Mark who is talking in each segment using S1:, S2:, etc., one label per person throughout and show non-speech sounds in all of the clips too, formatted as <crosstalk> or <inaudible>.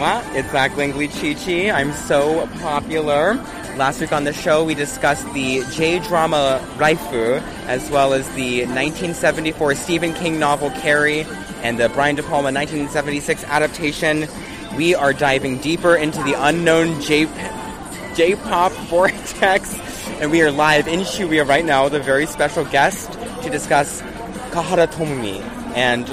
S1: Black Langley Chi Chi. I'm so popular. Last week on the show, we discussed the J drama Raifu, as well as the 1974 Stephen King novel Carrie and the Brian De Palma 1976 adaptation. We are diving deeper into the unknown J J-pop vortex, and we are live in Shibuya right now with a very special guest to discuss Kahara Tomomi and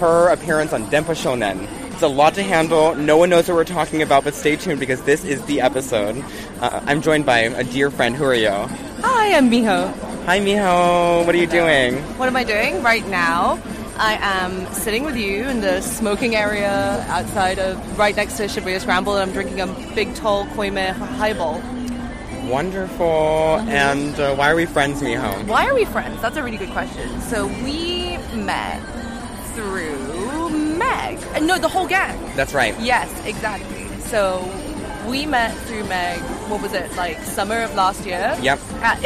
S1: her appearance on Denpa Shonen. It's a lot to handle. No one knows what we're talking about, but stay tuned because this is the episode. Uh, I'm joined by a dear friend, Hurio.
S2: Hi, I'm Miho.
S1: Hi, Miho. What are you doing?
S2: What am I doing right now? I am sitting with you in the smoking area outside of right next to Shibuya Scramble, and I'm drinking a big tall Koime highball.
S1: Wonderful. And uh, why are we friends, Miho?
S2: Why are we friends? That's a really good question. So we met through Meg. Uh, No, the whole gang.
S1: That's right.
S2: Yes, exactly. So we met through Meg. What was it like? Summer of last year.
S1: Yep.
S2: At,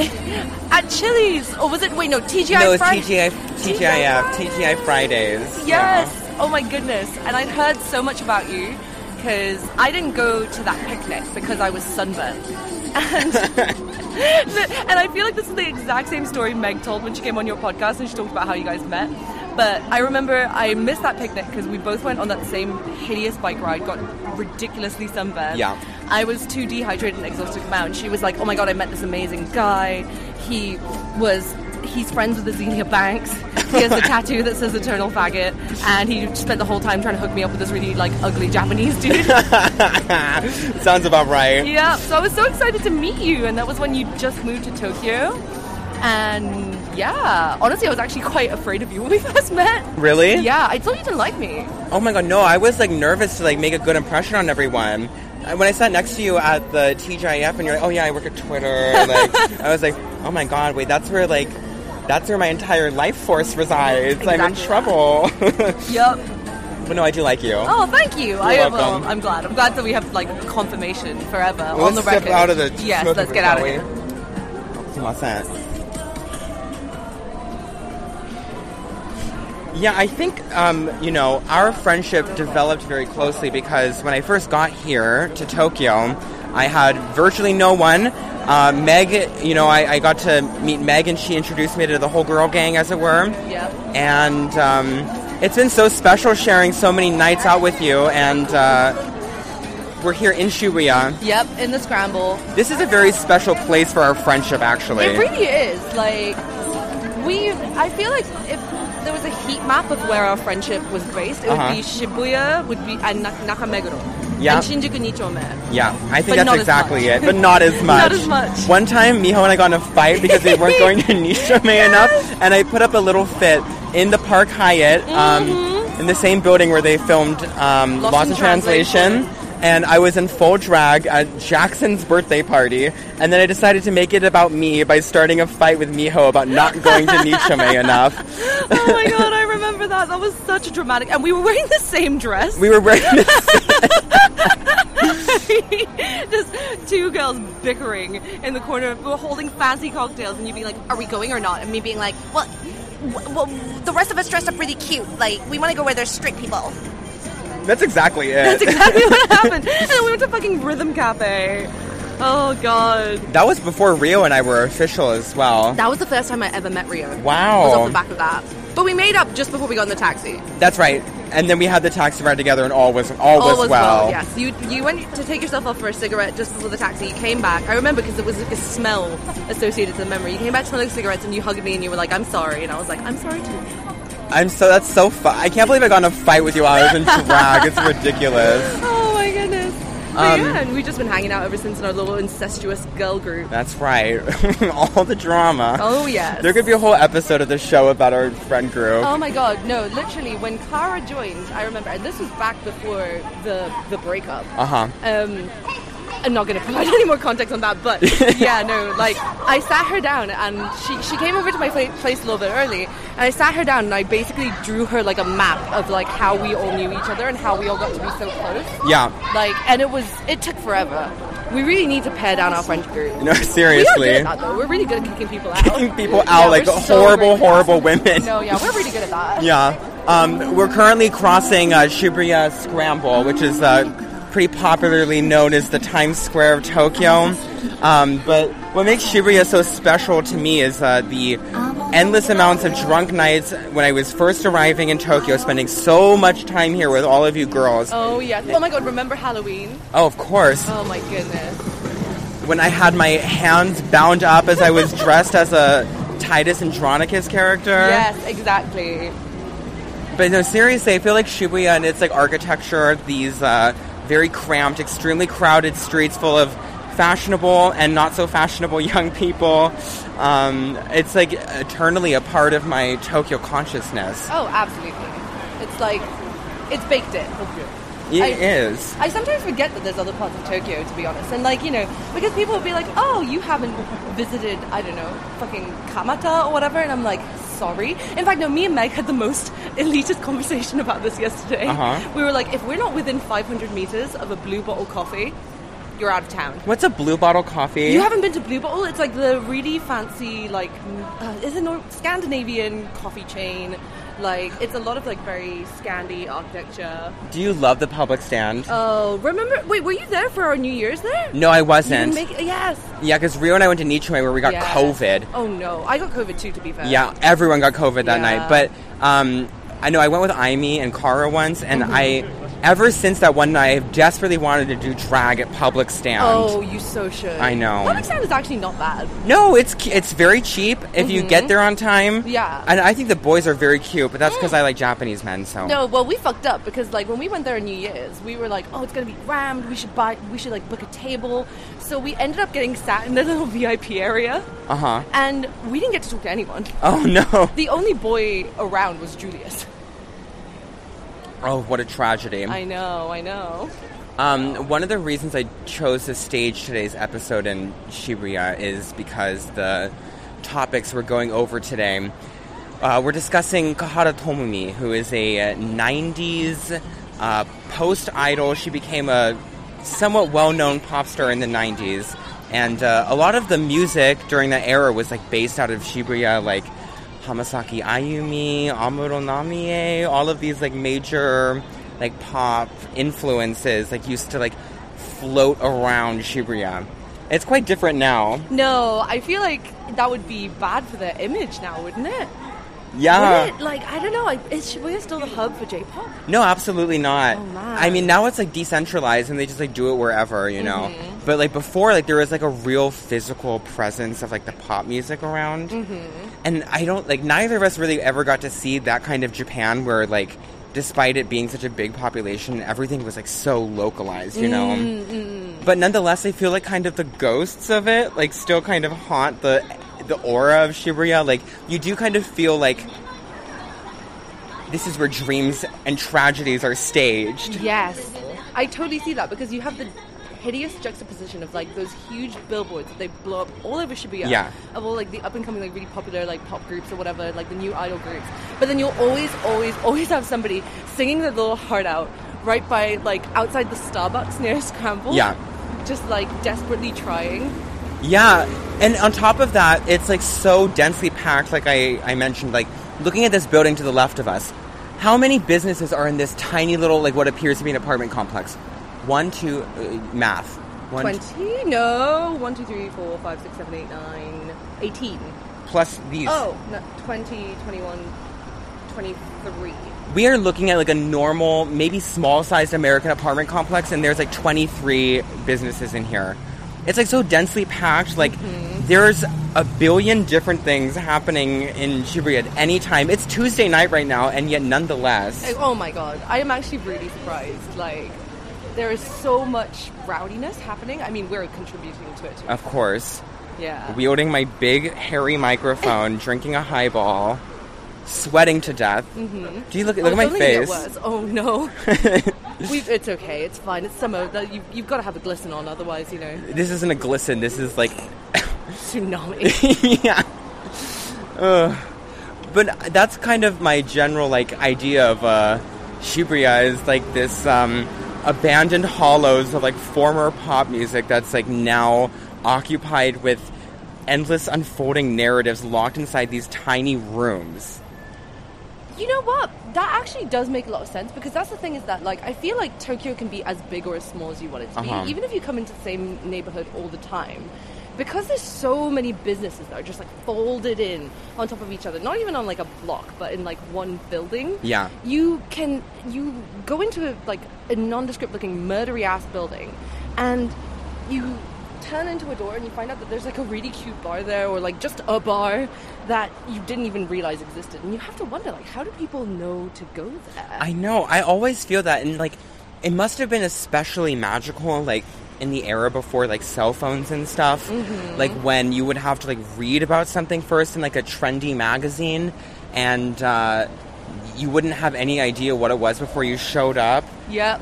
S2: <laughs> at Chili's, or was it? Wait, no, TGI.
S1: no, it's
S2: Fridays.
S1: TGI, TGIF, TGI Fridays.
S2: Yes.
S1: Yeah.
S2: Oh my goodness. And I'd heard so much about you because I didn't go to that picnic because I was sunburned. And, and I feel like this is the exact same story Meg told when she came on your podcast and she talked about how you guys met. But I remember I missed that picnic because we both went on that same hideous bike ride, got ridiculously sunburned.
S1: Yeah.
S2: I was too dehydrated and exhausted to come out. And she was like, oh my god, I met this amazing guy. He was, he's friends with Azealia Banks. He has a tattoo that says eternal faggot. And he spent the whole time trying to hook me up with this really, like, ugly Japanese dude.
S1: Sounds about right.
S2: yeah, so I was so excited to meet you. And that was when you just moved to Tokyo. And yeah, honestly, I was actually quite afraid of you when we <laughs> first met.
S1: Really?
S2: Yeah, I thought you didn't like me.
S1: Oh my god, no, I was like nervous to like make a good impression on everyone. Uh, When I sat next to you at the TGIF and you're like, oh yeah, I work at Twitter, like,
S2: <laughs>
S1: I was like, oh my god, wait, that's where like, that's where my entire life force resides. I'm in
S2: Exactly.
S1: trouble. <laughs>
S2: Yep.
S1: but no, I do like you.
S2: Oh, thank you. I,
S1: welcome.
S2: Well, I'm glad. I'm glad that we have like confirmation forever on
S1: let's
S2: the
S1: step
S2: record.
S1: out of the
S2: yes.
S1: smoking
S2: Let's
S1: room,
S2: get out
S1: shall
S2: of
S1: we?
S2: here.
S1: Sumasen. Yeah, I think, um, you know, our friendship developed very closely because when I first got here to Tokyo, I had virtually no one. Uh, Meg, you know, I, I got to meet Meg and she introduced me to the whole girl gang, as it were.
S2: Yeah.
S1: And um, it's been so special sharing so many nights out with you. And uh, we're here in Shibuya.
S2: Yep. In the scramble,
S1: This is a very special place for our friendship, actually.
S2: it really is like we. I feel like if there was a heat map of where our friendship was based, it
S1: Uh-huh.
S2: would be Shibuya, would be and Nak- Nakameguro,
S1: Yeah.
S2: and Shinjuku Nichome.
S1: yeah, I
S2: But
S1: think
S2: not
S1: that's
S2: as
S1: exactly it,
S2: much.
S1: but not as much.
S2: <laughs> Not as much.
S1: One time, Miho and I got in a fight because we
S2: <laughs>
S1: weren't going to Nishome enough, and I put up a little fit in the Park Hyatt, um, in the same building where they filmed um,
S2: Mm-hmm. Lost
S1: Lost
S2: in
S1: in Translation.
S2: Translation.
S1: And I was in full drag at Jackson's birthday party, and then I decided to make it about me by starting a fight with Miho about not going
S2: <laughs>
S1: to Nishome enough.
S2: oh my god, I remember that. That was such a dramatic. And we were wearing the same dress. <laughs>
S1: We were wearing this
S2: Just two girls bickering in the corner. We were holding fancy cocktails, and you being like, "Are we going or not?" And me being like,
S3: Well, w- well, the rest of us dressed up really cute. Like, we want to go where there's straight people.
S1: That's exactly it.
S2: "That's exactly what happened." And then we went to fucking Rhythm Cafe. Oh god,
S1: That was before Rio and I were official as well.
S2: that was the first time I ever met Rio. Was off
S1: Wow.
S2: the back of that. But we made up just before we got in the taxi.
S1: That's right. And then we had the taxi ride together and all was all,
S2: All
S1: was,
S2: was
S1: well.
S2: well. Yes, you you went to take yourself off for a cigarette just before the taxi. You came back. I remember because it was like a smell associated to the memory. You came back smelling cigarettes, and you hugged me, and you were like, "I'm sorry," and I was like, "I'm sorry too."
S1: I'm so that's so fun. I can't believe I got in a fight with you while I was in
S2: <laughs>
S1: drag. it's ridiculous.
S2: Oh my goodness.
S1: Um,
S2: yeah, and we've just been hanging out ever since in our little incestuous girl group.
S1: That's right. <laughs> all the drama.
S2: Oh yes.
S1: There could be a whole episode of the show about our friend group.
S2: Oh my god, no, literally when Kara joined, I remember and this was back before the the breakup. <laughs>
S1: Uh-huh.
S2: Um I'm not going to provide <laughs> any more context on that,
S1: <laughs>
S2: but yeah, no, like I sat her down and she, she came over to my pla- place a little bit early and I sat her down and I basically drew her like a map of like how we all knew each other and how we all got to be so close.
S1: Yeah.
S2: Like, and it was, it took forever. We really need to pare down our friend group.
S1: No,
S2: We are good
S1: seriously.
S2: at that, though. We're really good at kicking people out.
S1: Kicking people out
S2: Yeah,
S1: like
S2: we're so
S1: horrible,
S2: great at that.
S1: horrible women.
S2: No, yeah, we're really good at that.
S1: Yeah. Um, we're currently crossing uh, Shibuya Scramble, which is uh, pretty popularly known as the Times Square of Tokyo. Um, but what makes Shibuya so special to me is uh, the endless amounts of drunk nights when I was first arriving in Tokyo, spending so much time here with all of you girls.
S2: Oh yeah. Oh my god, remember Halloween?
S1: Oh, of course.
S2: Oh my goodness.
S1: When I had my hands bound up as I was dressed as a Titus Andronicus character.
S2: Yes, exactly.
S1: But no, seriously, I feel like Shibuya and its like architecture, these uh, very cramped, extremely crowded streets full of fashionable and not so fashionable <laughs> young people. Um, it's like eternally a part of my Tokyo consciousness.
S2: Oh, absolutely. It's like it's baked in.
S1: It is.
S2: I- I sometimes forget that there's other parts of Tokyo, to be honest. And like you know, because people would be like, "Oh, you haven't visited, I don't know, fucking Kamata or whatever," and I'm like, "Sorry." In fact, no, me and Meg had the most <laughs> elitist conversation about this yesterday.
S1: Uh-huh.
S2: We were like, "If we're not within 500 meters of a Blue Bottle coffee, you're out of town."
S1: What's a blue bottle coffee?
S2: You haven't been to Blue Bottle? It's like the really fancy, like, m- uh, it's a Nor- Scandinavian coffee chain. Like, it's a lot of like very Scandi architecture.
S1: Do you love the public stand?
S2: Oh, remember? Wait, were you there for our New Year's there?
S1: no, I
S2: You didn't
S1: wasn't.
S2: make it- yes.
S1: yeah, because Rio and I went to Nichue where we got
S2: Yes.
S1: COVID.
S2: Oh no, I got COVID too. To be fair.
S1: Yeah, everyone got COVID that
S2: Yeah.
S1: night. But um, I know I went with Aimee and Kara once, and
S2: Mm-hmm.
S1: I, ever since that one night, I've desperately wanted to do drag at public stand.
S2: Oh, you so should.
S1: I know.
S2: Public sound is actually not bad.
S1: No, it's cu- it's very cheap if you get there on time.
S2: Mm-hmm. Yeah.
S1: and I think the boys are very cute, but that's because I like Japanese men. So
S2: No, well, we fucked up because like when we went there on New Year's, we were like, oh, it's gonna be rammed. We should buy. We should like book a table. So we ended up getting sat in the <laughs> little VIP area,
S1: uh huh.
S2: and we didn't get to talk to anyone.
S1: Oh <laughs> no.
S2: The only boy around was Julius.
S1: Oh, what a tragedy.
S2: I know. I know.
S1: Um, one of the reasons I chose to stage today's episode in Shibuya is because the topics we're going over today. Uh, we're discussing Kahara Tomomi, who is a uh, 90s uh, post idol. She became a somewhat well known pop star in the 90s. And uh, a lot of the music during that era was like based out of Shibuya, like Hamasaki Ayumi, Amuro Namie, all of these like major like pop influences like used to like float around Shibuya. It's quite different now.
S2: No, I feel like that would be bad for their image now, wouldn't it?
S1: Yeah.
S2: Would it? Like, I don't know. Like, is Shibuya still the hub for J-pop?
S1: No, absolutely not.
S2: Oh, my.
S1: I mean, now it's like decentralized and they just like do it wherever, you know.
S2: Mm-hmm.
S1: But like before, like there was like a real physical presence of like the pop music around.
S2: Mm-hmm.
S1: And I don't like neither of us really ever got to see that kind of Japan where like despite it being such a big population, everything was like so localized, you know.
S2: Mm,
S1: But nonetheless, I feel like kind of the ghosts of it like still kind of haunt the the aura of Shibuya. Like you do kind of feel like this is where dreams and tragedies are staged.
S2: Yes. I totally see that because you have the hideous juxtaposition of like those huge billboards that they blow up all over Shibuya
S1: Yeah.
S2: of all like the up and coming like really popular like pop groups or whatever like the new idol groups but then you'll always always always have somebody singing their little heart out right by like outside the Starbucks near Scramble
S1: Yeah.
S2: just like desperately trying
S1: Yeah, and on top of that, it's like so densely packed, like I, I mentioned, like looking at this building to the left of us, how many businesses are in this tiny little, like what appears to be an apartment complex? One, two, uh, math. One,
S2: 20 no 1 2 3 4 5 6 7 8 9 18
S1: plus these.
S2: oh no, 20 21 23
S1: We are looking at like a normal, maybe small sized American apartment complex, and there's like 23 businesses in here. It's like so densely packed, like
S2: Mm-hmm.
S1: there's a billion different things happening in Shibuya at any time. It's Tuesday night right now, and yet nonetheless.
S2: Like, oh my god i am actually really surprised like there is so much rowdiness happening i mean we're contributing to it too.
S1: Of course,
S2: yeah
S1: wielding my big hairy microphone,
S2: <laughs>
S1: drinking a highball, sweating to death. Mm-hmm. Do you look, look at
S2: Oh,
S1: my
S2: if only it
S1: face?
S2: was. oh
S1: <laughs>
S2: no we it's okay it's fine it's summer That- you, you've got to have a glisten on otherwise you know
S1: This isn't a glisten. This is like
S2: tsunami
S1: yeah. <laughs> Ugh. Uh, But that's kind of my general like idea of uh, Shibuya is like this um, abandoned hollows of like former pop music that's like now occupied with endless unfolding narratives locked inside these tiny rooms.
S2: You know what? That actually does make a lot of sense because that's the thing is that like I feel like Tokyo can be as big or as small as you want it to
S1: Uh-huh.
S2: be, even if you come into the same neighborhood all the time. Because there's so many businesses that are just like folded in on top of each other, not even on like a block, but in like one building.
S1: Yeah.
S2: You can you go into a, like a nondescript looking murdery ass building, and you turn into a door and you find out that there's like a really cute bar there or like just a bar that you didn't even realize existed and you have to wonder like how do people know to go there
S1: I know. I always feel that, and like, it must have been especially magical, like in the era before like cell phones and stuff. Like when you would have to like read about something first in like a trendy magazine, and uh, you wouldn't have any idea what it was before you showed up.
S2: yep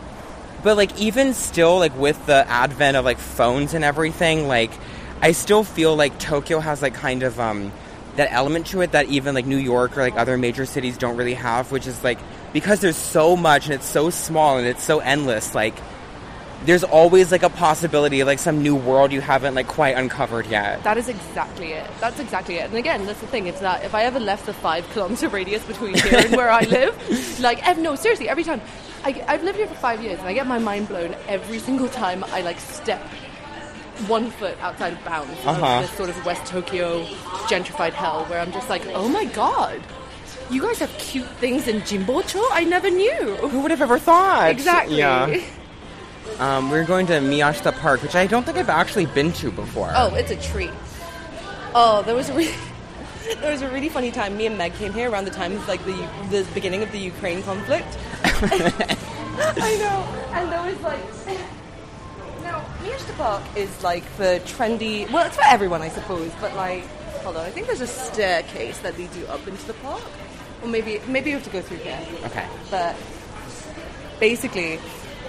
S1: But like even still, like with the advent of like phones and everything, like I still feel like Tokyo has like kind of um that element to it that even like New York or like other major cities don't really have, which is like because there's so much and it's so small and it's so endless, like there's always like a possibility of like some new world you haven't like quite uncovered yet.
S2: that is exactly it that's exactly it and again that's the thing it's that if i ever left the five kilometer radius between here and
S1: <laughs>
S2: where i live like ev- no seriously every time I, i've lived here for five years and i get my mind blown every single time i like step one foot outside of bounds
S1: Uh-huh.
S2: of this sort of west tokyo gentrified hell where i'm just like oh my god you guys have cute things in jimbocho i never knew
S1: Who would have ever thought?
S2: exactly
S1: Yeah. Um, we're going to Miyashita Park, which I don't think I've actually been to before.
S2: Oh, it's a treat. Oh, there was a really, <laughs> there was a really funny time. Me and Meg came here around the time of like the the beginning of the Ukraine conflict. I know, and there was like. <laughs> Now, Miyashita Park is like for trendy. Well, it's for everyone, I suppose. But like, hold on, I think there's a staircase that leads you up into the park, or maybe maybe you have to go through here
S1: Okay.
S2: but basically,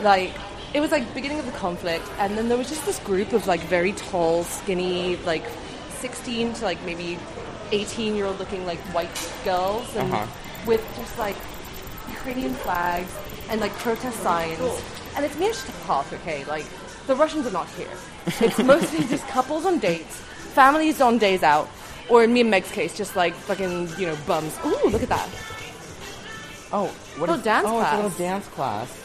S2: like it was like beginning of the conflict, and then there was just this group of like very tall, skinny, like sixteen to like maybe eighteen year old looking like white girls, and
S1: Uh-huh.
S2: with just like Ukrainian flags and like protest signs, and it's Miyashita Park, okay? Like the Russians are not here. It's mostly just couples on dates, families on days out. Or in me and Meg's case, just like fucking, you know, bums. Ooh, look at that.
S1: Oh, what
S2: Little
S1: is-
S2: dance
S1: oh, it's a
S2: class.
S1: little dance class.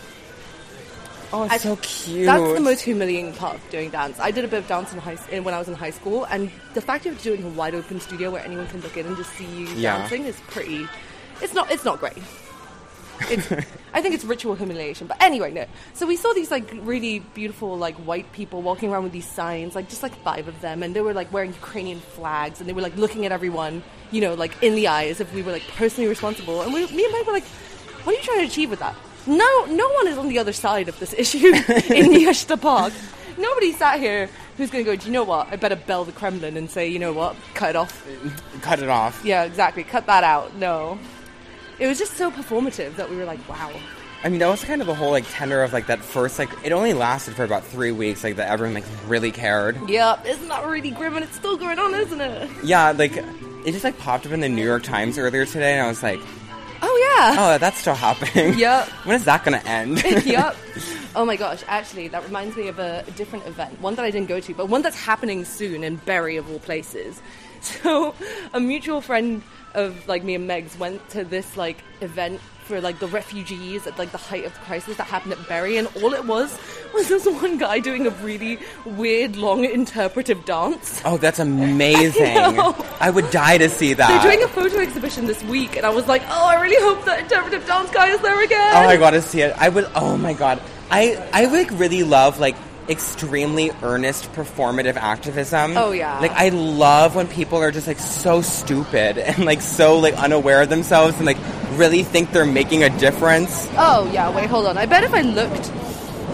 S1: Oh, it's
S2: I-
S1: so cute.
S2: That's the most humiliating part of doing dance. I did a bit of dance in high in, when I was in high school, and the fact you have to do it in a wide open studio where anyone can look in and just see you
S1: Yeah.
S2: dancing is pretty. It's not. It's not great. It's, I think it's ritual humiliation. But anyway, no. So we saw these like really beautiful like white people walking around with these signs, like just like five of them, and they were like wearing Ukrainian flags, and they were like looking at everyone, you know, like in the eyes if we were like personally responsible. And we, me and Mike were like, what are you trying to achieve with that? No, no one is on the other side of this issue in Yeshta Park. Nobody sat here who's going to go, do you know what? I better bell the Kremlin and say, you know what? Cut it off.
S1: Cut it off.
S2: Yeah, exactly. Cut that out. No. It was just so performative that we were like, wow.
S1: I mean, that was kind of the whole like tenor of like that first like it only lasted for about three weeks. Like that everyone like really cared.
S2: Yep, isn't that really grim and it's still going on, isn't it?
S1: Yeah, like it just like popped up in the New York Times earlier today, and I was like,
S2: Oh, yeah.
S1: oh, that's still happening.
S2: Yep.
S1: <laughs> When is that gonna end?
S2: <laughs> yep. Oh my gosh, actually, that reminds me of a different event, one that I didn't go to, but one that's happening soon in Bury, of all places. <laughs> So, a mutual friend of like me and Meg's went to this like event for like the refugees at like the height of the crisis that happened at Bury, and all it was was this one guy doing a really weird, long, interpretive dance.
S1: oh, that's amazing.
S2: <laughs> I know.
S1: I would die to see that.
S2: They're doing a photo exhibition this week, and I was like, oh, I really hope that interpretive dance guy is there again.
S1: Oh, I gotta see it. I would. Oh my god. I I like really love like extremely earnest performative activism.
S2: Oh, yeah.
S1: Like I love when people are just like so stupid and like so like unaware of themselves and like really think they're making a difference.
S2: Oh yeah, wait, hold on. I bet if I looked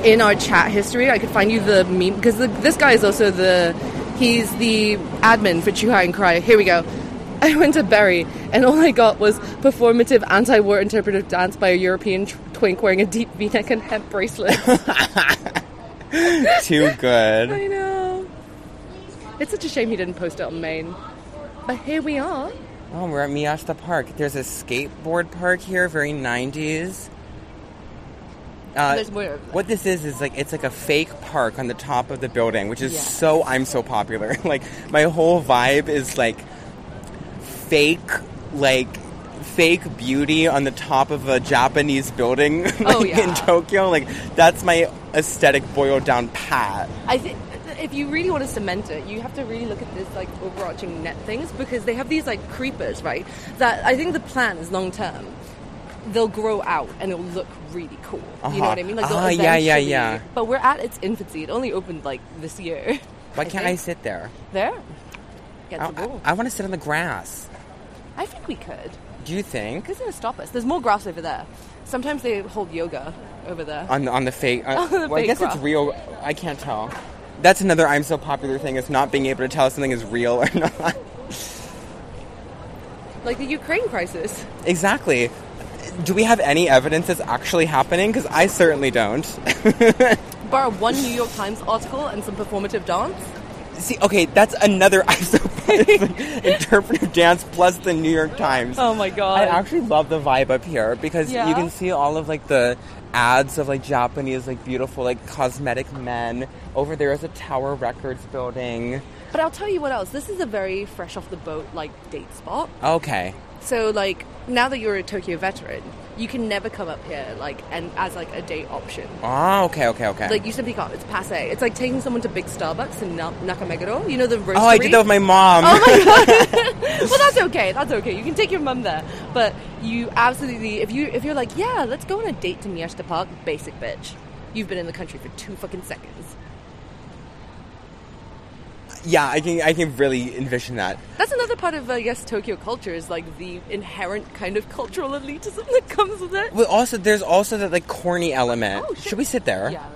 S2: in our chat history, I could find you the meme because this guy is also the he's the admin for Chuhai and Cry. Here we go. I went to Berry and all I got was performative anti-war interpretive dance by a European tw- twink wearing a deep V-neck and hemp bracelet.
S1: Too good.
S2: <laughs> I know. It's such a shame he didn't post it on Maine. But here we are.
S1: Oh, we're at Miyashita Park. There's a skateboard park here, very 90s. Uh,
S2: There's more of that.
S1: what this is is like it's like a fake park on the top of the building, which is
S2: Yeah.
S1: so I'm so <laughs> popular. like my whole vibe is like fake, like fake beauty on the top of a Japanese building <laughs> like,
S2: Oh, yeah.
S1: in Tokyo. Like that's my aesthetic boiled down pat.
S2: I think if you really want to cement it, you have to really look at this like overarching net things because they have these like creepers, right? That I think the plan is long term. They'll grow out and it'll look really cool. You
S1: Uh-huh.
S2: know what I mean? Like they'll
S1: Ah, yeah, yeah,
S2: eventually-
S1: yeah.
S2: But we're at its infancy. It only opened like this year. <laughs>
S1: Why can't I
S2: think.
S1: sit there?
S2: There. Get
S1: Oh, I,
S2: the ball.
S1: want to sit on the grass.
S2: I think we could.
S1: Do you think
S2: It's gonna stop us. There's more grass over there. Sometimes they hold yoga over there.
S1: on the- on the fake? Uh,
S2: <laughs> On the
S1: well, I
S2: fake
S1: guess
S2: grass.
S1: it's real. I can't tell. That's another I'm so popular thing is not being able to tell if something is real or <laughs> not.
S2: like the Ukraine crisis.
S1: Exactly. Do we have any evidence it's actually happening? Because I certainly don't. <laughs>
S2: Borrow one New York Times article and some performative dance.
S1: See, okay, that's another <laughs> I'm so popular
S2: <laughs>
S1: interpretive dance plus the New York Times.
S2: Oh my god.
S1: I actually love the vibe up here because
S2: Yeah?
S1: you can see all of like the ads of like Japanese like beautiful like cosmetic men. Over there is a Tower Records building.
S2: But I'll tell you what else. This is a very fresh off the boat like date spot.
S1: Okay.
S2: So like now that you're a Tokyo veteran, you can never come up here like and as like a date option.
S1: Ah, okay, okay, okay.
S2: Like you simply can't. It's passe. It's like taking someone to Big Starbucks in Na- Nakameguro. You know the roastery.
S1: oh, I did that with my mom.
S2: Oh well, that's okay. That's okay. You can take your mum there, but you absolutely if you if you're like yeah, let's go on a date to Miyashita Park, basic bitch. You've been in the country for two fucking seconds.
S1: <laughs> yeah, I can I can really envision that.
S2: That's another part of, I guess, Tokyo culture is like the inherent kind of cultural elitism that comes with it.
S1: Well, also there's also that like corny element.
S2: Oh, shit.
S1: Should we sit there?
S2: Yeah.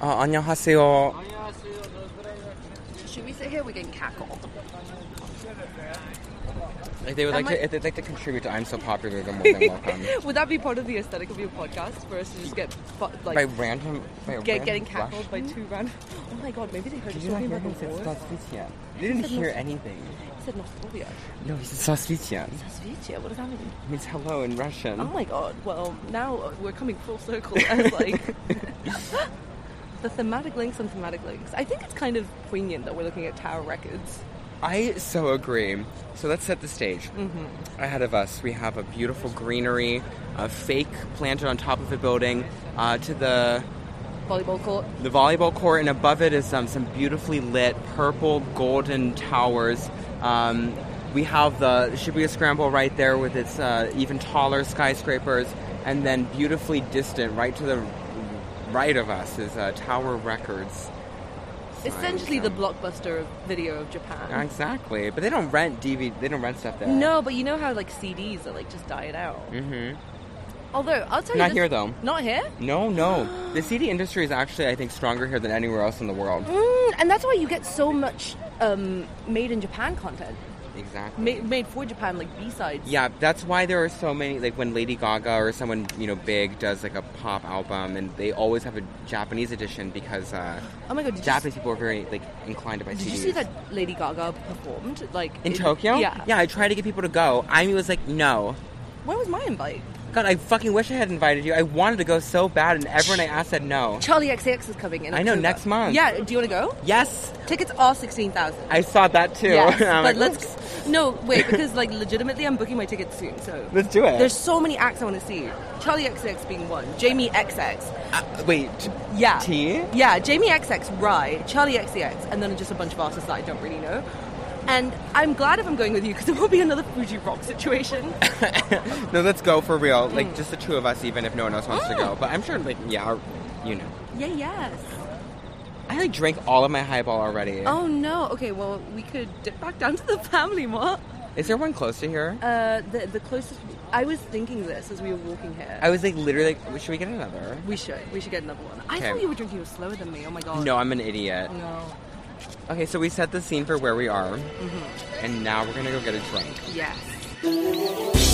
S1: Uh, 안녕하세요.
S2: Should we sit here? We can cackle.
S1: If they would
S2: Am
S1: like
S2: I-
S1: to, if they'd like to contribute to I'm so popular, <laughs> they're more than welcome.
S2: Would that be part of the aesthetic of your podcast for us to just get fu- like
S1: by random, by
S2: get
S1: random
S2: getting cackled
S1: Russian?
S2: by two random? <laughs> Oh my god, maybe they heard
S1: Did
S2: us
S1: you not
S2: talking
S1: hear
S2: about
S1: him
S2: the
S1: say
S2: war.
S1: Stasvitya? You didn't
S2: said
S1: hear
S2: Nostalgia.
S1: anything.
S2: He said Nostrovia.
S1: No, he said Stasvitya.
S2: Nostrovia. What does that mean?
S1: It means hello in Russian.
S2: Oh my god. Well, now we're coming full
S1: <laughs>
S2: circle as like. The thematic links and thematic links. I think it's kind of poignant that we're looking at Tower Records.
S1: I so agree. So let's set the stage. Mm-hmm. Ahead of us, we have a beautiful greenery, a fake planted on top of a building. Uh, to the
S2: Volleyball court.
S1: the volleyball court, and above it is um, some beautifully lit purple golden towers. Um, we have the Shibuya Scramble right there with its uh, even taller skyscrapers, and then beautifully distant, right to the right of us, is uh, Tower Records.
S2: essentially the
S1: Sign,
S2: blockbuster of video of
S1: um,
S2: Japan.
S1: Exactly, but they don't rent DVD. They don't rent stuff there.
S2: No, but you know how like CDs are like just dying out. Mm-hmm. Although I'll tell you,
S1: Not
S2: this-
S1: here, though.
S2: Not here.
S1: no, no. the CD industry is actually, I think, stronger here than anywhere else in the
S2: <gasps>
S1: world.
S2: Mm, and that's why you get so much um, made in Japan content,
S1: Exactly.
S2: made, made for Japan, like B sides.
S1: Yeah, that's why there are so many. Like when Lady Gaga or someone you know big does like a pop album, and they always have a Japanese edition because uh,
S2: Oh my god, did,
S1: Japanese people are very like inclined to buy
S2: you, s- did
S1: CDs.
S2: you see that Lady Gaga performed like
S1: in Tokyo?
S2: Yeah.
S1: yeah. I tried to get people to go. I was like, no.
S2: Where was my invite?
S1: God, I fucking wish I had invited you. I wanted to go so bad, and everyone I asked said no.
S2: Charlie XX is coming in.
S1: I know,
S2: October.
S1: next month.
S2: Yeah. Do you want to go?
S1: Yes,
S2: Tickets are sixteen thousand.
S1: I saw that too.
S2: Yes,
S1: <laughs> I'm
S2: but
S1: like, oops.
S2: let's no wait because like legitimately, I'm booking my tickets soon. So
S1: Let's do it.
S2: There's so many acts I want to see. Charlie XX being one. Jamie XX.
S1: Uh, wait, t-
S2: Yeah.
S1: tea?
S2: Yeah. Jamie XX. Rye. Charlie XCX. And then just a bunch of artists that I don't really know. And I'm glad if I'm going with you because there won't be another Fuji Rock situation.
S1: No, let's go for real.
S2: Hmm.
S1: Like just the two of us, even if no one else wants to go. But I'm sure, like, yeah, our- you know.
S2: <laughs> yeah. Yes.
S1: I like drank all of my highball already.
S2: Oh no. Okay. Well, we could dip back down to the family mall.
S1: Is there one close to here?
S2: Uh, the the closest. I was thinking this as we were walking here.
S1: I was like literally like, should we get another?
S2: we should. We should get another one. I
S1: Okay.
S2: thought you were drinking slower than me. Oh my god.
S1: No, I'm an idiot.
S2: No.
S1: Okay, so we set the scene for where we are, and now we're gonna go get a drink.
S2: Yes.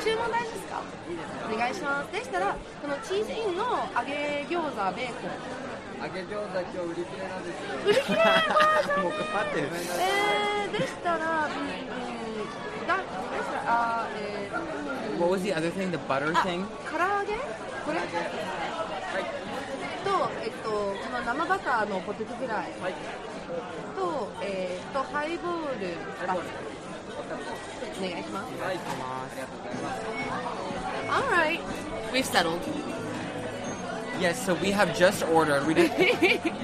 S2: 注文大事ですかお願いしますでしたらこのチーズインの揚げ餃子ベーコン
S4: 揚げ餃子今日売り切れなんですよ
S2: 売り切れない
S1: もうかかってる。
S2: えー、でしたらうんうんだでしたらあーえー
S1: What was the other thing? The butter
S2: あ
S1: thing?
S2: 唐揚げこれと、えっと、この生バターのポテトフライ、と、えーっと、ハイボール2つお願いします
S4: はいありがとうございます
S2: Alright We've settled
S1: Yes, so we have just ordered. We did,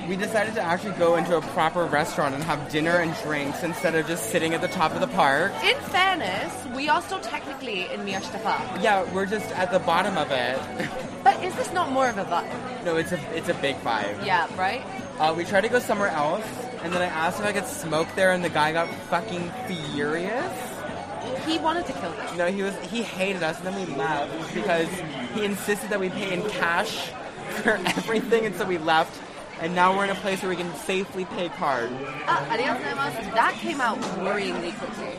S1: we decided to actually go into a proper restaurant and have dinner and drinks instead of just sitting at the top of the park.
S5: In fairness, we are still technically in Miyashitafa.
S1: Yeah, we're just at the bottom of it. <laughs>
S5: But is this not more of a vibe?
S1: No, it's a it's a big vibe.
S5: Yeah, right?
S1: Uh, we tried to go somewhere else, and then I asked if I could smoke there, and the guy got fucking furious.
S5: He wanted to kill them.
S1: No, he was he hated us, and then we left because he insisted that we pay in cash <laughs> for everything, and so we left. And now we're in a place where we can safely pay card.
S2: Ah, arigatou That came out worryingly quickly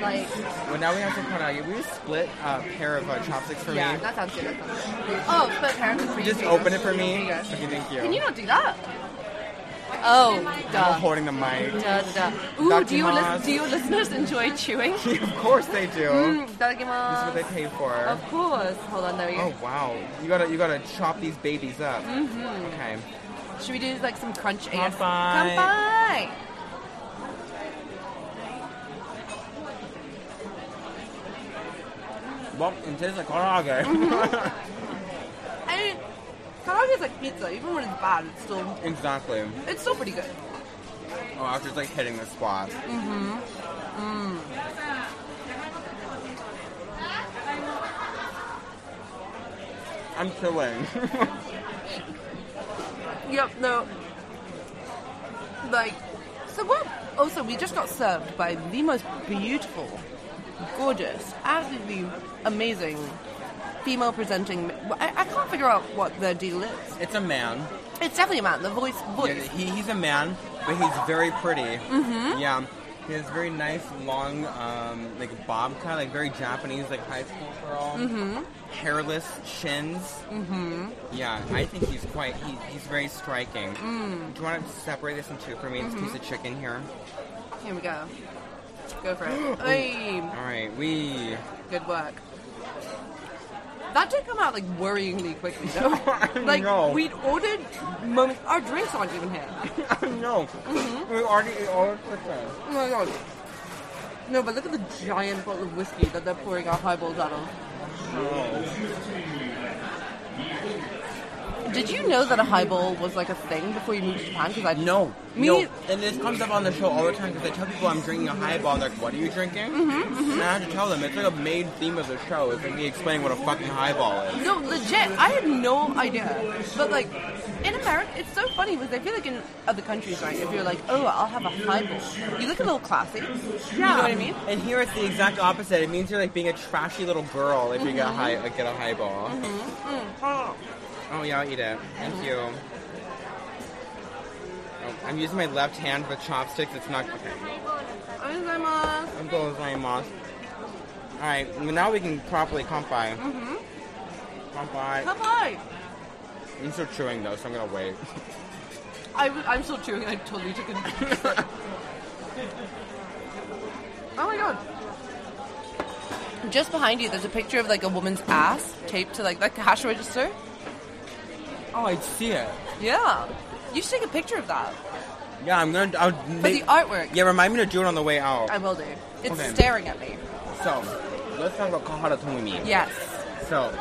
S2: Like,
S1: Well, now we have some karage. We just split a pair of uh, chopsticks for
S2: yeah,
S1: me.
S2: that sounds good that sounds good. Oh, but parents
S1: You just open it for me. Okay, thank you.
S2: Can you uh, not do that?
S5: Oh,
S1: I'm
S5: duh.
S1: holding the mic. <laughs>
S5: Duh, duh. Ooh, do, you
S1: Dakimasu.
S5: lis- do your listeners enjoy chewing? <laughs>
S1: of course they do.
S2: Mm, itadakimasu.
S1: This is what they pay for.
S5: Of course. Hold on, there we go.
S1: Oh wow! You gotta you gotta chop these babies up.
S2: Mm-hmm.
S1: Okay. Oh.
S5: Should we do like some crunch ASMR?
S1: Kanpai.
S2: Bye.
S1: Well, it tastes like karaage.
S2: I mean, karaoke is like pizza. Even when it's bad, it's still
S1: <laughs> exactly.
S2: it's still pretty good.
S1: Oh, I was just like hitting the spot. I'm chilling.
S2: Yep. No. Like, so what? Also, we just got served by the most beautiful, gorgeous, absolutely amazing female presenting. I, I can't figure out what their deal is.
S1: it's a man.
S2: It's definitely a man. The voice,
S1: Yeah,
S2: voice.
S1: he, he's a man, but he's very pretty. Mm-hmm. Yeah. He has very nice long, um, like bob cut, like very Japanese, like high school girl. Mm-hmm. Hairless shins. Mm-hmm. Yeah, I think he's quite. He, he's very striking. Mm. Mm-hmm. Do you want to separate this in two for me? This piece of chicken here.
S2: Here we go. Go for <gasps> it. Oy,
S1: All right, we. <laughs>
S2: good work. That did come out like worryingly quickly,
S1: <laughs>
S2: though. like
S1: know.
S2: we'd ordered moments. Our drinks aren't even here.
S1: no, we already ate all of this.
S2: Oh my god. No, but look at the giant bottle of whiskey that they're pouring our highballs out of.
S1: Oh.
S2: Did you know that a highball was like a thing before you moved to Japan? Because I
S1: No,
S2: Me
S1: no.
S2: neith-
S1: And this comes up on the show all the time because I tell people I'm drinking a highball, and they're like, "What are you drinking?"
S2: Mm-hmm,
S1: And I have to tell them it's like a main theme of the show. It's like me explaining what a fucking highball is.
S2: No, legit. I had no idea. But like in America, it's so funny because I feel like in other countries, right? If you're like, oh, I'll have a highball, you look a little classy. Yeah. You know what I mean?
S1: And here it's the exact opposite. It means you're like being a trashy little girl if you
S2: Mm-hmm.
S1: get a high, uh, get a highball. Oh yeah, I'll eat it. Thank you. Oh, I'm using my left hand with chopsticks. It's not okay.
S2: Arigatou
S1: I'm going with my moss. All right, well, now we can properly kanpai. Mm-hmm. Kanpai.
S2: gozaimasu. Bye.
S1: I'm still chewing though, so I'm gonna wait.
S2: I, am still chewing. I totally took it. <laughs> oh my god. Just behind you, there's a picture of like a woman's ass taped to like the cash register.
S1: <laughs> Oh, I see it.
S2: Yeah, you should take a picture of that
S1: Yeah, I'm gonna. I'll
S2: for
S1: make,
S2: the artwork.
S1: yeah, remind me to do it on the way out.
S2: I will do. It's
S1: Okay.
S2: staring at me.
S1: so, let's talk about Kahara Tomomi.
S2: Yes.
S1: So,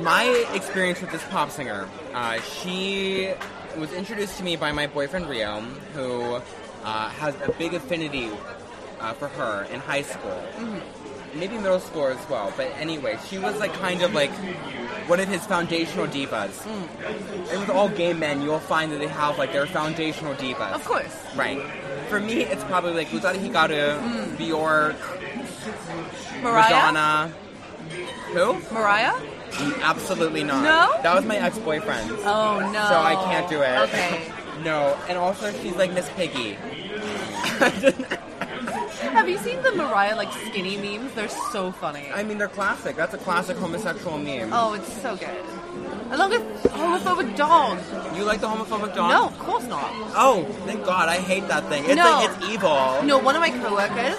S1: my experience with this pop singer, uh, she was introduced to me by my boyfriend Rio, who uh, has a big affinity uh, for her in high school.
S2: Mm-hmm.
S1: Maybe middle school as well, but anyway, she was like kind of like one of his foundational divas.
S2: Mm.
S1: And with all gay men, you'll find that they have like their foundational divas.
S2: Of course. Mm.
S1: Right. For me, it's probably like Luzada Hikaru, Bjork,
S2: Mariah.
S1: Madonna. Who?
S2: Mariah.
S1: Absolutely not.
S2: No?
S1: That was my ex-boyfriend. So
S2: Oh no.
S1: I can't do it. <laughs>
S2: Okay.
S1: No. And also she's like Miss Piggy.
S2: Have Have you seen the Mariah like skinny memes? They're so funny.
S1: I mean, they're classic. That's a classic homosexual meme.
S2: oh, it's so good. I love Oh, the homophobic dog.
S1: You like the homophobic dog?
S2: Oh. No, of course not.
S1: Oh, thank God. I hate that thing. It's
S2: No.
S1: like, it's evil.
S2: No, one of my coworkers,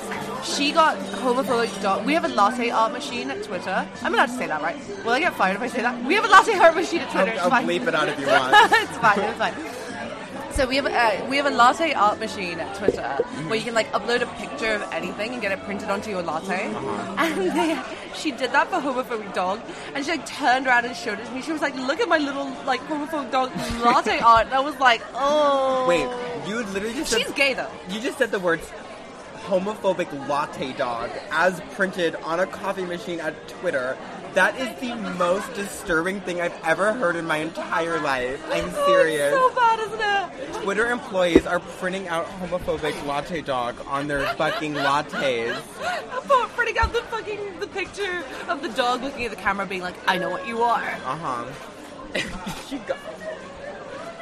S2: she got homophobic dog. We have a latte art machine at Twitter. I'm allowed to say that, right? Will I get fired if I say that? We have a latte art machine at Twitter.
S1: I'll,
S2: it's
S1: I'll
S2: fine.
S1: bleep it out
S2: <laughs>
S1: if you want.
S2: it's fine. It's fine. So we have a, we have a latte art machine at Twitter
S1: Mm-hmm.
S2: where you can like upload a picture of anything and get it printed onto your latte.
S1: Uh-huh.
S2: And <laughs> they, she did that for homophobic dog, and she like turned around and showed it to me. She was like, "Look at my little like
S1: <laughs>
S2: homophobic dog latte art." And I was like, "Oh,
S1: Wait, you literally just
S2: she's
S1: said,
S2: gay though."
S1: you just said the words homophobic latte dog as printed on a coffee machine at Twitter. That is the most disturbing thing I've ever heard in my entire life. I'm serious.
S2: <laughs> Oh, it's so bad, isn't it?
S1: Twitter employees are printing out homophobic latte dog on their fucking lattes.
S2: About printing out the fucking the picture of the dog looking at the camera, being like, "I know what you are."
S1: Uh <laughs> huh. she got.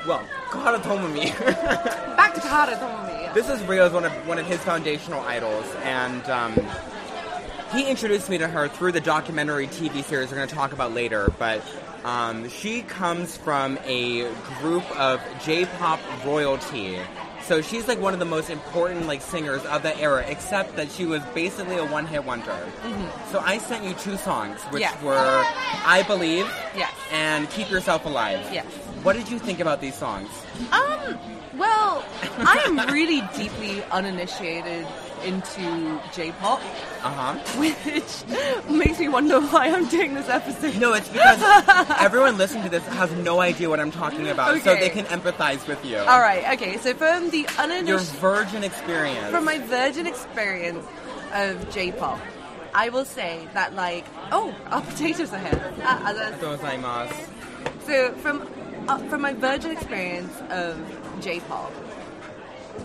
S1: Well, God told me.
S2: Back to Tara, Tomomi.
S1: this is Rio's one of one of his foundational idols, and um, he introduced me to her through the documentary TV series we're going to talk about later. But um, she comes from a group of J-pop royalty. So she's like one of the most important like singers of the era, except that she was basically a one-hit wonder. So I sent you two songs, which
S2: Mm-hmm. Yes.
S1: were "I Believe"
S2: Yes.
S1: and "Keep Yourself Alive."
S2: Yes.
S1: What did you think about these songs?
S2: Um, well, I
S1: <laughs>
S2: am really deeply uninitiated into J-pop,
S1: Uh huh.
S2: which <laughs> makes me wonder why I'm doing this episode.
S1: No, it's because <laughs> everyone listening to this has no idea what I'm talking about, so
S2: Okay. Uh,
S1: they can empathize with you.
S2: All right, okay. So from the
S1: Your
S2: uninitiated,
S1: virgin experience.
S2: from my virgin experience of J-pop, I will say that like, oh, our potatoes are here. Ah, ah, that's-
S1: Gozaimasu.
S2: So from uh, from my virgin experience of J-pop,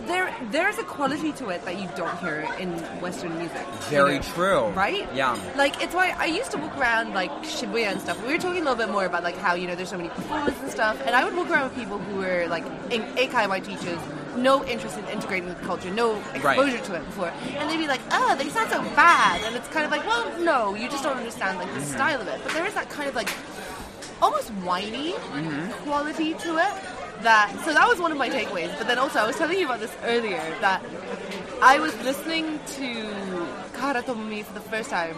S2: there there's a quality to it that you don't hear in Western music. you
S1: Very
S2: know,
S1: true.
S2: Right?
S1: Yeah.
S2: Like it's why I used to walk around like Shibuya and stuff. We were talking a little bit more about like how you know there's so many performances and stuff, and I would walk around with people who were like in Eikai my teachers. No interest in integrating with culture, no
S1: Right.
S2: exposure to it before, and they'd be like, "Oh, they sound so bad," and it's kind of like, "Well, no, you just don't understand like the
S1: Mm-hmm.
S2: style of it." But there is that kind of like almost whiny quality to it. That so that was one of my takeaways. But then also I was telling you about this earlier that I was listening to Kara Tomomi for the first time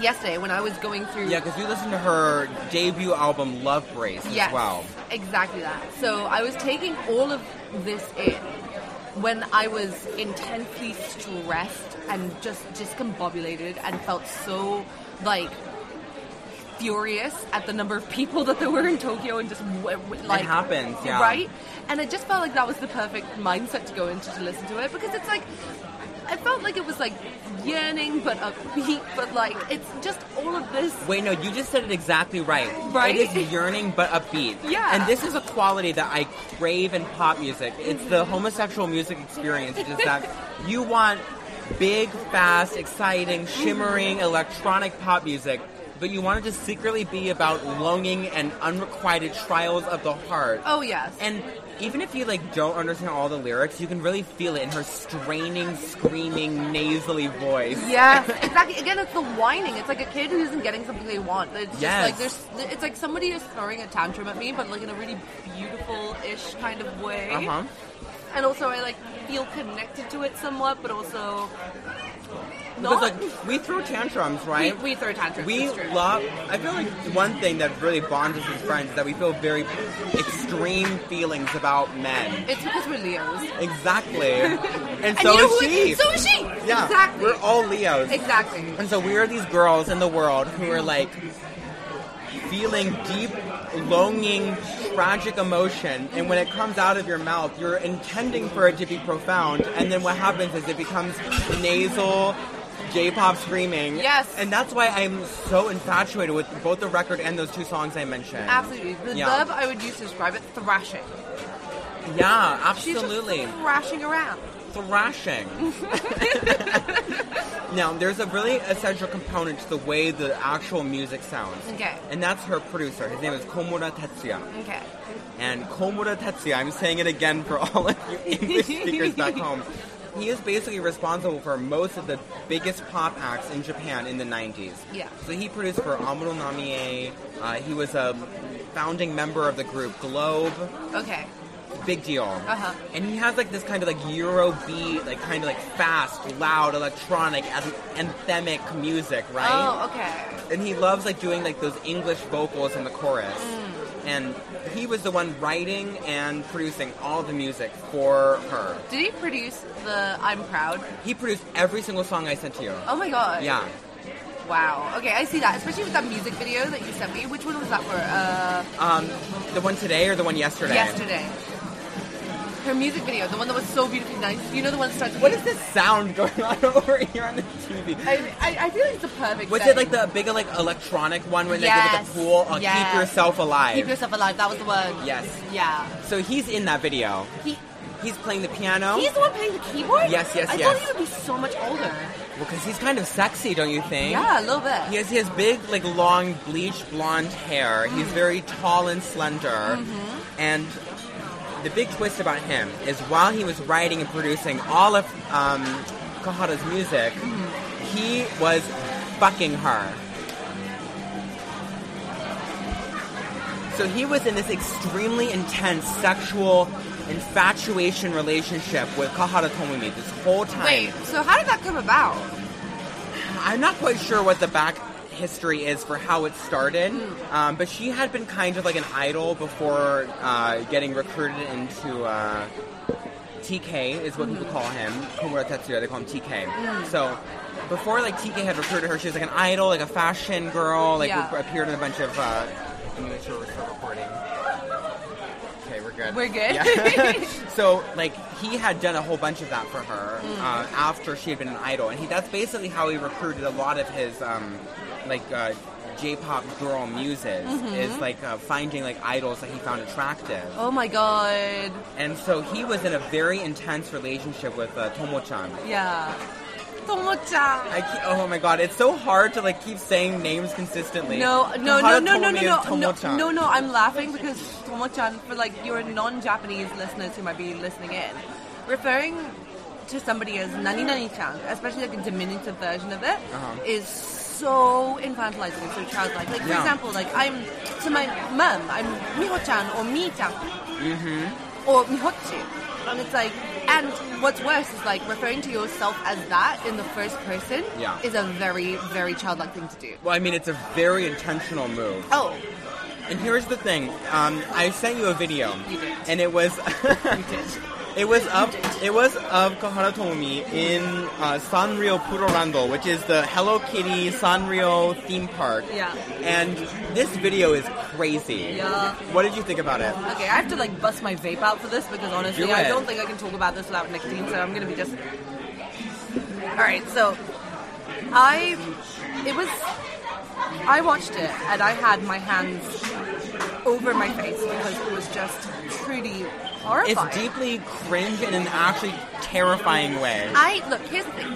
S2: yesterday when I was going through.
S1: Yeah, because we listened to her debut album, Love Brace,
S2: Yes,
S1: as well.
S2: exactly that. So I was taking all of this in when I was intensely stressed and just discombobulated and felt so like furious at the number of people <laughs> that there were in Tokyo and just w- w- like
S1: happens, yeah.
S2: right. And I just felt like that was the perfect mindset to go into to listen to it because it's like I felt like it was like yearning but upbeat, <laughs> but like it's just all of this.
S1: Wait, no, you just said it exactly right.
S2: Right?
S1: It is yearning but upbeat.
S2: <laughs> Yeah.
S1: And this is a quality that I crave in pop music. It's the homosexual music experience, which is
S2: <laughs>
S1: that you want big, fast, exciting,
S2: Mm-hmm.
S1: shimmering electronic pop music, but you want it to secretly be about longing and unrequited trials of the heart.
S2: Oh yes.
S1: And even if you like don't understand all the lyrics, you can really feel it in her straining, screaming, nasally voice.
S2: Yeah,
S1: <laughs>
S2: exactly. Again, it's the whining. It's like a kid who isn't getting something they want. It's just
S1: Yes.
S2: like there's. It's like somebody is throwing a tantrum at me, but like in a really beautiful-ish kind of way.
S1: Uh huh.
S2: And also, I like feel connected to it somewhat, but also
S1: Because
S2: not.
S1: like we throw tantrums, right?
S2: we, we throw tantrums.
S1: We
S2: it's true.
S1: love. I feel like one thing that really bonds us as friends is that we feel very extreme feelings about men.
S2: It's because we're Leos. <laughs>
S1: Exactly. And
S2: and
S1: so
S2: you know
S1: is
S2: who
S1: she.
S2: So is she.
S1: yeah,
S2: Exactly.
S1: we're all Leos.
S2: exactly.
S1: And so we are these girls in the world who are like feeling deep, longing, tragic emotion, and when it comes out of your mouth, you're intending for it to be profound, and then what happens is it becomes nasal. J-pop screaming.
S2: Yes.
S1: And that's why I'm so infatuated with both the record and those two songs I mentioned.
S2: Absolutely. The
S1: Yeah.
S2: verb I would use to describe it: thrashing.
S1: Yeah,
S2: She's
S1: absolutely.
S2: just thrashing around.
S1: thrashing.
S2: <laughs>
S1: now, there's a really essential component to the way the actual music sounds.
S2: Okay.
S1: And that's her producer. His name is Komura Tetsuya.
S2: Okay. <laughs>
S1: And Komura Tetsuya, I'm saying it again for all of you English speakers back home. he is basically responsible for most of the biggest pop acts in Japan in the 90s.
S2: Yeah.
S1: So he produced for Amuro Namie. Uh, he was a founding member of the group Globe.
S2: Okay.
S1: Big deal.
S2: Uh-huh.
S1: And he has like this kind of like Eurobeat, like kind of like fast, loud, electronic, an- anthemic music, right?
S2: Oh, okay.
S1: and he loves like doing like those English vocals in the chorus.
S2: Mm.
S1: And he was the one writing and producing all the music for her.
S2: Did he produce the I'm Proud?
S1: He produced every single song I sent to you.
S2: Oh my god.
S1: Yeah.
S2: Wow. Okay, I see that. Especially with that music video that you sent me. Which one was that for? Uh,
S1: Um, the one today or the one yesterday?
S2: yesterday. Her music video, the one that was so beautifully nice. You know the one that starts with
S1: What is this sound <laughs> going on over here on the TV?
S2: I, I, I feel like it's the perfect
S1: was
S2: setting.
S1: it like the big like electronic one when they did
S2: Yes.
S1: at the pool? Uh,
S2: Yes.
S1: Keep yourself alive.
S2: Keep Yourself Alive, that was the word.
S1: Yes.
S2: Yeah.
S1: so he's in that video.
S2: He,
S1: He's playing the piano.
S2: he's the one playing the keyboard?
S1: Oh. Yes, yes,
S2: I
S1: yes.
S2: thought he would be so much older.
S1: Well, because he's kind of sexy, don't you think?
S2: Yeah, a little bit.
S1: He has, he has big, like long, bleached blonde hair. He's very tall and slender. And the big twist about him is while he was writing and producing all of um, Kahara's music, he was fucking her. So he was in this extremely intense sexual infatuation relationship with Kahara Tomomi this whole time.
S2: Wait, so how did that come about?
S1: I'm not quite sure what the back history is for how it started, um, but she had been kind of like an idol before uh, getting recruited into. Uh, TK is what people call him. Komura Tetsuya, they call him TK. So before like TK had recruited her, she was like an idol, like a fashion girl, like
S2: Yeah.
S1: who appeared in a bunch of. Uh, I'm not sure we're still recording. Okay, we're good.
S2: We're good.
S1: Yeah. <laughs>
S2: <laughs>
S1: so like he had done a whole bunch of that for her
S2: Mm.
S1: uh, after she had been an idol, and he that's basically how he recruited a lot of his um, like. Uh, J-pop girl muses
S2: Mm-hmm.
S1: is like uh, finding like idols that he found attractive.
S2: Oh my god.
S1: And so he was in a very intense relationship with uh, Tomo-chan.
S2: Yeah. Tomo-chan.
S1: I keep, oh my god, it's so hard to like keep saying names consistently.
S2: No, no, no,
S1: Kahara
S2: no, no, no,
S1: Tomomi is
S2: no, no,
S1: Tomo-chan.
S2: no, no. I'm laughing because Tomo-chan, for like your non-Japanese listeners who might be listening in, referring to somebody as nani nani chan, especially like a diminutive version of it, is
S1: Uh-huh.
S2: so infantilizing and so childlike. Like for
S1: Yeah.
S2: example, like I'm to my mum, I'm miho-chan or mi-chan
S1: Mm-hmm.
S2: or mihochi, and it's like. And what's worse is like referring to yourself as that in the first person
S1: Yeah.
S2: is a very, very childlike thing to do.
S1: Well, I mean, it's a very intentional move.
S2: Oh,
S1: And here's the thing, um, I sent you a video,
S2: You did.
S1: and it was <laughs> it was of it was of Kahara Tomomi in uh, Sanrio Purorando, which is the Hello Kitty Sanrio theme park.
S2: Yeah.
S1: And this video is crazy.
S2: Yeah.
S1: What did you think about it?
S2: Okay, I have to like bust my vape out for this because honestly,
S1: Do
S2: I
S1: it.
S2: don't think I can talk about this without nicotine, so I'm gonna be just. All right, so I it was I watched it and I had my hands over my face because it was just truly horrifying.
S1: It's deeply cringe in an actually terrifying way.
S2: I look. Here's the thing.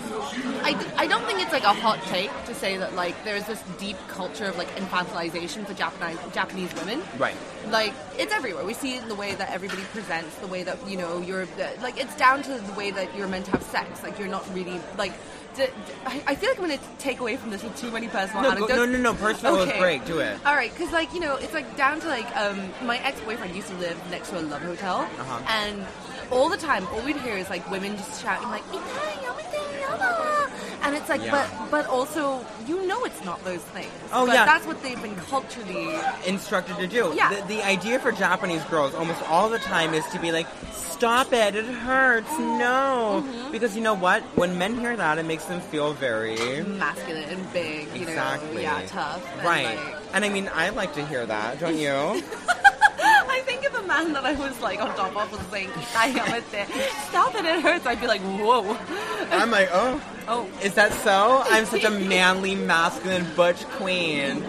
S2: I, I don't think it's like a hot take to say that like there is this deep culture of like infantilization for Japanese Japanese women.
S1: Right.
S2: Like it's everywhere. We see it in the way that everybody presents, the way that you know you're that- like it's down to the way that you're meant to have sex. Like you're not really like. D- d- I I feel like I'm going to take away from this with too many personal
S1: No, go,
S2: anecdotes.
S1: no, no, no. Personal is great. Do it.
S2: All right, because like you know, it's like down to like um, my ex boyfriend used to live next to a love hotel,
S1: Uh-huh.
S2: and all the time, all we'd hear is like women just shouting like "Itai, yamete, yama," and it's like,
S1: Yeah.
S2: but but also you know it's not those things.
S1: Oh,
S2: but
S1: yeah.
S2: that's what they've been culturally.
S1: Instructed to do.
S2: Yeah.
S1: The, the idea for Japanese girls almost all the time is to be like, "Stop it! It hurts! No!" Because you know what? When men hear that, it makes them feel very
S2: Masculine and big, you know,
S1: exactly
S2: yeah, tough. and,
S1: Right.
S2: like- <laughs>
S1: and I mean, I like to hear that, don't you?
S2: I think if a man that I was like on top of was saying, "Itai, yamete," stop it, it hurts, I'd be like, whoa. <laughs>
S1: I'm like, oh,
S2: Oh,
S1: is that so? I'm such a manly, masculine, butch queen.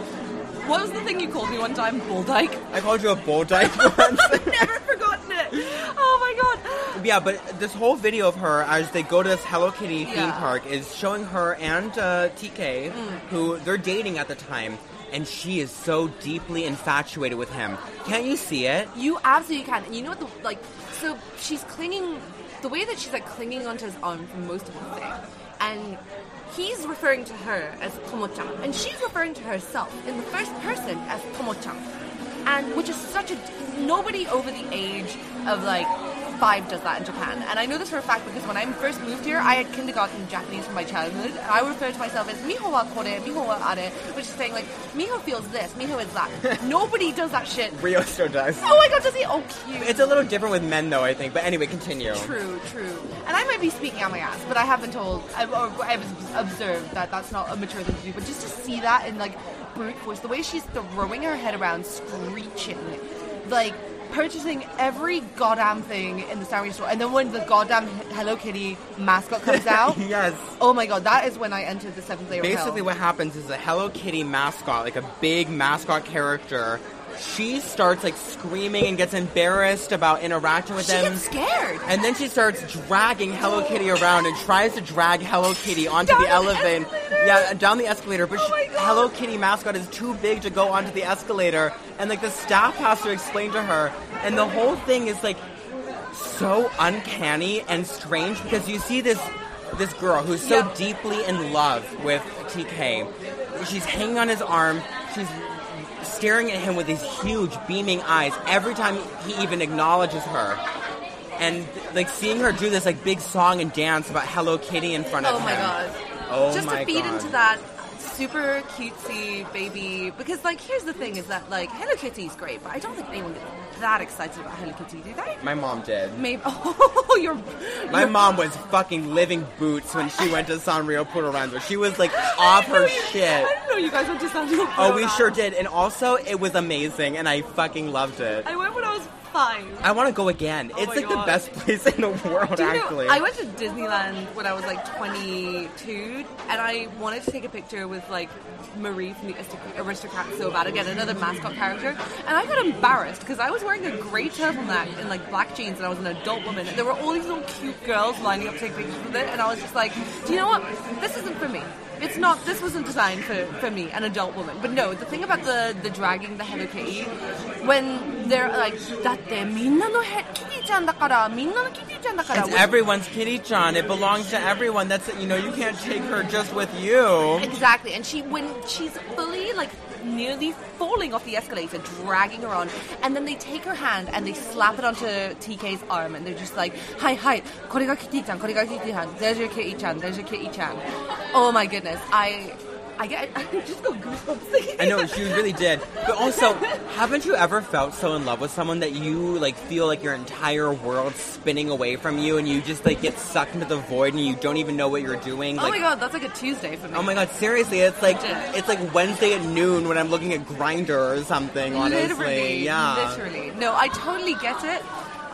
S2: what was the thing you called me one time? Bull dyke? <laughs>
S1: I called you a bull dyke once.
S2: I've never forgotten it. Oh my god.
S1: Yeah, but this whole video of her as they go to this Hello Kitty theme
S2: Yeah.
S1: park is showing her and uh, TK, who they're dating at the time, and she is so deeply infatuated with him. Can't you see it?
S2: You absolutely can. And you know what the like so she's clinging the way that she's like clinging onto his arm for most of the thing, and he's referring to her as Komo-chan, and she's referring to herself in the first person as Komo-chan, and which is such a nobody over the age of like five does that in Japan, and I know this for a fact because when I first moved here, I had kindergarten Japanese from my childhood, and I referred to myself as Miho wa kore, Miho wa are, which is saying like Miho feels this, Miho is that. nobody does that shit.
S1: Rio still does.
S2: Oh my god, does he? Oh, cute.
S1: It's a little different with men, though, I think. But anyway, continue.
S2: True, true. And I might be speaking out my ass, but I have been told, I've, or I've observed that that's not a mature thing to do. But just to see that in like brute force, the way she's throwing her head around, screeching, like purchasing every goddamn thing in the Stanley store, and then when the goddamn Hello Kitty
S1: <laughs>
S2: mascot comes out,
S1: Yes.
S2: oh my god, that is when I entered the seventh layer. of hell.
S1: Basically, what happens is a Hello Kitty mascot, like a big mascot character, she starts like screaming and gets embarrassed about interacting with
S6: She
S1: them.
S6: gets scared.
S1: And then she starts dragging Hello Kitty around and tries to drag Hello Kitty onto
S2: Down
S1: the
S2: the
S1: elevator.
S2: escalator.
S1: yeah, uh, down the escalator. But
S2: Oh
S1: she-
S2: my God.
S1: Hello Kitty mascot is too big to go onto the escalator. And like the staff has to explain to her. And the whole thing is like so uncanny and strange because you see this this girl who's so
S2: Yeah.
S1: deeply in love with TK. She's hanging on his arm. She's staring at him with these huge beaming eyes every time he even acknowledges her. And like seeing her do this like big song and dance about Hello Kitty in front of
S2: Oh
S1: him.
S2: my god.
S1: Oh
S2: Just
S1: my
S2: to feed
S1: God.
S2: into that super cutesy baby because like here's the thing is that like Hello Kitty's great, but I don't think anyone gets that excited about Hello Kitty, do they?
S1: My mom did.
S2: Maybe <laughs> oh you're
S1: My mom was fucking living boots when she went to Sanrio Puerto Rancho. She was like off her shit.
S2: <laughs> I didn't know you guys went to San Diego.
S1: Oh, we sure did. And also, it was amazing, and I fucking loved it.
S2: I went when I was five.
S1: I want to go again.
S2: Oh
S1: it's
S2: my
S1: like the
S2: God.
S1: best place in the world,
S2: Do you
S1: actually.
S2: know, I went to Disneyland when I was like 22, and I wanted to take a picture with like Marie from the Aristoc- Aristocrats so bad. Again, another mascot character, and I got embarrassed because I was wearing a grey turtleneck and like black jeans, and I was an adult woman, and there were all these little cute girls lining up to take pictures with it, and I was just like, do you know what? This isn't for me. It's not. This wasn't designed for, for me, an adult woman. But no, the thing about the the dragging the Hello Kitty, when they're like, だってみんなのキティちゃんだからみんなのキティちゃんだから。
S1: it's everyone's kitty, John. It belongs to everyone. That's it. You know, you can't take her just with you.
S2: Exactly, and she when she's fully like nearly falling off the escalator, dragging her on, and then they take her hand and they slap it onto TK's arm, and they're just like, "Hi, hi, korega Kitty-chan, korega Kitty-chan, there's your Kitty-chan, there's your Kitty-chan." Oh my goodness, I, I get, <laughs> I just got goosebumps. thinking
S1: I know
S2: about
S1: she really did. But also, haven't you ever felt so in love with someone that you like feel like your entire world's spinning away from you, and you just like get sucked into the void, and you don't even know what you're doing?
S2: that. <laughs> Oh
S1: like,
S2: my god, that's like a Tuesday for me.
S1: Oh my god, seriously, it's like it's like Wednesday at noon when I'm looking at Grinder or something, honestly.
S2: literally,
S1: yeah.
S2: literally. No, I totally get it.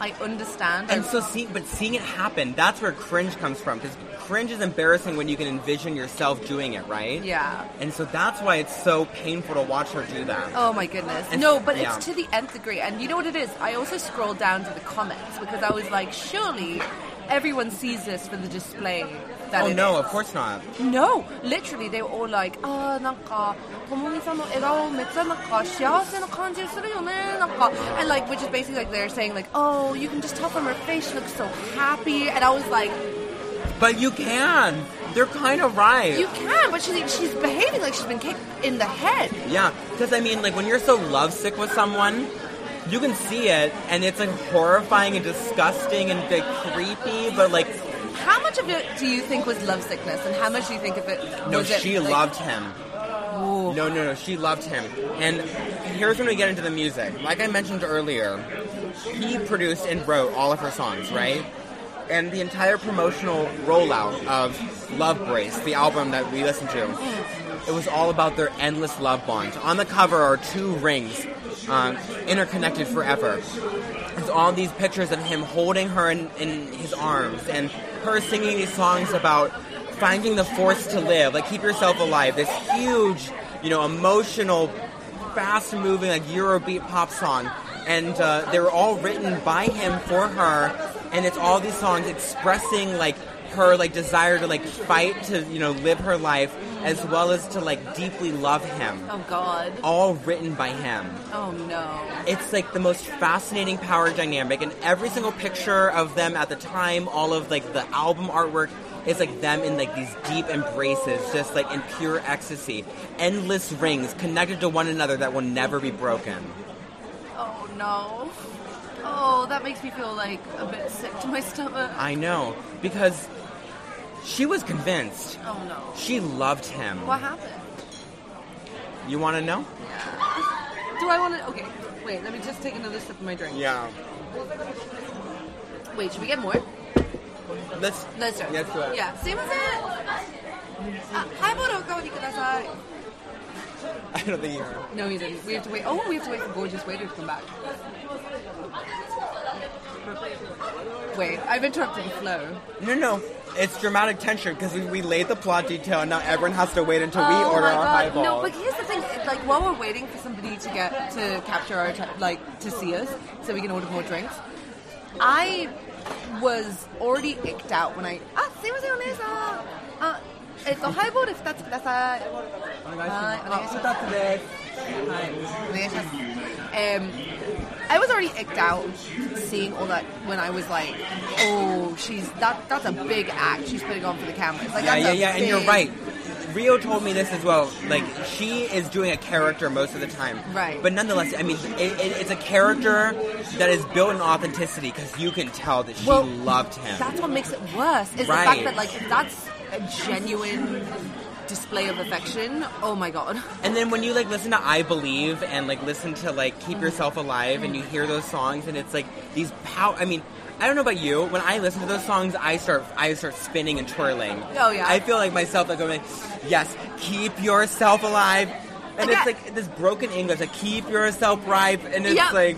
S2: I understand.
S1: And so see but seeing it happen, that's where cringe comes from cuz cringe is embarrassing when you can envision yourself doing it, right?
S2: yeah.
S1: And so that's why it's so painful to watch her do that.
S2: Oh my goodness.
S1: And-
S2: no, but
S1: yeah.
S2: it's to the nth degree. And you know what it is? I also scrolled down to the comments because I was like, surely everyone sees this for the display that
S1: Oh
S2: it
S1: no,
S2: is.
S1: of course not.
S2: No, literally, they were all like, ah, なんか、ともみさんの笑顔めっちゃなんか幸せな感じするよね、なんか。And like, which is basically like they're saying like, oh, you can just tell from her face she looks so happy. And I was like,
S1: But you can. They're kind of right.
S2: you can, but she's, she's behaving like she's been kicked in the head.
S1: Yeah, because I mean, like when you're so lovesick with someone, you can see it, and it's like horrifying and disgusting and like creepy. But like,
S2: How much of it do you think was love sickness, and how much do you think of it
S1: no,
S2: was it,
S1: she
S2: like-
S1: loved him.
S2: Ooh.
S1: No, no, no, she loved him. And here's when we get into the music. Like I mentioned earlier, he produced and wrote all of her songs, right? And the entire promotional rollout of Love Brace, the album that we listened to, it was all about their endless love bond. On the cover are two rings, um, interconnected forever. There's all these pictures of him holding her in, in his arms and her singing these songs about finding the force to live, like keep yourself alive. This huge, you know, emotional, fast moving, like Eurobeat pop song. And uh, they were all written by him for her, and it's all these songs expressing like her like desire to like fight to you know live her life as well as to like deeply love him
S2: Oh God.
S1: all written by him
S2: Oh no.
S1: it's like the most fascinating power dynamic and every single picture of them at the time all of like the album artwork is like them in like these deep embraces just like in pure ecstasy endless rings connected to one another that will never be broken
S2: Oh no. Oh, that makes me feel like a bit sick to my <laughs> stomach.
S1: i know because she was convinced
S2: Oh no.
S1: she loved him
S2: What happened?
S1: you want to know
S2: Do I want to? Okay. Wait. Let me just take another sip of my drink.
S1: yeah
S2: Wait. Should we get more?
S1: let's
S2: Let's do it.
S1: Let's do it.
S2: Yeah. Same as it. Uh, highball, okaori kudasai.
S1: i don't think you heard
S2: No, he didn't. We have to wait. Oh, we have to wait for gorgeous waiter to come back. Wait, I've interrupted the flow.
S1: no no it's dramatic tension because we, we laid the plot detail and now everyone has to wait until we
S2: oh
S1: order
S2: my
S1: our
S2: god!
S1: highball
S2: No, but here's the thing: it's like while we're waiting for somebody to get to capture our atten- like to see us, so we can order more drinks. I was already icked out when I ah, see what's your name, ah, it's a highball if that's kudasai. Hi, um, I was already icked out seeing all that when I was like, oh, she's that. That's a big act she's putting on for the cameras. Like,
S1: Yeah,
S2: that's
S1: yeah,
S2: a
S1: yeah, and you're
S2: big-
S1: right. Rio told me this as well. Like, she is doing a character most of the time.
S2: Right.
S1: But nonetheless, I mean, it, it, it's a character that is built in authenticity because you can tell that she
S2: Well,
S1: loved him.
S2: That's what makes it worse is
S1: Right.
S2: the fact that like if that's a genuine display of affection. Oh my god. <laughs>
S1: And then when you like listen to I Believe and like listen to like
S2: Mm-hmm.
S1: Keep Yourself Alive and you hear those songs and it's like these pow I mean, I don't know about you, when I listen to those songs I start I start spinning and twirling.
S2: Oh, yeah.
S1: I feel like myself like I'm like, yes, keep yourself alive. And it's
S2: Okay.
S1: like this broken English, like keep yourself right and it's
S2: Yep.
S1: like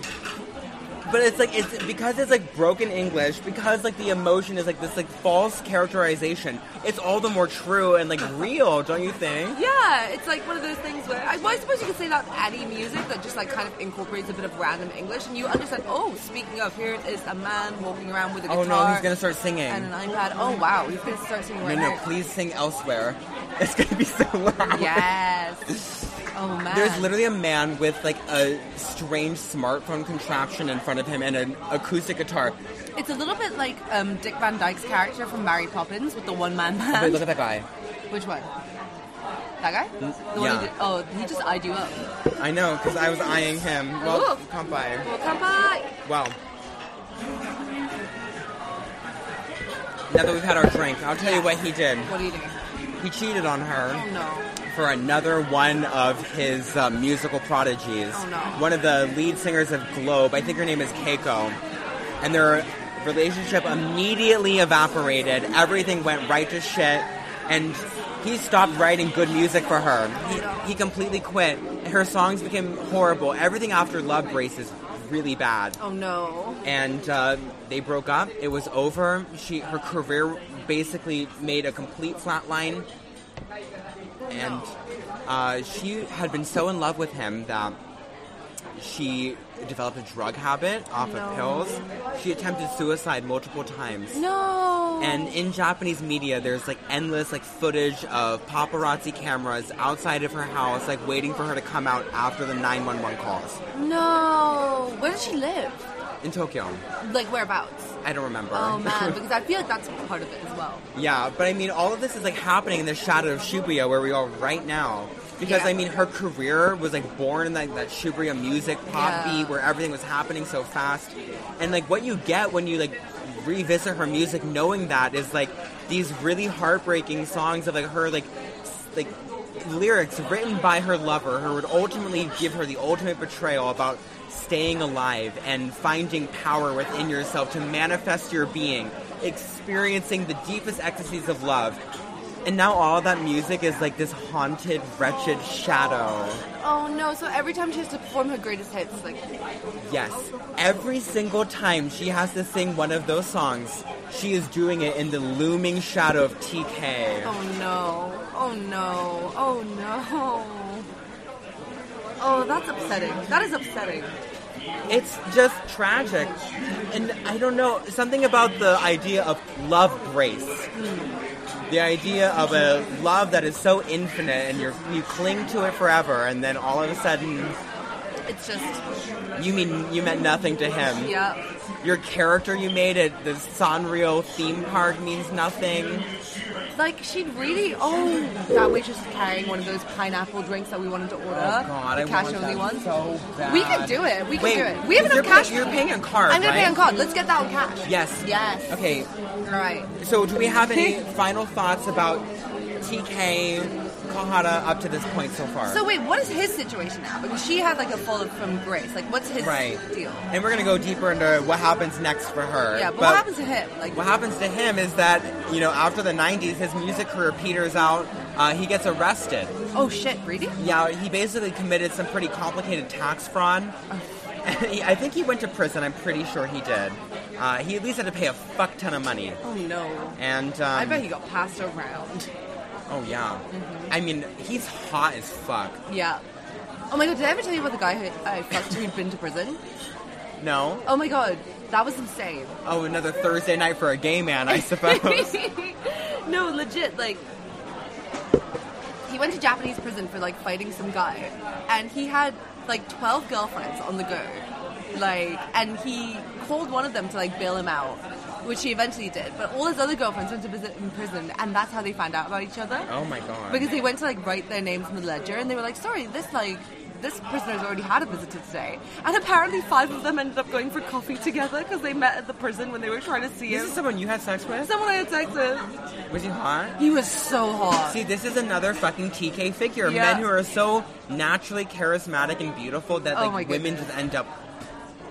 S1: but it's like it's because it's like broken English, because like the emotion is like this like false characterization, it's all the more true and like real, don't you think?
S2: Yeah, it's like one of those things where I, well, I suppose you could say that with any music that just like kind of incorporates a bit of random English, and you understand. Oh, speaking of, here is a man walking around with a
S1: Oh
S2: guitar.
S1: no, he's gonna start singing.
S2: and an iPad. Oh wow, he's gonna start singing
S1: No,
S2: right
S1: no,
S2: now.
S1: please sing elsewhere. <laughs> It's gonna be so loud. <laughs>
S2: Yes. Oh man.
S1: There's literally a man with like a strange smartphone contraption in front of him and an acoustic guitar.
S2: It's a little bit like um, Dick Van Dyke's character from Mary Poppins with the one man band.
S1: Wait, look at that guy.
S2: Which one? That guy? The
S1: yeah.
S2: one who did, oh, he just eyed you up.
S1: I know, because I was eyeing him. Well,
S2: Ooh.
S1: come by.
S2: Well, come by.
S1: Well. Now that we've had our drink, I'll tell you what he did.
S2: What do you do?
S1: He cheated on
S2: Oh
S1: her
S2: no.
S1: for another one of his uh, musical prodigies.
S2: Oh, no.
S1: One of the lead singers of Globe, I think her name is Keiko. and their relationship immediately evaporated. Everything went right to shit, and he stopped writing good music for her. He, he completely quit. Her songs became horrible. Everything after Love Brace is really bad.
S2: Oh no.
S1: And uh, they broke up. It was over. She her career basically made a complete flatline. And uh, she had been so in love with him that she developed a drug habit off of pills. She attempted suicide multiple times.
S2: No.
S1: And in Japanese media, there's like endless like footage of paparazzi cameras outside of her house, like waiting for her to come out after the 911 calls
S2: no. Where does she live?
S1: in Tokyo.
S2: Like whereabouts?
S1: I don't remember.
S2: <laughs> Oh man, because I feel like that's part of it as well.
S1: yeah, but I mean, all of this is like happening in the shadow of Shibuya, where we are right now. Because
S2: Yeah.
S1: I mean, her career was like born in like, that Shibuya music pop
S2: Yeah.
S1: beat, where everything was happening so fast, and like what you get when you like revisit her music, knowing that is like these really heartbreaking songs of like her like s- like lyrics written by her lover, who would ultimately give her the ultimate betrayal about staying alive and finding power within yourself to manifest your being, experiencing the deepest ecstasies of love. And now all that music is like this haunted, wretched shadow.
S2: Oh no, so every time she has to perform her greatest hits, like,
S1: Yes. Every single time she has to sing one of those songs, she is doing it in the looming shadow of TK.
S2: oh no, oh no, oh no. Oh, that's upsetting. That is upsetting.
S1: it's just tragic. And I don't know, something about the idea of love grace. The idea of a love that is so infinite and you're, you cling to it forever, and then all of a sudden,
S2: It's just,
S1: you mean you meant nothing to him.
S2: yeah.
S1: Your character you made at the Sanrio theme park means nothing.
S2: Like, she'd really, oh, that waitress is carrying one of those pineapple drinks that we wanted to order.
S1: Oh God,
S2: Uh, the
S1: I
S2: cash
S1: want
S2: only
S1: that
S2: ones.
S1: so bad.
S2: We can do it. We can
S1: Wait,
S2: do it. We have
S1: you're
S2: enough cash.
S1: pay- you're paying on card,
S2: I'm gonna pay
S1: right?
S2: on card. Let's get that on cash.
S1: Yes.
S2: Yes.
S1: Okay,
S2: All right.
S1: So, do we have
S2: <laughs>
S1: any final thoughts about TK Kahara up to this point so far?
S2: So wait, what is his situation now? Because she had like a follow from Grace. Like, what's his
S1: right.
S2: deal?
S1: And we're gonna go deeper into what happens next for her.
S2: Yeah, but, what happens to him? Like,
S1: What happens to him is that you know after the '90s, his music career peters out. Uh, he gets arrested.
S2: oh shit, really?
S1: Yeah, he basically committed some pretty complicated tax fraud. <laughs> He- I think he went to prison. I'm pretty sure he did. Uh, he at least had to pay a fuck ton of money.
S2: Oh no.
S1: And um,
S2: I bet he Mm-hmm. got passed around.
S1: Oh yeah. I mean, he's hot as fuck.
S2: Yeah. Oh my god, did I ever tell you about the guy who I fucked who'd been to prison?
S1: No.
S2: Oh my god, that was insane.
S1: Oh, another Thursday night for a gay man, I
S2: <laughs>
S1: suppose. <laughs>
S2: no, legit, like he went to Japanese prison for like fighting some guy, and he had like twelve girlfriends on the go, like, and he called one of them to like bail him out, which he eventually did. But all his other girlfriends went to visit in prison, and that's how they found out about each other.
S1: oh my god.
S2: Because they went to like write their names in the ledger, and they were like, "Sorry, this like." This prisoner's already had a visitor today, and apparently five of them ended up going for coffee together because they met at the prison when they were trying to see
S1: this
S2: him.
S1: is someone you had sex with?
S2: Someone I had sex with.
S1: Was he hot?
S2: He was so hot.
S1: See, this is another fucking TK figure.
S2: Yeah.
S1: Men who are so naturally charismatic and beautiful that
S2: Oh
S1: like
S2: my
S1: women
S2: goodness.
S1: just end up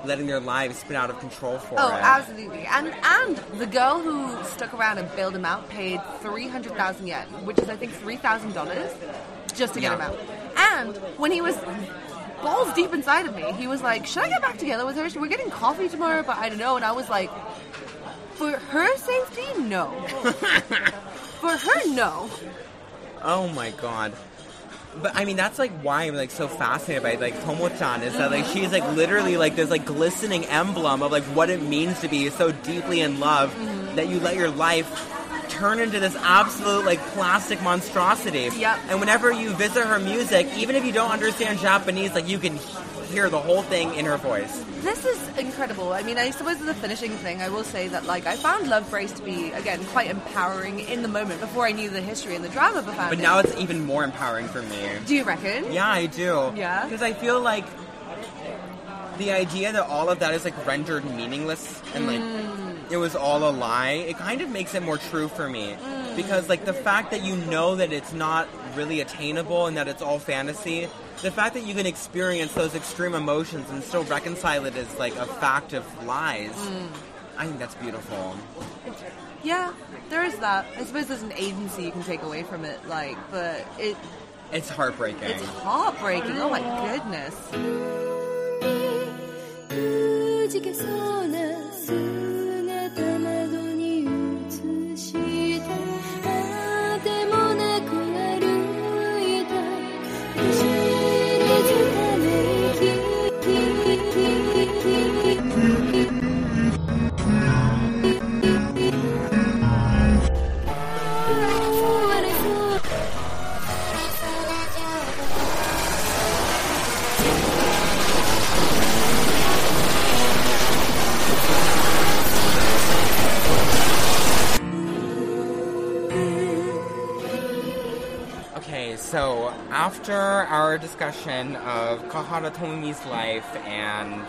S1: letting their lives spin out of control for
S2: oh,
S1: it.
S2: absolutely. And and the girl who stuck around and bailed him out paid three hundred thousand yen, which is I think three thousand dollars, just to get
S1: Yeah.
S2: him out. And when he was balls deep inside of me, he was like, "Should I get back together with her? We're getting coffee tomorrow, but I don't know." And I was like, "For her safety, no. For her, no."
S1: Oh my god. But I mean, that's like why I'm like so fascinated by like Tomo-chan is that like she's like literally like this like glistening emblem of like what it means to be so deeply in love that you let your life turn into this absolute like plastic monstrosity.
S2: Yep.
S1: And whenever you visit her music, even if you don't understand Japanese, like you can he- hear the whole thing in her voice.
S2: This is incredible. I mean, I suppose as a finishing thing, I will say that like I found Love Brace to be again quite empowering in the moment before I knew the history and the drama behind
S1: But
S2: it.
S1: now it's even more empowering for me.
S2: do you reckon?
S1: Yeah, I do.
S2: Yeah?
S1: Because I feel like the idea that all of that is like rendered meaningless and like
S2: Mm.
S1: it was all a lie, it kind of makes it more true for me.
S2: Mm.
S1: Because like the fact that you know that it's not really attainable and that it's all fantasy, the fact that you can experience those extreme emotions and still reconcile it as like a fact of lies.
S2: Mm.
S1: I think that's beautiful.
S2: Yeah, there is that. I suppose there's an agency you can take away from it, like, but it
S1: It's heartbreaking.
S2: it's heartbreaking. Oh my goodness.
S1: Okay, so after our discussion of Kahara Tomomi's life and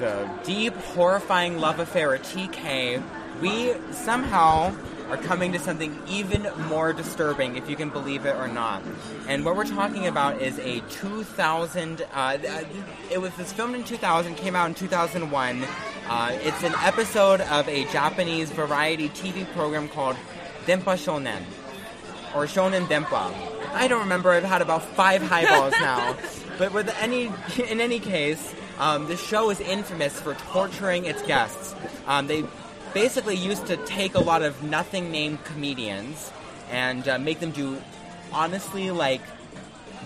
S1: the deep, horrifying love affair at TK, we somehow are coming to something even more disturbing, if you can believe it or not. And what we're talking about is a 2000. Uh, th- it was this filmed in 2000, came out in 2001. Uh, it's an episode of a Japanese variety TV program called Denpa Shonen or Shonen Denpa. I don't remember. I've had about five highballs now. But with any, in any case, um, the show is infamous for torturing its guests. Um, they basically used to take a lot of nothing named comedians and uh, make them do honestly like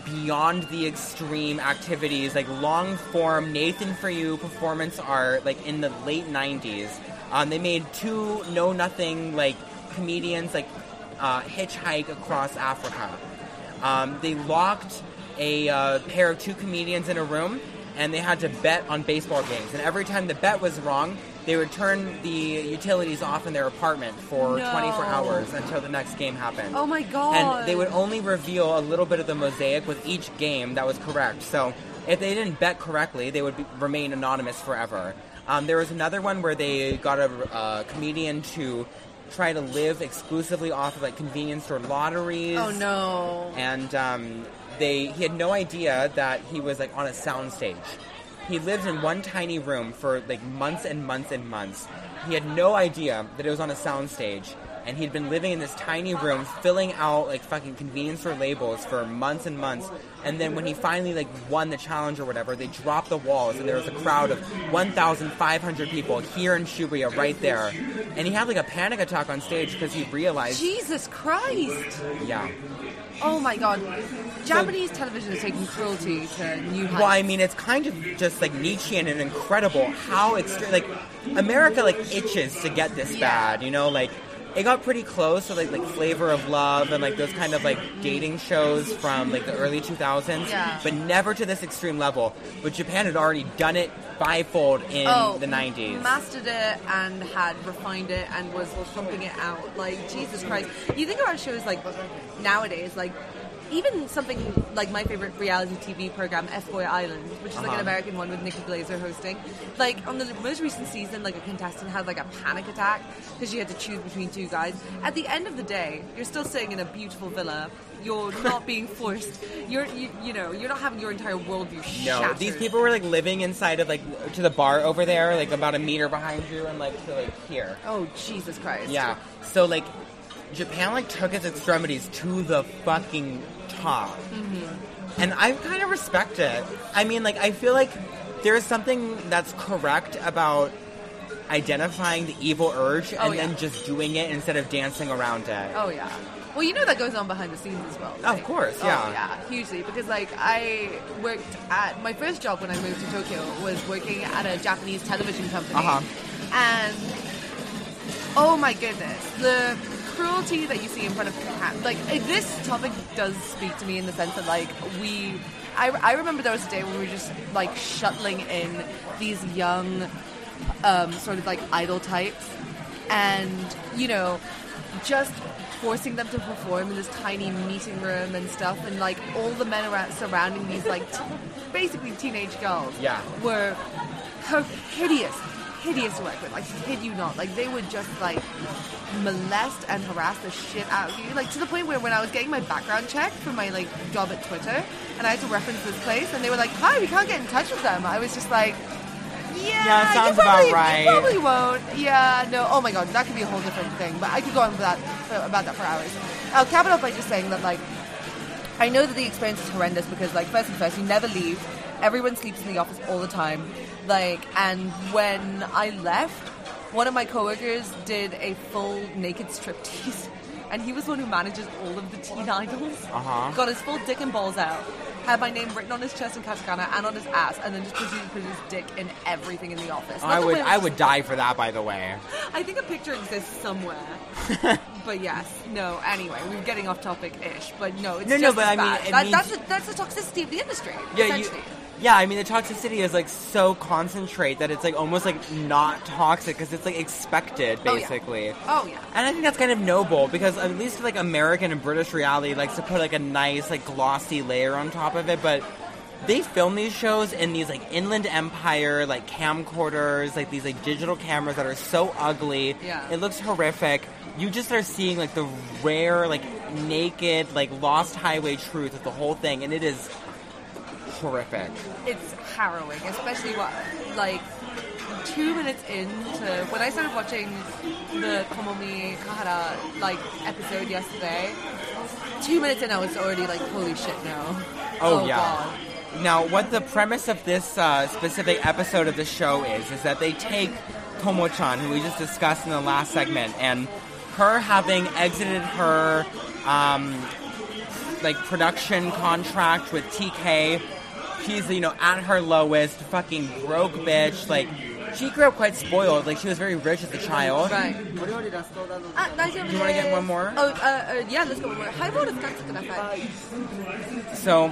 S1: beyond the extreme activities, like long form Nathan for You performance art, like in the late 90s. Um, they made two know nothing, like comedians, like uh, hitchhike across Africa. Um, they locked a uh, pair of two comedians in a room and they had to bet on baseball games. And every time the bet was wrong, they would turn the utilities off in their apartment for
S7: No.
S1: 24 hours until the next game happened.
S7: Oh my god.
S1: And they would only reveal a little bit of the mosaic with each game that was correct. So if they didn't bet correctly, they would be, remain anonymous forever. Um, there was another one where they got a uh, comedian to try to live exclusively off of like convenience store lotteries.
S2: Oh no.
S1: And um, they he had no idea that he was like on a soundstage. He lived in one tiny room for like months and months and months. He had no idea that it was on a soundstage, and he'd been living in this tiny room, filling out like fucking convenience store labels for months and months. And then when he finally like won the challenge or whatever, they dropped the walls, and there was a crowd of 1,500 people here in Shibuya, right there. And he had like a panic attack on stage because he realized,
S2: Jesus Christ!
S1: yeah.
S2: Oh my god. Japanese television is taking cruelty to new heights.
S1: Well, I mean, it's kind of just like Nietzschean and incredible how extreme. Like, America like itches to get this bad, you know? Like, it got pretty close to like like Flavor of Love and like those kind of like dating shows from like the early 2000s,
S2: Yeah.
S1: but never to this extreme level. But Japan had already done it fivefold in
S2: oh,
S1: the 90s.
S2: Mastered it and had refined it and was pumping it out. Like, Jesus Christ. You think about shows like nowadays, like even something like my favorite reality TV program, F Boy Island, which is like an
S1: Uh-huh.
S2: American one with Nikki Glaser hosting. Like on the most recent season, like a contestant had like a panic attack because she had to choose between two guys. At the end of the day, you're still sitting in a beautiful villa.
S1: <laughs>
S2: You're not being forced. You're you, you know you're not having your entire worldview
S1: no,
S2: shattered.
S1: these people were like living inside of like to the bar over there, like about a meter behind you, and like to like here.
S2: Oh Jesus Christ!
S1: Yeah. So like, Japan like took its extremities to the fucking top,
S2: Mm-hmm.
S1: and I kind of respect it. I mean, like, I feel like there is something that's correct about identifying the evil urge and
S2: Oh, yeah.
S1: then just doing it instead of dancing around it.
S2: Oh yeah. Well, you know that goes on behind the scenes as well. right?
S1: Of course,
S2: Oh,
S1: yeah.
S2: yeah, hugely. Because like I worked at my first job when I moved to Tokyo was working at a Japanese television company,
S1: Uh-huh.
S2: and oh my goodness, the cruelty that you see in front of cam- like eh, this topic does speak to me in the sense that like we. I, I remember there was a day when we were just like shuttling in these young um, sort of like idol types, and you know, just forcing them to perform in this tiny meeting room and stuff, and like all the men around surrounding these like t- basically teenage girls,
S1: Yeah.
S2: were her hideous, hideous to work with. Like, kid you not, like they would just like molest and harass the shit out of you. Like to the point where when I was getting my background check for my like job at Twitter, and I had to reference this place, and they were like, "Hi, we can't get in touch with them." I was just like. Yeah,
S1: Yeah,
S2: you
S1: sounds about
S2: probably, you
S1: right."
S2: probably won't. Yeah, no. Oh my god, that could be a whole different thing. But I could go on for that for, about that for hours. I'll cap it off by just saying that like I know that the experience is horrendous because, like, first and first, you never leave. Everyone sleeps in the office all the time. Like, and when I left, one of my coworkers did a full naked striptease, <laughs> and he was the one who manages all of the teen idols.
S1: Uh-huh.
S2: Got his full dick and balls out, had my name written on his chest in katakana and on his ass, and then just proceeded to put his dick in everything in the office. Not
S1: I
S2: that
S1: would
S2: we're-
S1: I would die for that. By the way,
S2: I think a picture exists
S1: <laughs>
S2: somewhere. but yes, no. Anyway, we're getting off topic ish. But no, it's
S1: No, no,
S2: just
S1: but
S2: as
S1: I mean,
S2: bad.
S1: it
S2: That-
S1: means-
S2: that's the, that's the toxicity of the industry.
S1: yeah, you,
S2: essentially.
S1: yeah. I mean, the toxicity is like so concentrate that it's like almost like not toxic because it's like expected
S2: Oh, yeah.
S1: basically.
S2: Oh yeah.
S1: And I think that's kind of noble because at least like American and British reality likes to put like a nice like glossy layer on top of it, but they film these shows in these like inland empire like camcorders, like these like digital cameras that are so ugly.
S2: Yeah.
S1: It looks horrific. You just are seeing like the rare like naked like lost highway truth of the whole thing and it is horrific.
S2: it's harrowing, especially what like two minutes into when I started watching the Komomi Kahara like episode yesterday. Two minutes in, I was already like, "Holy shit, no!"
S1: Oh, yeah.
S2: God.
S1: Now, what the premise of this uh, specific episode of the show is, is that they take Tomo-chan, who we just discussed in the last segment, and her having exited her um, like production contract with TK. She's you know at her lowest, fucking broke bitch. Like she grew up quite spoiled. Like she was very rich as a child.
S2: Right.
S8: お料理ラストオーダーの
S2: Ah, 大丈夫です。
S1: You wanna get one more?
S2: Oh, uh, uh, yeah, let's go one more. Highball 2つください。
S1: So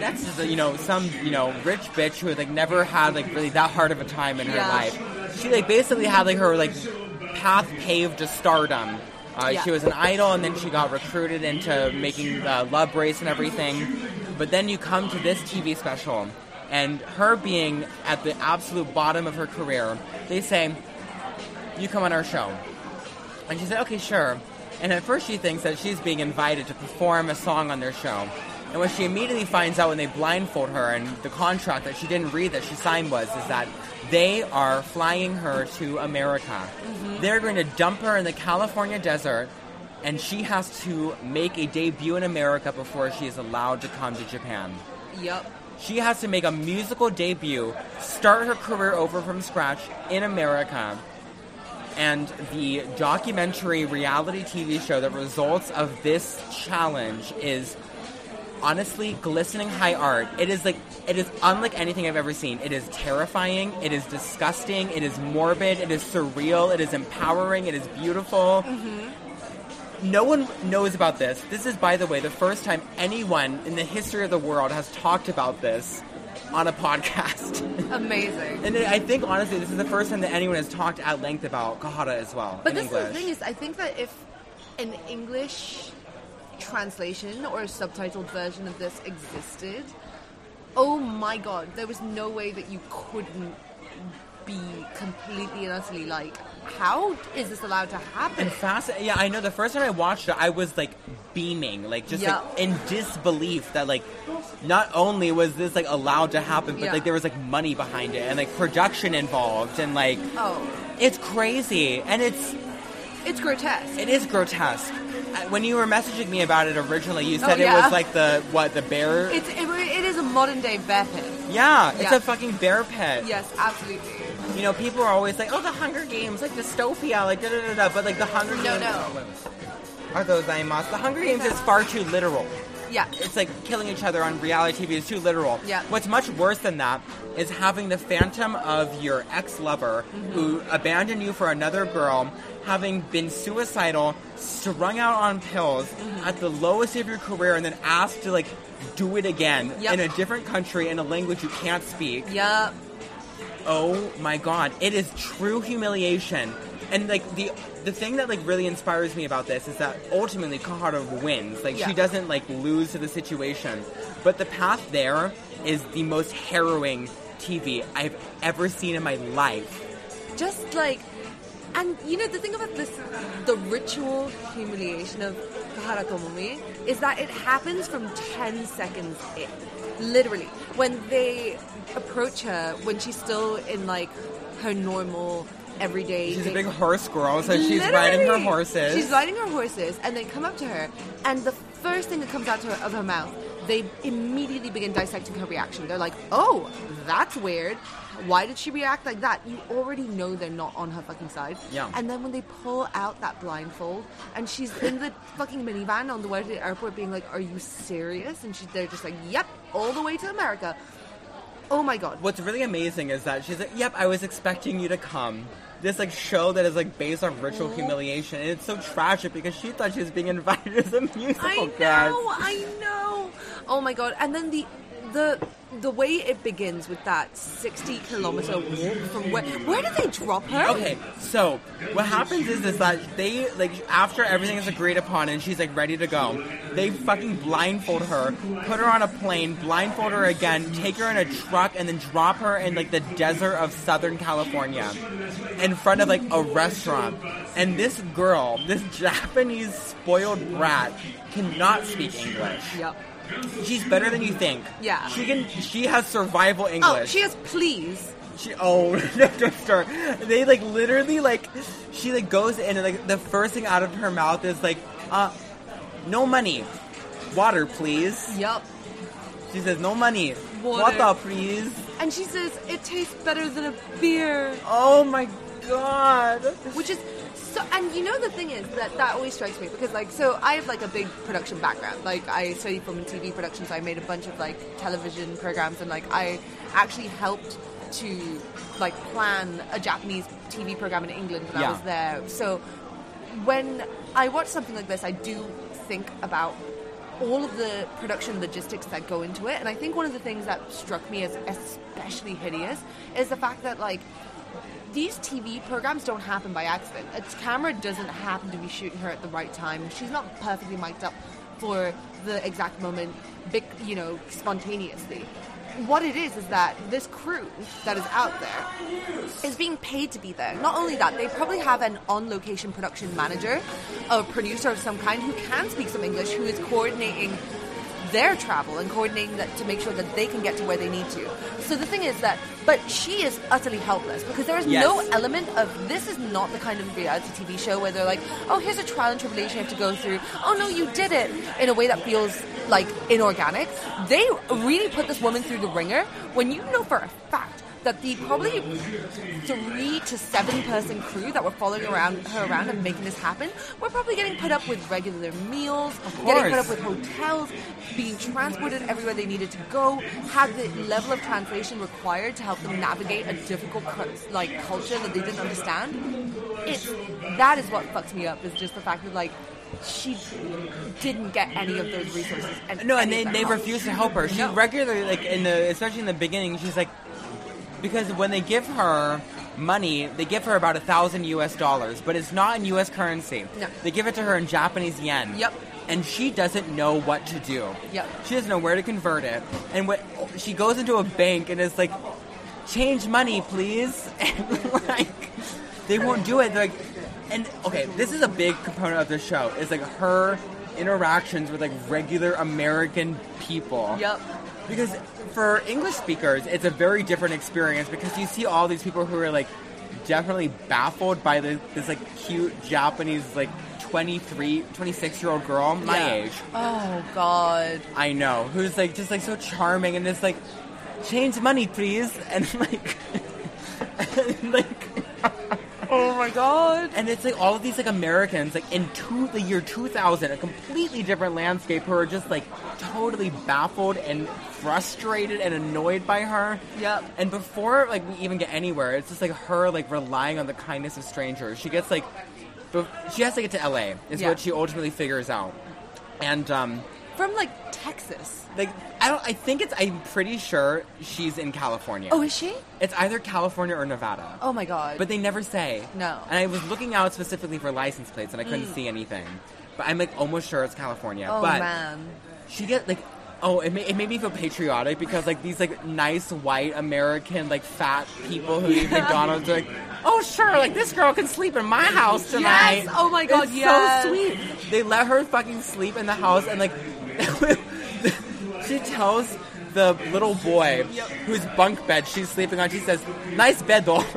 S1: that's just, you know some you know rich bitch who had like never had like really that hard of a time in her
S2: Yeah.
S1: life. She like basically had like her like path paved to stardom. Uh,
S2: Yeah.
S1: She was an idol, and then she got recruited into making uh, Love Race and everything. But then you come to this TV special, and her being at the absolute bottom of her career, they say, "You come on our show." And she said, okay, sure. And at first she thinks that she's being invited to perform a song on their show. And what she immediately finds out when they blindfold her and the contract that she didn't read that she signed was is that they are flying her to America. They're going to dump her in the California desert and she has to make a debut in America before she is allowed to come to Japan.
S2: Yup.
S1: She has to make a musical debut, start her career over from scratch in America. And the documentary reality TV show that results of this challenge is honestly glistening high art. It is like it is unlike anything I've ever seen. It is terrifying, it is disgusting, it is morbid, it is surreal, it is empowering, it is beautiful. No one knows about this. This is, by the way, the first time anyone in the history of the world has talked about this on a podcast. <laughs>
S2: Amazing.
S1: and I think, honestly, this is the first time that anyone has talked at length about Kahara as well.
S9: But
S1: in
S9: this
S1: English.
S9: is the thing is, I think that if an English translation or subtitled version of this existed, oh my god, there was no way that you couldn't be completely and utterly like, how is this allowed to happen?
S1: And fast, yeah, I know. The first time I watched it, I was like beaming, like just like
S2: Yeah.
S1: in disbelief that like not only was this like allowed to happen, but
S2: Yeah.
S1: like there was like money behind it and like production involved, and like
S2: Oh,
S1: it's crazy, and it's
S2: it's grotesque.
S1: it is grotesque. Uh, When you were messaging me about it originally, you
S2: Oh,
S1: said it
S2: yeah.
S1: was like the what the bear?
S2: It's it, it is a modern day bear pit.
S1: yeah, it's
S2: yeah.
S1: a fucking bear pit.
S2: Yes, absolutely.
S1: You know, people are always like, "Oh, the Hunger Games, like dystopia, like da da da da," but like the Hunger
S2: No,
S1: Games.
S2: no.
S1: Are those IMOS? The Hunger Games is far too literal.
S2: Yeah.
S1: it's like killing each other on reality TV is too literal.
S2: Yeah.
S1: What's much worse than that is having the phantom of your ex lover
S2: Mm-hmm.
S1: who abandoned you for another girl, having been suicidal, strung out on pills
S2: Mm-hmm.
S1: at the lowest of your career, and then asked to like do it again
S2: Yep.
S1: in a different country in a language you can't speak.
S2: Yup.
S1: Oh my god, it is true humiliation. And like the the thing that like really inspires me about this is that ultimately Kahara wins. Like she
S2: Yeah.
S1: doesn't like lose to the situation. But the path there is the most harrowing TV I've ever seen in my life.
S2: just like and you know the thing about this the ritual humiliation of Kahara Tomomi is that it happens from 10 seconds in literally when they approach her when she's still in like her normal everyday
S1: She's a
S2: day-
S1: big horse girl, so she's riding her
S2: Literally.
S1: horses.
S2: She's riding her horses, and they come up to her, and the first thing that comes out to her of her mouth, they immediately begin dissecting her reaction. They're like, "Oh, that's weird. Why did she react like that?" You already know they're not on her fucking side.
S1: Yeah.
S2: And then when they pull out that blindfold, and she's in the fucking minivan on the way to the airport, being like, "Are you serious?" And she, they're just like, "Yep, all the way to America." Oh my god.
S1: What's really amazing is that she's like, "Yep, I was expecting you to come." This like show that is like based on ritual humiliation, and it's so tragic because she thought she was being invited as a musical
S2: I
S1: guest.
S2: know, I know. Oh my god! And then the the the way it begins with that sixty kilometer walk from where where did they drop her?
S1: Okay, so what happens is is that they like after everything is agreed upon and she's like ready to go, they fucking blindfold her, put her on a plane, blindfold her again, take her in a truck, and then drop her in like the desert of Southern California, in front of like a restaurant. And this girl, this Japanese spoiled brat, cannot speak English.
S2: Yep.
S1: She's better than you think.
S2: Yeah.
S1: She can. She has survival English.
S2: Oh, she has please.
S1: She oh <laughs> no, don't start. They like literally like she like goes in and like the first thing out of her mouth is like uh no money. Water please.
S2: Yep.
S1: She says no money.
S2: Water.
S1: please.
S2: And she says it tastes better than a beer,
S1: Oh my god.
S2: which is So, and you know the thing is that that always strikes me because like so I have like a big production background. Like I studied film and TV production, so I made a bunch of like television programs and like I actually helped to like plan a Japanese TV program in England when I
S1: Yeah.
S2: was there. So when I watch something like this, I do think about all of the production logistics that go into it. And I think one of the things that struck me as especially hideous is the fact that like these TV programs don't happen by accident. A camera doesn't happen to be shooting her at the right time. She's not perfectly mic'd up for the exact moment, big, you know, spontaneously. What it is is that this crew that is out there is being paid to be there. Not only that, they probably have an on-location production manager, a producer of some kind who can speak some English, who is coordinating their travel and coordinating that to make sure that they can get to where they need to. So the thing is that, but she is utterly helpless because there is
S1: Yes.
S2: no element of this is not the kind of reality TV show where they're like, oh, here's a trial and tribulation you have to go through. Oh no, you did it in a way that feels like inorganic. They really put this woman through the ringer when you know for a fact that the probably three to seven person crew that were following around her around and making this happen were probably getting put up with regular meals, getting put
S1: course.
S2: up with hotels, being transported everywhere they needed to go, had the level of translation required to help them navigate a difficult cu- like culture that they didn't understand. It's that is what fucks me up is just the fact that like she didn't get any of those resources. And
S1: No, and
S2: any
S1: they,
S2: of that
S1: they
S2: help.
S1: refuse to help her. She
S2: No.
S1: regularly, like in the, especially in the beginning, she's like, because when they give her money, they give her about a thousand U.S. dollars, but it's not in U.S. currency.
S2: No.
S1: They give it to her in Japanese yen.
S2: Yep.
S1: And she doesn't know what to do.
S2: Yep.
S1: She doesn't know where to convert it, and what she goes into a bank and is like, change money, please. <laughs> And like, they won't do it. They're like, and okay, this is a big component of the show. Is like her interactions with like regular American people.
S2: Yep.
S1: Because for English speakers, it's a very different experience because you see all these people who are like definitely baffled by this, this like cute Japanese like 23, 26 year old girl my
S2: Yeah.
S1: age.
S2: Oh god.
S1: I know, who's like just like so charming and just like change money, please, <laughs> and like, and, like,
S2: Oh my god.
S1: and it's like all of these like Americans like in two, the year two thousand, a completely different landscape, who are just like totally baffled and frustrated and annoyed by her.
S2: Yep.
S1: And before like we even get anywhere, it's just like her like relying on the kindness of strangers. She gets like, bef- she has to get to L.A. is
S2: Yeah.
S1: what she ultimately figures out, and um.
S2: From like Texas.
S1: Like I don't. I think it's. I'm pretty sure she's in California.
S2: Oh, is she?
S1: It's either California or Nevada.
S2: Oh my god.
S1: But they never say.
S2: No. Mm.
S1: And I was looking out specifically for license plates, and I couldn't see anything. But I'm like almost sure it's California.
S2: oh
S1: but
S2: man.
S1: she get like. Oh, it, ma- it made me feel patriotic because like these like nice white American like fat people who eat McDonald's are like, oh sure, like this girl can sleep in my house tonight.
S2: Oh my God,
S1: It's
S2: yes.
S1: so sweet. They let her fucking sleep in the house and like <laughs> she tells the little boy whose bunk bed she's sleeping on, she says, "Nice bed though." <laughs>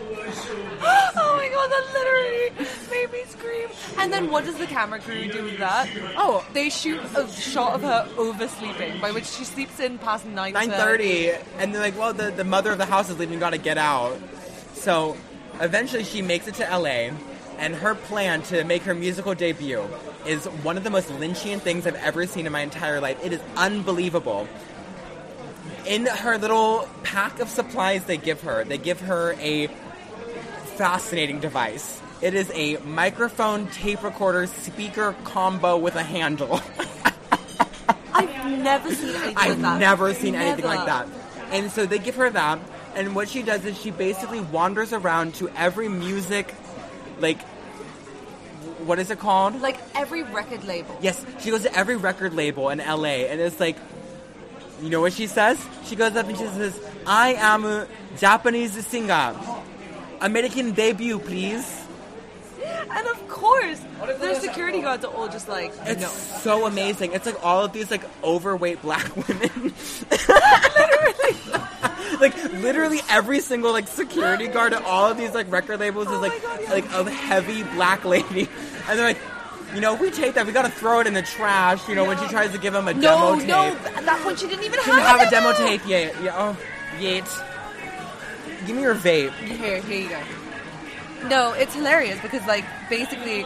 S2: Oh my god, that literally made me scream. And then what does the camera crew do with that? Oh, they shoot a shot of her oversleeping, by which she sleeps in past 9
S1: nine thirty, and they're like, "Well, the, the mother of the house is leaving. Got to get out." So, eventually, she makes it to L.A. And her plan to make her musical debut is one of the most Lynchian things I've ever seen in my entire life. It is unbelievable. In her little pack of supplies they give her, they give her a fascinating device. It is a microphone, tape recorder, speaker combo with a handle. <laughs>
S2: I've never seen anything
S1: I've
S2: like that.
S1: never seen anything
S2: Never.
S1: like that. And so they give her that, and what she does is she basically wanders around to every music, like, what is it called?
S2: Like every record label.
S1: Yes, she goes to every record label in LA, and it's like, you know what she says? She goes up and she says, I am a Japanese singer. American debut, please.
S10: And of course, their security guards are all just like,
S1: It's
S10: no.
S1: so amazing. It's like all of these like overweight black <laughs> women. literally. like literally every single like security guard at all of these like record labels
S2: Oh
S1: is like like a heavy black lady. And they're like, you know, we take that, we gotta throw it in the trash, you know, when she tries to give him a demo
S2: No,
S1: tape.
S2: no, at that point she didn't even
S1: Didn't
S2: have,
S1: have a demo tape yet. Yeah, oh, yet. Give me your vape.
S2: Here, here you go. No, it's hilarious because, like, basically,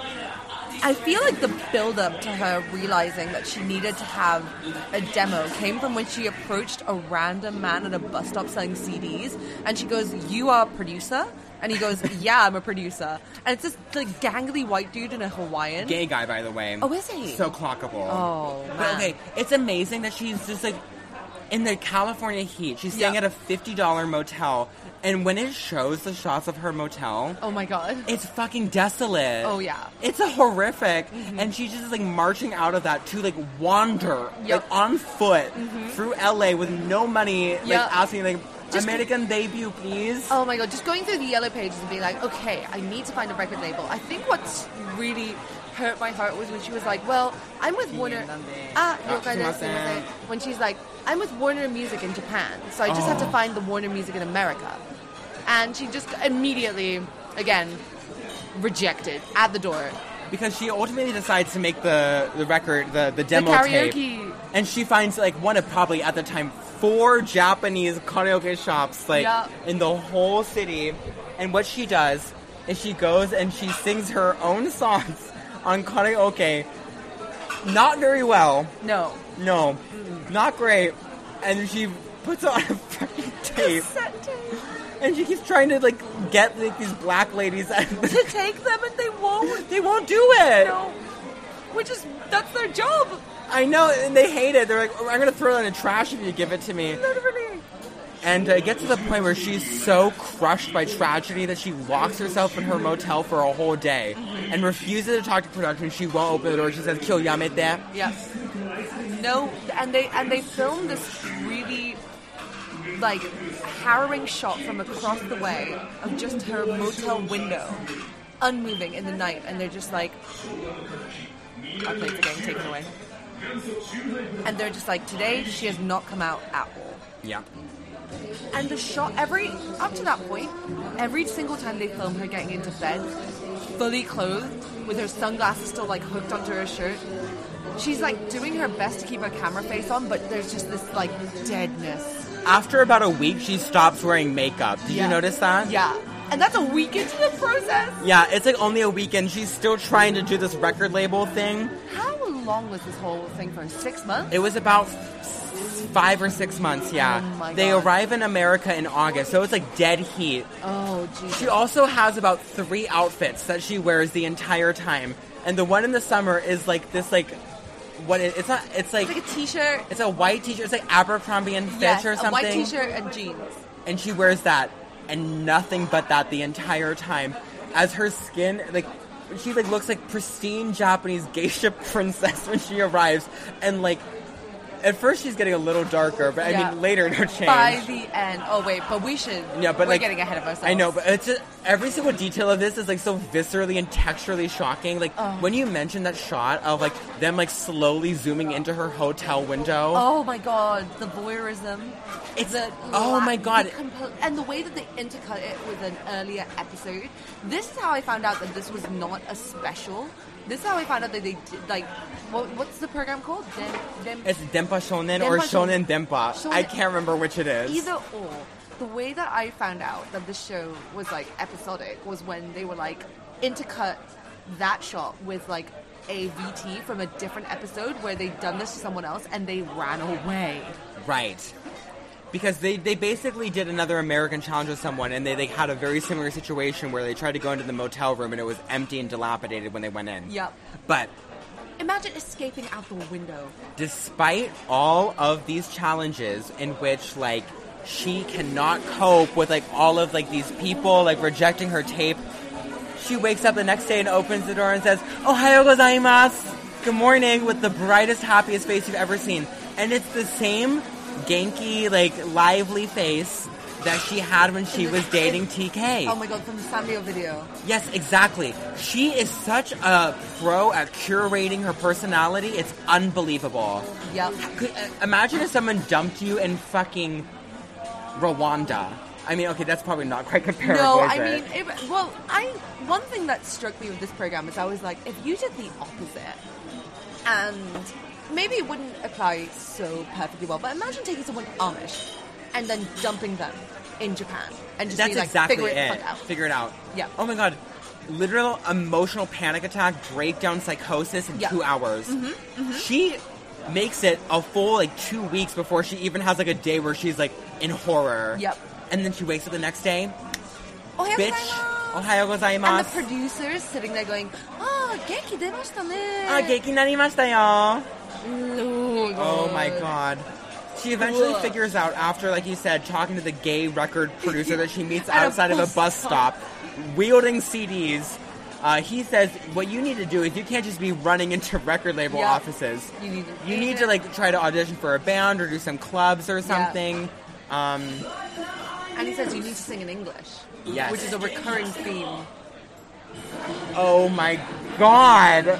S2: I feel like the build up to her realizing that she needed to have a demo came from when she approached a random man at a bus stop selling CDs and she goes, You are a producer? And
S1: <laughs>
S2: he goes, Yeah, I'm a producer. And it's this like, gangly white dude in a Hawaiian.
S1: Gay guy, by the way.
S2: Oh, is he?
S1: So clockable.
S2: Oh,
S1: But
S2: man.
S1: okay, it's amazing that she's just like in the California heat. She's staying
S2: Yeah.
S1: at a fifty dollar motel, and when it shows the shots of her motel,
S11: Oh my god.
S1: it's fucking desolate.
S2: Oh, yeah.
S1: it's a horrific. And she just is like marching out of that to like wander
S2: Yep.
S1: like on foot through LA with no money,
S2: Yeah.
S1: like asking like
S11: Just-
S1: American debut, please.
S11: Oh my god, just going through the yellow pages and being like, okay, I need to find a record label. I think what's really hurt my heart was when she was like, well, I'm with Warner. Ah,
S1: Ah,
S11: yokai desu,
S1: sumimasen.
S11: sumimasen. when she's like, I'm with Warner Music in Japan, so I just
S1: Oh.
S11: have to find the Warner Music in America. And she just immediately, again, rejected at the door.
S1: because she ultimately decides to make the, the record the, the demo tape
S11: karaoke.
S1: and she finds like one of probably at the time four japanese karaoke shops like
S11: Yeah.
S1: in the whole city and what she does is she goes and she sings her own songs on karaoke not very well <laughs>
S2: No.
S1: no not great and she puts on a fucking tape and she keeps trying to like get like these black ladies
S2: to take them and they won't.
S1: <laughs> they won't do it
S2: No. Which is, that's their job.
S1: I know, and they hate it. They're like, "Oh, I'm gonna throw it in the trash if you give it to me.
S2: Literally.
S1: And uh, it gets to the point where she's so crushed by tragedy that she locks herself in her motel for a whole day and refuses to talk to production. She won't open the door. She says, "Kill yamete."
S2: Yes. No, and they and they filmed this really like harrowing shot from across the way of just her motel window, unmoving in the night, and they're just like, "Our plates are getting taken away," and they're just like, "Today she has not come out at all."
S1: Yeah.
S2: And the shot, every up to that point, every single time they film her getting into bed, fully clothed, with her sunglasses still like hooked onto her shirt,
S11: She's like doing her best to keep her camera face on, but there's just this like deadness.
S1: After about a week, she stops wearing makeup. Did you notice that?
S11: Yeah. And that's a week into the process.
S1: Yeah, it's like only a week, and she's still trying to do this record label thing.
S11: How long was this whole thing for? Six months?
S1: It was about s- five or six months, yeah.
S11: Oh my
S1: they
S11: God.
S1: arrive in America in August, so it's like dead heat.
S11: Oh, Jesus.
S1: She also has about three outfits that she wears the entire time, and the one in the summer is like this, like what? It, it's not. It's like
S2: like a t-shirt.
S1: it's a white t-shirt. It's like Abercrombie and Fitch
S2: Yes,
S1: or
S2: a
S1: something.
S2: white t-shirt and jeans.
S1: And she wears that, and nothing but that the entire time, as her skin like. She like looks like pristine Japanese geisha <laughs> princess when she arrives, and like, at first she's getting a little darker, but I
S2: Yeah.
S1: mean later it'll change.
S2: By the end, oh wait, but we should.
S1: Yeah, but
S2: we're
S1: like,
S2: getting ahead of ourselves.
S1: I know, but it's just, every single detail of this is like so viscerally and texturally shocking. Like
S2: Oh.
S1: when you mentioned that shot of like them like slowly zooming into her hotel window.
S2: oh my god, the voyeurism.
S1: It's-
S2: the
S1: oh my
S2: the
S1: God.
S2: compo- and the way that they intercut it with an earlier episode. This is how I found out that this was not a special. This is how I found out that they did like, what, what's the program called? Dem, dem,
S1: It's Dempa Shonen or
S2: Denpa
S1: Shonen
S2: Shonen.
S1: Dempa. I
S2: Shonen-
S1: can't remember which it is.
S2: Either or. The way that I found out that the show was like episodic was when they were like intercut that shot with like a VT from a different episode where they'd done this to someone else and they ran away.
S1: Right. Because they, they basically did another American challenge with someone and they, they had a very similar situation where they tried to go into the motel room and it was empty and dilapidated when they went in.
S2: Yep.
S1: But
S2: Imagine escaping out the window.
S1: despite all of these challenges in which like she cannot cope with like all of like these people like rejecting her tape she wakes up the next day and opens the door and says ohayo gozaimasu good morning with the brightest happiest face you've ever seen and it's the same ganky like lively face that she had when she was dating TK.
S2: Oh my god, from the Sanrio video.
S1: Yes, exactly. She is such a pro at curating her personality. It's unbelievable. <laughs>
S2: Yep.
S1: Could, uh, imagine if someone dumped you in fucking Rwanda. I mean, okay, that's probably not quite comparable.
S2: No,
S1: is
S2: I
S1: it?
S2: mean, it, well, I one thing that struck me with this program is I was like, if you did the opposite, and maybe it wouldn't apply so perfectly well, but imagine taking someone Amish and then dumping them
S12: in Japan and just
S1: That's
S12: be like,
S1: exactly
S12: figure
S1: it.
S12: the fuck out.
S1: Figure it out.
S12: Yeah.
S1: Oh my god. Literal emotional panic attack, breakdown, psychosis in
S12: Yeah. Mm-hmm,
S1: two hours. She makes it a full like two weeks before she even has like a day where she's like in horror.
S12: Yep.
S1: And then she wakes up the next day,
S2: Oh,
S12: Ohayo
S1: bitch. Oh,
S12: gozaimasu.
S1: Ohayo gozaimasu.
S12: And the producers sitting there going, ah, genki demashita ne.
S1: Ah, geiki narimashita yo.
S12: Lord.
S1: Oh my god. She eventually
S12: Ugh.
S1: figures out after, like you said, talking to the gay record producer that she
S12: <laughs>
S1: meets
S12: At a
S1: outside of a
S12: bus
S1: bus stop, wielding CDs. Uh, he says, "What you need to do is you can't just be running into record label
S12: Yeah.
S1: offices.
S12: You need to
S1: You need
S12: agent.
S1: to like try to audition for a band or do some clubs or something." Um,
S12: And he says you need to sing in English,
S1: Yes.
S12: which is a recurring theme.
S1: Oh my god.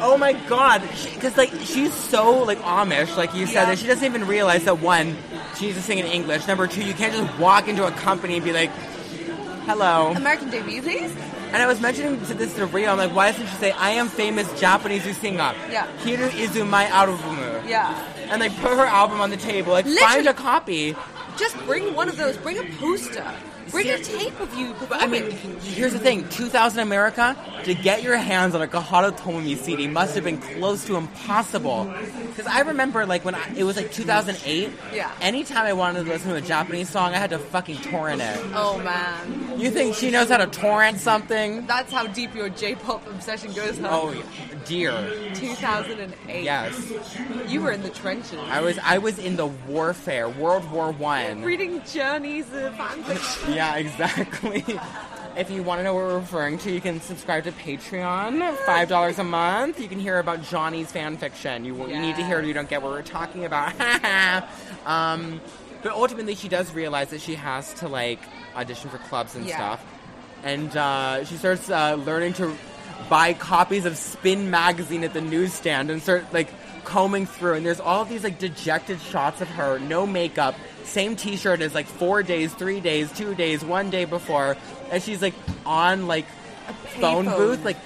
S1: Oh my god. Because, like, she's so, like, Amish, like you said,
S12: Yeah.
S1: that she doesn't even realize that, one, she needs to sing in English. Number two, you can't just walk into a company and be like, hello.
S12: American debut, please.
S1: And I was mentioning to this to Rio, I'm like, why doesn't she say, I am famous Japanese singer.
S12: Yeah.
S1: Hiru izu my album.
S12: Yeah.
S1: And, like, put her album on the table. Like, find
S12: Literally.
S1: a copy.
S12: Just bring one of those. Bring a poster. Bring a tape of you.
S1: But I mean, here's the thing: 2000 America to get your hands on a Kahara Tomomi CD must have been close to impossible. Because I remember, like when I, it was like 2008.
S12: Yeah.
S1: Anytime I wanted to listen to a Japanese song, I had to fucking torrent it.
S12: oh man,
S1: You think she knows how to torrent something?
S12: that's how deep your J-pop obsession goes. Huh?
S1: Oh dear,
S12: 2008.
S1: yes.
S12: You were in the trenches.
S1: I was I was in the warfare, World War One.
S12: Reading journeys of fanfiction.
S1: Yeah, exactly. If you want to know what we're referring to, you can subscribe to Patreon, five dollars a month. You can hear about Johnny's fan fiction. You, you need to hear it. or You don't get what we're talking about. <laughs> um, but ultimately, she does realize that she has to like audition for clubs and
S12: Yeah.
S1: stuff, and uh, she starts uh, learning to buy copies of Spin magazine at the newsstand and start like combing through. And there's all of these like dejected shots of her, no makeup, same T-shirt as like four days, three days, two days, one day before, and she's like on like <laughs> phone
S2: payphone.
S1: booth, like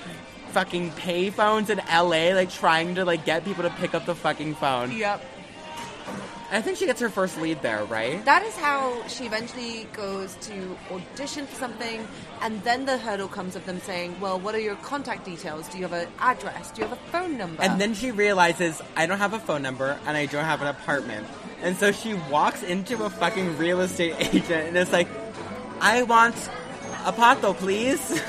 S1: fucking payphones in LA, like trying to like get people to pick up the fucking phone.
S2: Yep.
S1: And I think she gets her first lead there, right?
S2: That is how she eventually goes to audition for something, and then the hurdle comes of them saying, "Well, what are your contact details? Do you have an address? Do you have a phone number?"
S1: And then she realizes I don't have a phone number and I don't have an apartment. And so she walks into a fucking real estate <laughs> agent and is like, I want a pato, please. <laughs>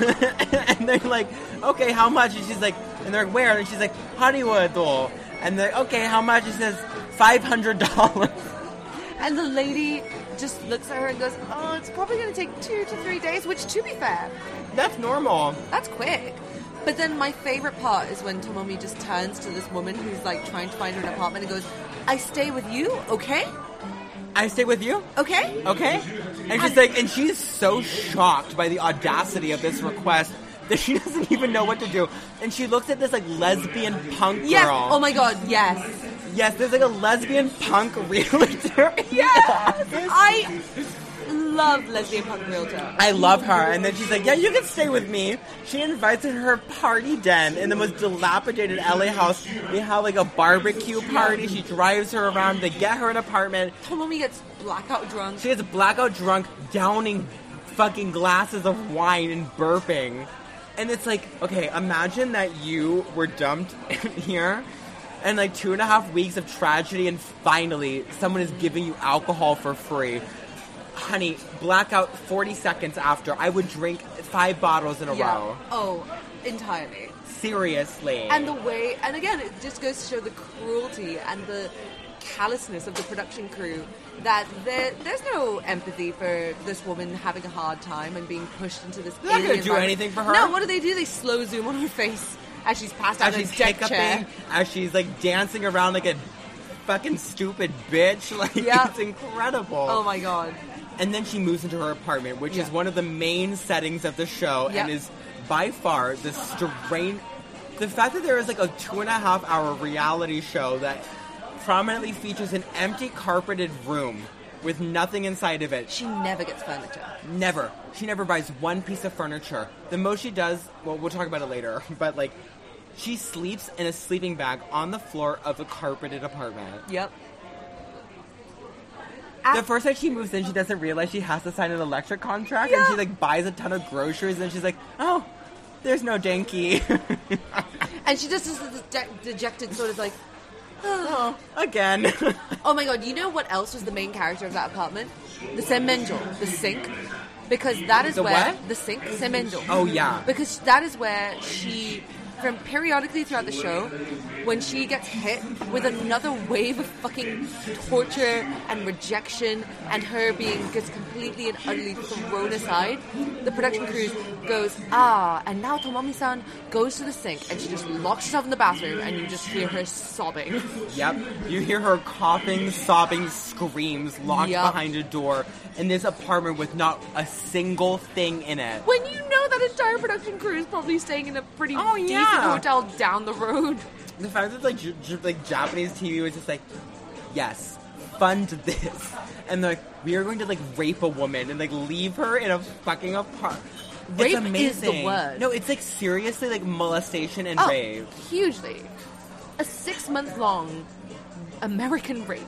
S1: and they're like, okay, how much? And she's like, and they're like, where? And she's like, Hollywood. And they're like, okay, how much? She says, $500.
S12: And the lady just looks at her and goes, "Oh, it's probably going to take two to three days." Which, to be fair,
S1: <laughs> That's normal.
S12: that's quick.
S2: But then my favorite part is when Tomomi just turns to this woman who's like trying to find her an apartment and goes, "I stay with you, okay?
S1: I stay with you.
S2: Okay?
S1: Okay? And she's like, and she's so shocked by the audacity of this request that she <laughs> doesn't even know what to do. And she looks at this like lesbian punk
S2: Yes.
S1: girl.
S2: Oh my god,
S1: <laughs>
S2: yes."
S1: Yes, there's like a lesbian punk <laughs> realtor.
S2: Yes! I love lesbian punk realtor.
S1: I love her. And then she's like, yeah, you can stay with me. She invites her to her party den in the most dilapidated LA house. They have like a barbecue party. She drives her around. They get her an apartment.
S2: Tomomi gets blackout drunk.
S1: She is blackout drunk, downing fucking glasses of wine and burping. And it's like, okay, imagine that you were dumped <laughs> here and like two and a half weeks of tragedy, and finally someone is giving you alcohol for free. Honey, blackout 40 seconds after, I would drink five bottles in a row.
S2: Oh, entirely.
S1: Seriously.
S2: And the way, and again, it just goes to show the cruelty and the callousness of the production crew that there, there's no empathy for this woman having a hard time and being pushed into this.
S1: They're not
S2: alien
S1: gonna do
S2: environment.
S1: anything for her.
S2: No, what do they do? They slow zoom on her face as she's passed out
S1: as
S2: in
S1: she's
S2: a deck
S1: hiccuping,
S2: chair.
S1: as she's like dancing around like a fucking stupid bitch. <laughs> Like,
S2: Yeah.
S1: it's incredible.
S2: Oh my god.
S1: And then she moves into her apartment, which is
S2: Yeah.
S1: one of the main settings of the show,
S2: Yep.
S1: and is by far the strain. The fact that there is like a two and a half hour reality show that prominently features an empty carpeted room with nothing inside of it.
S2: She never gets furniture.
S1: Never. She never buys one piece of furniture. The most she does, well, we'll talk about it later, <laughs> but like, she sleeps in a sleeping bag on the floor of a carpeted apartment.
S2: Yep.
S1: The first night she moves in, she doesn't realize she has to sign an electric contract, and she like buys a ton of groceries, and she's like, "Oh, there's no Denki
S2: And she just does this de- dejected sort of like,
S1: <laughs>
S2: <sighs>
S1: again."
S2: oh my god, you know what else was the main character of that apartment? The semenjol, the sink. Because that is
S1: The
S2: where
S1: what?
S2: the sink semenjol.
S1: Oh, yeah.
S2: Because that is where she from periodically throughout the show when she gets hit with another wave of fucking torture and rejection and her being just completely and utterly thrown aside the production crew goes ah and now tomomi-san goes to the sink and she just locks herself in the bathroom and you just hear her sobbing <laughs>
S1: Yep. You hear her coughing, sobbing, screams locked
S2: Yep.
S1: behind a door in this apartment with not a single thing in it.
S2: When you know that entire production crew is probably staying in a pretty
S1: Oh,
S2: decent
S1: yeah.
S2: hotel down
S1: <laughs>
S2: the road.
S1: The fact that like J- J- like Japanese TV was just like, yes, fund this, and they're like we are going to like rape a woman and like leave her in a fucking apartment.
S2: Rape
S1: it's
S2: is the
S1: amazing.
S2: word. Oh.
S1: No, it's like seriously like molestation and rape.
S2: hugely. A six month long American <laughs> rape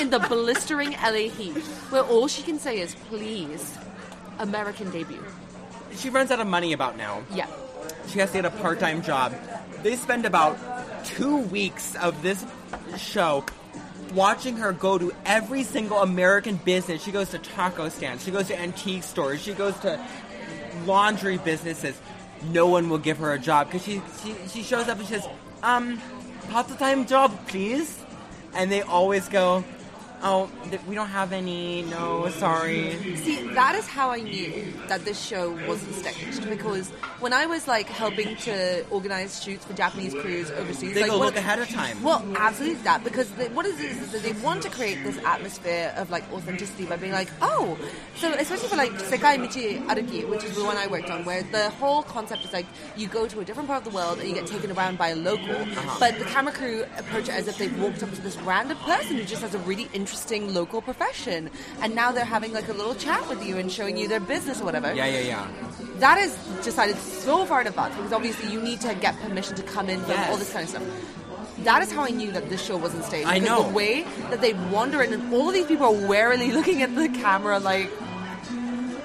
S2: in the blistering LA heat, where all she can say is, please, American debut.
S1: She runs out of money about now.
S2: Yeah.
S1: She has to get a part time job. They spend about two weeks of this show watching her go to every single American business. She goes to taco stands, she goes to antique stores, she goes to laundry businesses. No one will give her a job because she, she she shows up and she says, um, part time job, please. And they always go, oh, th- we don't have any. No, sorry.
S2: See, that is how I knew that this show wasn't staged because when I was like helping to organize shoots for Japanese crews overseas,
S1: They
S2: like,
S1: go
S2: one-
S1: look ahead of time.
S2: Well, absolutely that because they, what it is is that they want to create this atmosphere of like authenticity by being like, oh, so especially for like Sekai Michi Aruki, which is the one I worked on, where the whole concept is like you go to a different part of the world and you get taken around by a local, but the camera crew approach it as if they've walked up to this random person who just has a really interesting local profession, and now they're having like a little chat with you and showing you their business or whatever
S1: Yeah, yeah, yeah.
S2: that is decided so far in advance because obviously you need to get permission to come in, film,
S1: Yes.
S2: all this kind of stuff. That is how I knew that this show wasn't staged.
S1: I
S2: because
S1: know.
S2: the way that they wander in, and all of these people are warily <laughs> looking at the camera. Like,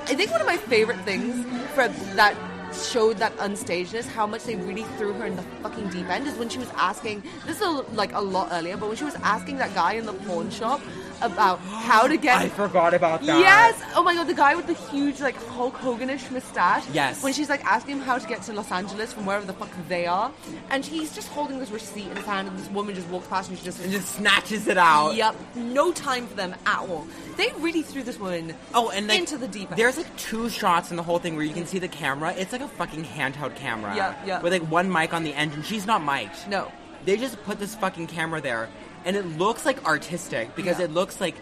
S2: I think one of my favorite things for that showed that unstagedness, how much they really threw her in the fucking deep end, is when she was asking. This is a, like a lot earlier, but when she was asking that guy in the pawn shop about how to get
S1: I forgot about that.
S2: Yes! Oh my god, the guy with the huge, like, Hulk Hoganish mustache.
S1: Yes.
S2: When she's, like, asking him how to get to Los Angeles from wherever the fuck they are. And he's just holding this receipt in his hand, and this woman just walks past and she just.
S1: and just snatches it
S2: <laughs>
S1: out.
S2: Yep. No time for them at all. They really threw this woman
S1: Oh, and like,
S2: into the deep end.
S1: There's like two shots in the whole thing where you can see the camera. It's like a fucking handheld camera.
S2: Yeah, yeah.
S1: With like one mic on the end, and she's not mic'd.
S2: No.
S1: They just put this fucking camera there, and it looks like artistic because
S2: Yeah. Mm-hmm.
S1: it looks like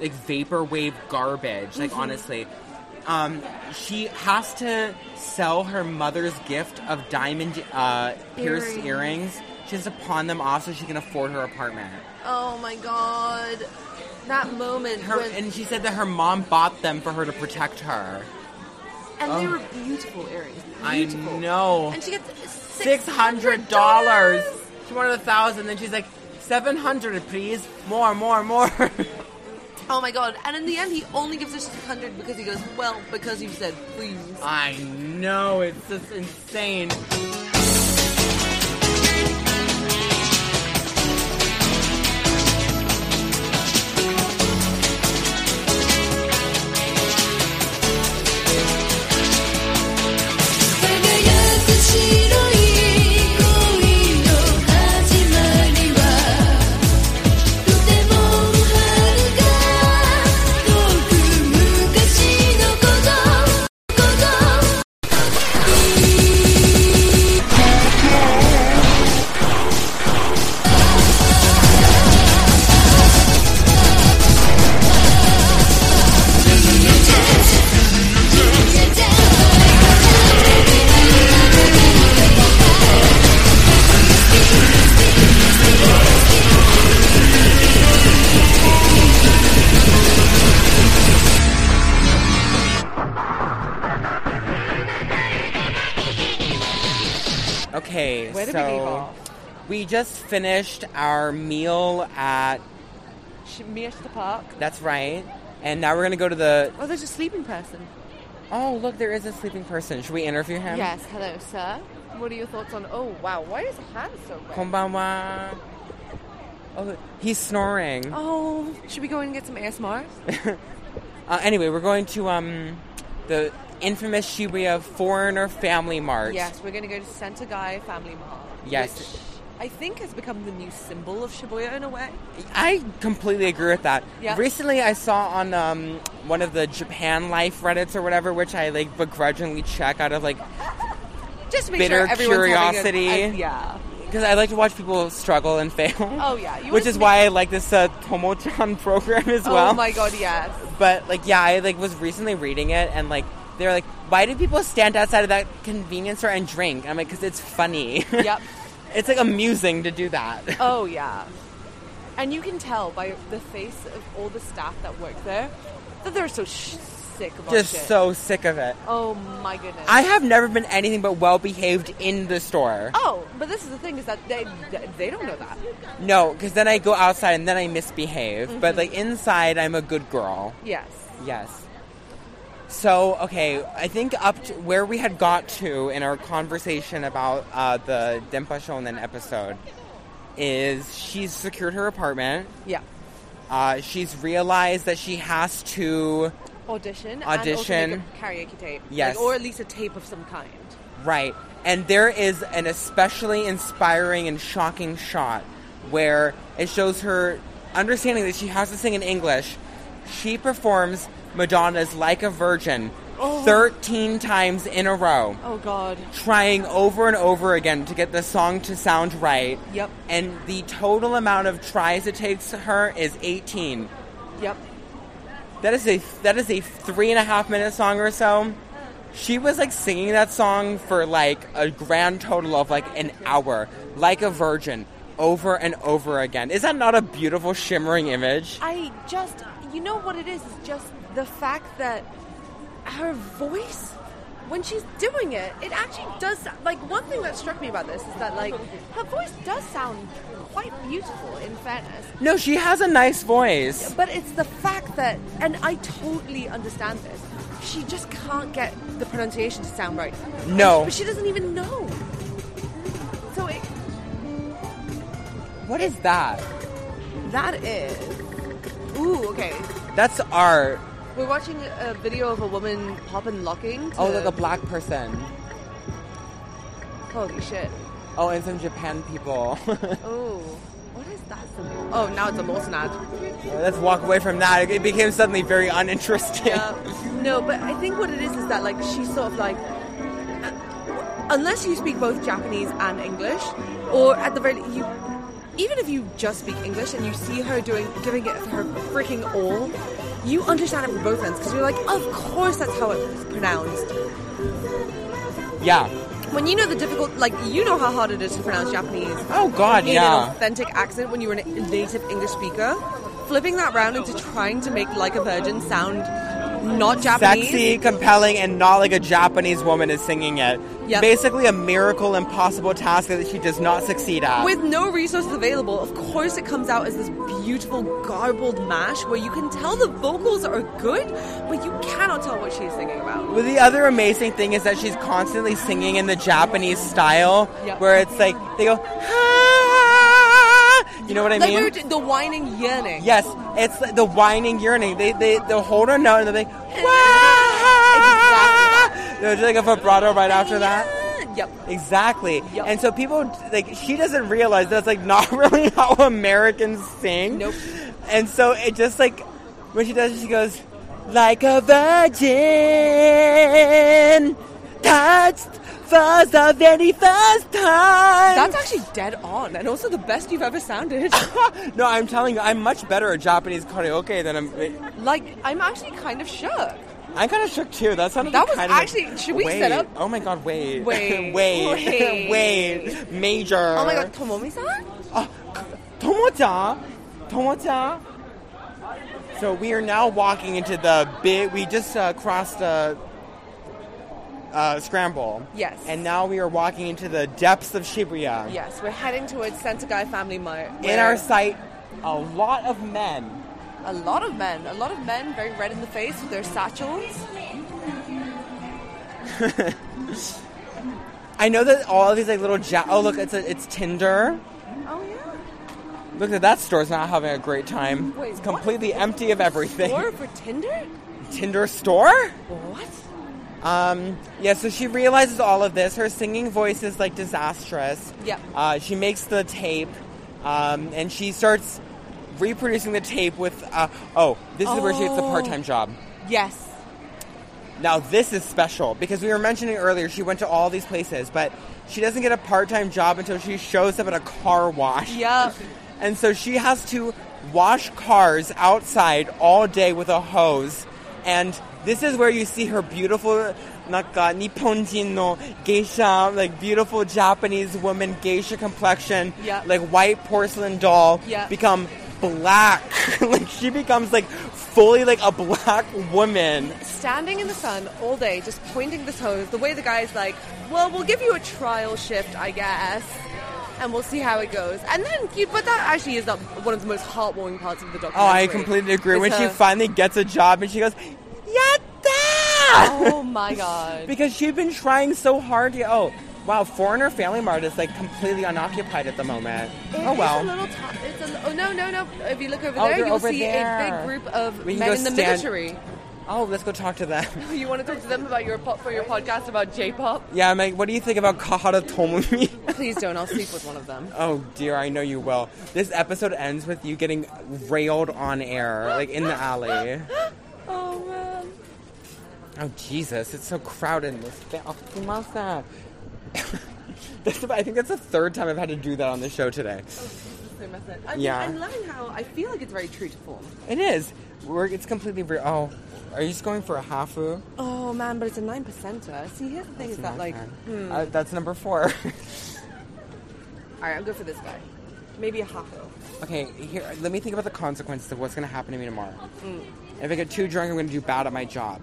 S1: like vaporwave garbage. Like honestly, um, she has to sell her mother's gift of diamond uh, pierced
S2: Earrings.
S1: earrings. She has to pawn them off so she can afford her apartment.
S2: Oh my god. That moment.
S1: Her,
S2: when,
S1: and she said that her mom bought them for her to protect her.
S2: and they were beautiful earrings.
S1: Oh. I
S2: Beautiful.
S1: know.
S2: And she gets
S1: Six hundred dollars. She wanted a thousand, then she's like, seven hundred, please. More, more, more. <laughs>
S2: Oh my god. And in the end, he only gives her 600 because he goes, well, because you said please.
S1: I know it's just insane.
S13: 「輝く白い恋の始まり」はとてもはるか遠く昔のことこと」
S1: Okay,
S14: Where did we leave
S1: so
S14: off?
S1: we, just finished our meal at
S15: Sh- Miyashita Park.
S1: That's right. And now we're gonna go to the.
S15: Oh, there's a sleeping person.
S1: Oh, look, there is a sleeping person. Should we interview him?
S16: Yes, hello, sir. What are your thoughts on? Oh wow, why is his hand so red?
S1: Konbanwa. Oh, he's snoring.
S15: Oh, should we go and get some ASMR?
S1: Uh, anyway, we're going to um, the infamous Shibuya Foreigner Family Mart.
S15: Yes, we're going to go to Sentai Family Mall.
S1: Yes.
S15: which I think has become the new symbol of Shibuya in a way.
S1: I completely agree with that.
S15: Yeah.
S1: Recently, I saw on um, one of the Japan Life Reddits or whatever, which I like begrudgingly check out of like
S15: Just to make
S1: Bitter
S15: sure everyone's having a-
S1: curiosity.
S15: I- yeah.
S1: because I like to watch people struggle and fail.
S15: <laughs> Oh, yeah. You
S1: which
S15: wanna
S1: is
S15: make-
S1: why I like this uh, Tomo-chan <laughs> program as well.
S15: oh my god, yes.
S1: But like, yeah, I like was recently reading it, and like they were like, "Why do people stand outside of that convenience store and drink?" I'm like, "Cause it's funny." <laughs>
S15: Yep.
S1: it's like amusing to do that.
S15: Oh yeah. And you can tell by the face of all the staff that work there that they're so sh- sick about
S1: Just
S15: Oh, shit.
S1: so sick of it.
S15: Oh my goodness.
S1: I have never been anything but well behaved in the store.
S15: Oh, but this is the thing is that they they don't know that.
S1: No, because then I go outside and then I misbehave. But like inside, I'm a good girl.
S15: Yes.
S1: Yes. So okay, I think up to where we had got to in our conversation about uh, the Denpa Shonen episode is she's secured her apartment.
S15: Yeah.
S1: Uh, she's realized that she has to
S15: Audition.
S1: Audition.
S15: And also make a karaoke tape.
S1: Yes.
S15: Like, or at least a tape of some kind.
S1: Right. And there is an especially inspiring and shocking shot where it shows her understanding that she has to sing in English. She performs Madonna's Like a Virgin 13 times in a row,
S15: Oh god.
S1: trying over and over again to get the song to sound right.
S15: Yep.
S1: And the total amount of tries it takes her is 18.
S15: Yep.
S1: That is a that is a three and a half minute song or so. She was like singing that song for like a grand total of like an hour, like a virgin, over and over again. Is that not a beautiful shimmering image?
S15: I just you know what it is is just the fact that her voice
S2: when she's doing it, it actually does. Like one thing that struck me about this is that like her voice does sound quite beautiful. In fairness,
S1: No, she has a nice voice.
S2: but it's the fact that, and I totally understand this. She just can't get the pronunciation to sound right.
S1: No.
S2: but she doesn't even know. So it,
S1: What is that?
S2: that is. Ooh, okay.
S1: That's art.
S2: We're watching a video of a woman pop and locking. To,
S1: Oh, like a black person.
S2: holy shit.
S1: Oh, and some Japan people. <laughs>
S2: Oh, what is that symbol? Oh, now it's a Molson ad.
S1: Let's walk away from that. It became suddenly very uninteresting.
S2: Yeah. No, but I think what it is is that like she's sort of like, unless you speak both Japanese and English, or at the very you, even if you just speak English and you see her doing giving it her freaking all, you understand it from both ends because you're like, of course that's how it's pronounced.
S1: Yeah.
S2: When you know the difficult, like you know how hard it is to pronounce Japanese.
S1: Oh God,
S2: need an
S1: yeah.
S2: authentic accent when you were a native English speaker. Flipping that round into trying to make like a virgin sound not Japanese.
S1: sexy, compelling, and not like a Japanese woman is singing it.
S2: Yep.
S1: Basically, a miracle, impossible task that she does not succeed at.
S2: With no resources available, of course it comes out as this beautiful garbled mash where you can tell the vocals are good, but you cannot tell what she's singing about.
S1: Well, the other amazing thing is that she's constantly singing in the Japanese style,
S2: Yep.
S1: where it's like they go, "Ah!" you know what I
S2: like
S1: mean?
S2: we were d- the whining yearning.
S1: yes, it's like the whining, yearning. They they they hold her note and they're
S2: <laughs>
S1: like,
S2: Exactly.
S1: They're just like a vibrato right after that.
S2: Yeah. Yep.
S1: Exactly.
S2: Yep.
S1: And so people like she doesn't realize that's like <laughs> not really how Americans sing.
S2: Nope.
S1: And so it just like when she does it, she goes like a virgin touched for the very first time.
S2: That's actually dead on, and also the best you've
S1: <laughs>
S2: ever sounded.
S1: no, I'm telling you, I'm much better at Japanese karaoke than I'm.
S2: like, I'm actually kind of shook.
S1: I kind of shook too. That sounded
S2: That
S1: like
S2: was
S1: kind of like,
S2: actually- should we
S1: wait,
S2: set up-
S1: Oh my god, <laughs> wait,
S2: Wait,
S1: wait,
S2: wait.
S1: wait, major.
S2: Oh my god, Tomomi-san?
S1: Uh, Tomota, Tomota. So we are now walking into the big. We just uh, crossed uh, uh, Scramble.
S2: Yes.
S1: And now we are walking into the depths of Shibuya.
S2: Yes, we're heading towards Sentai Family Mart.
S1: In
S2: where-
S1: our sight, a lot of men.
S2: a lot of men, a lot of men, very red in the face with their satchels.
S1: I know that all of these like little ja- oh look it's a, it's Tinder.
S2: Oh yeah.
S1: Look at that store's not having a great time.
S2: Wait,
S1: it's
S2: what?
S1: completely empty of everything.
S2: Or for Tinder?
S1: <laughs> Tinder store?
S2: What?
S1: Um, yeah, so she realizes all of this. Her singing voice is like disastrous.
S2: Yeah.
S1: Uh, she makes the tape, um, and she starts reproducing the tape with. Uh, oh, this is where she gets the
S2: Oh.
S1: part-time job.
S2: Yes.
S1: Now this is special because we were mentioning earlier she went to all these places, but she doesn't get a part-time job until she shows up at a car wash.
S2: Yeah.
S1: And so she has to wash cars outside all day with a hose. And this is where you see her beautiful, なんか日本人のgeisha, like beautiful Japanese woman geisha complexion,
S2: Yeah.
S1: like white porcelain doll,
S2: Yeah.
S1: become black. <laughs> like she becomes like fully like a black woman.
S2: Standing in the sun all day, just pointing this hose, the way the guy's like, well, we'll give you a trial shift, I guess. And we'll see how it goes. And then, you, but that actually is not one of the most heartwarming parts of the documentary.
S1: Oh, I completely agree.
S2: Is
S1: When she
S2: her-
S1: finally gets a job and she goes, Yatta!
S2: <laughs> Oh my god.
S1: Because she'd been trying so hard to. Oh, wow, Foreigner Family Mart is like completely unoccupied at the moment. oh,
S2: It's a
S1: well.
S2: little t- it's a, oh no no no! If you look over
S1: Oh,
S2: there,
S1: they're
S2: you'll
S1: over
S2: see
S1: there.
S2: a big group of
S1: We can
S2: men
S1: go
S2: in the
S1: stand-
S2: military. <laughs>
S1: Oh, let's go talk to them. <laughs>
S2: You want to talk to them about your po- for your podcast about J-pop?
S1: yeah, I'm like, what do you think about Kahara Tomomi?
S2: Please don't. I'll sleep with one of them.
S1: <laughs> oh, dear, I know you will. This episode ends with you getting railed on air, like in the alley.
S2: Oh man.
S1: Oh, Jesus, it's so crowded in this. fa- Oh, kumasa. <laughs> That's about- I think that's the third time I've had to do that on the show today.
S2: I mean,
S1: Yeah.
S2: I'm loving how I feel like it's very true to form.
S1: It is. We're, it's completely real. Oh, are you just going for a hafu?
S2: Oh man, but it's a nine percenter. See, here's the thing: is that like, hmm.
S1: Uh, that's number four. <laughs>
S2: all right, I'm good for this guy. Maybe a hako.
S1: okay, here. Let me think about the consequences of what's going to happen to me tomorrow.
S2: Mm.
S1: If I get too drunk, I'm going to do bad at my job.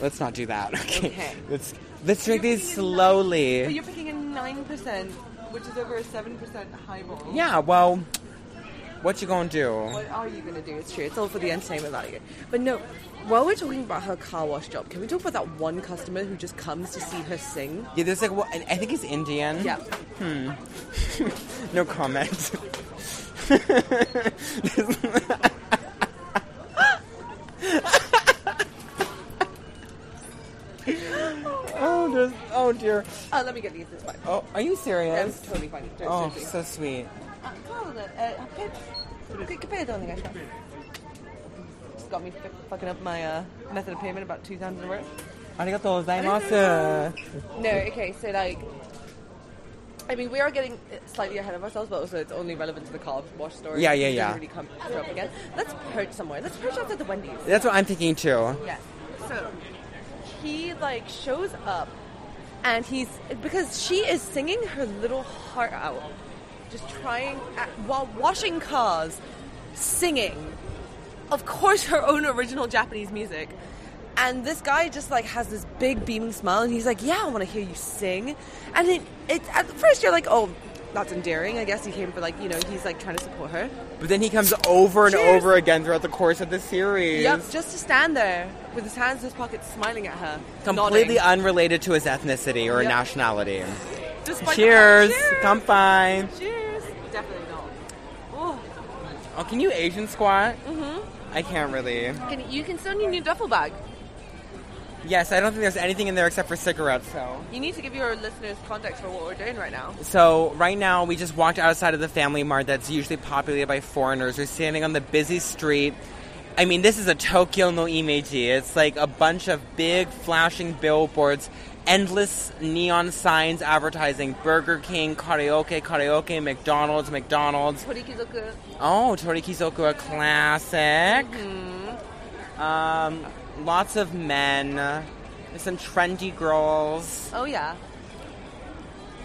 S1: Let's not do that. <laughs> Okay.
S2: Okay.
S1: Let's let's drink
S2: You're
S1: these
S2: picking a nine- But
S1: slowly.
S2: you're picking a nine percent, which is over a seven percent highball.
S1: Yeah. Well, what you gonna do?
S2: What are you gonna do? It's true. It's all for the entertainment value. But no, while we're talking about her car wash job, can we talk about that one customer who just comes to see her sing?
S1: Yeah, there's like what I think he's Indian.
S2: Yeah.
S1: No
S2: <laughs>
S1: comment. <laughs> oh, there's, oh dear.
S2: Uh, let me get these. It's fine.
S1: Oh, are you
S2: That's
S1: serious?
S2: totally fine. Don't
S1: Oh,
S2: seriously.
S1: so sweet.
S2: Ah, Carla, uh, I've paid- I've paid on the guy. It's Got me f- fucking up my uh, method of payment about two times in a row.
S1: Arigatou
S2: Arigatou.
S1: gozaimasu.
S2: No, okay, so like, I mean, we are getting uh, slightly ahead of ourselves, but also it's only relevant to the car wash story.
S1: Yeah, yeah,
S2: It doesn't
S1: yeah.
S2: Really come up again. Let's perch somewhere. Let's perch after the Wendy's.
S1: That's what I'm thinking too.
S2: Yeah. So he like shows up and he's because she is singing her little heart out, just trying at, while washing cars, singing, of course, her own original Japanese music. And this guy just like has this big beaming smile, and he's like, "Yeah, I want to hear you sing." And it, it at first you're like, "Oh, that's endearing." I guess he came for like you know he's like trying to support her.
S1: But then he comes over and
S2: Cheers.
S1: over again throughout the course of the series.
S2: Yep, just to stand there with his hands in his pockets, smiling at her,
S1: Completely
S2: nodding.
S1: unrelated to his ethnicity or
S2: Yep. oh,
S1: nationality.
S2: Despite the
S1: Cheers.
S2: fact-
S1: Kanpai.
S2: Cheers. Definitely not. Oh,
S1: Oh, can you Asian squat? Mm-hmm. I can't really.
S2: can, you can still need your duffel bag.
S1: Yes, I don't think there's anything in there except for cigarettes. So,
S2: You need to give your listeners context for what we're doing right now.
S1: so right now we just walked outside of the family mart that's usually populated by foreigners. We're standing on the busy street. I mean, this is a Tokyo no Imeji. It's like a bunch of big flashing billboards, endless neon signs advertising Burger King, karaoke, karaoke, McDonald's, McDonald's.
S2: Torikizoku.
S1: Oh, Torikizoku, a classic. Um, lots of men. There's some trendy girls.
S2: Oh yeah.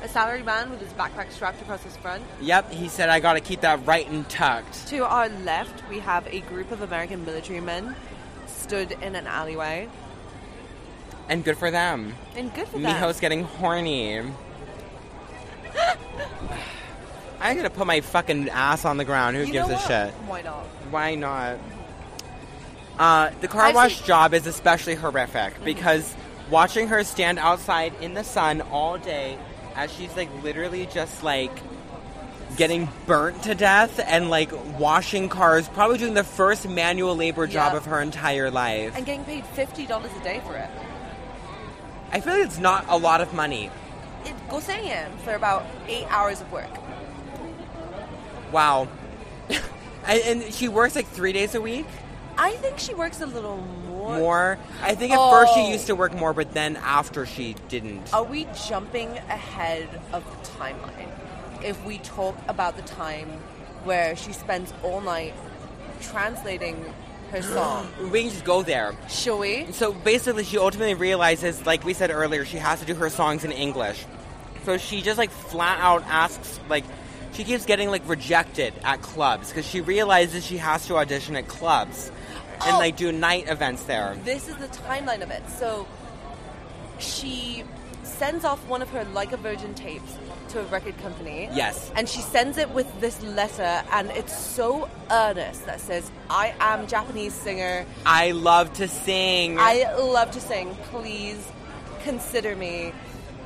S2: A salary man with his backpack strapped across his front.
S1: Yep, he said I gotta keep that right and tucked.
S2: To our left, we have a group of American military men stood in an alleyway.
S1: And good for them.
S2: And good for them.
S1: Miho's getting horny. I gotta put my fucking ass on the ground. Who
S2: You
S1: gives
S2: know
S1: a
S2: what?
S1: shit?
S2: Why not?
S1: Why not? Uh, the car
S3: I've
S1: wash
S3: seen-
S1: job is especially horrific
S2: Mm-hmm.
S1: because watching her stand outside in the sun all day as she's like literally just like getting burnt to death and like washing cars, probably doing the first manual labor job
S2: Yeah.
S1: of her entire life.
S2: and getting paid fifty dollars a day for it.
S1: I feel like it's not a lot of money.
S2: It goes in for about eight hours of work.
S1: Wow. <laughs> and, and she works like three days a week.
S2: I think she works a little more.
S1: More. I think at first she
S2: Oh.
S1: used to work more, but then after she didn't.
S2: Are we jumping ahead of the timeline? If we talk about the time where she spends all night translating her song,
S1: We can just go there.
S2: shall we?
S1: So basically, she ultimately realizes, like we said earlier, she has to do her songs in English. So she just like flat out asks, like, she keeps getting like rejected at clubs because she realizes she has to audition at clubs and
S2: Oh.
S1: like do night events there.
S2: This is the timeline of it. So she sends off one of her Like a Virgin tapes to a record company.
S1: Yes.
S2: And she sends it with this letter, and it's so earnest that says, I am Japanese singer.
S1: I love to sing.
S2: I love to sing. Please consider me.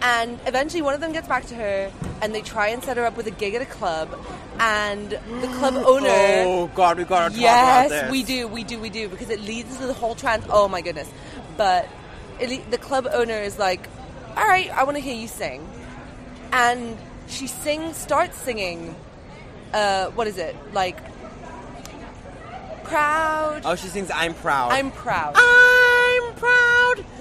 S2: And eventually, one of them gets back to her, and they try and set her up with a gig at a club. And the
S1: <gasps>
S2: club owner.
S1: oh God, we gotta talk about
S2: Yes,
S1: this.
S2: we do, we do, we do, because it leads to the whole trans. Oh my goodness! But it, le- the club owner is like, "All right, I want to hear you sing," and she sings, starts singing. Uh, what is it like? Proud.
S1: Oh, she sings "I'm Proud."
S2: I'm
S1: oh,
S2: proud.
S1: I'm proud.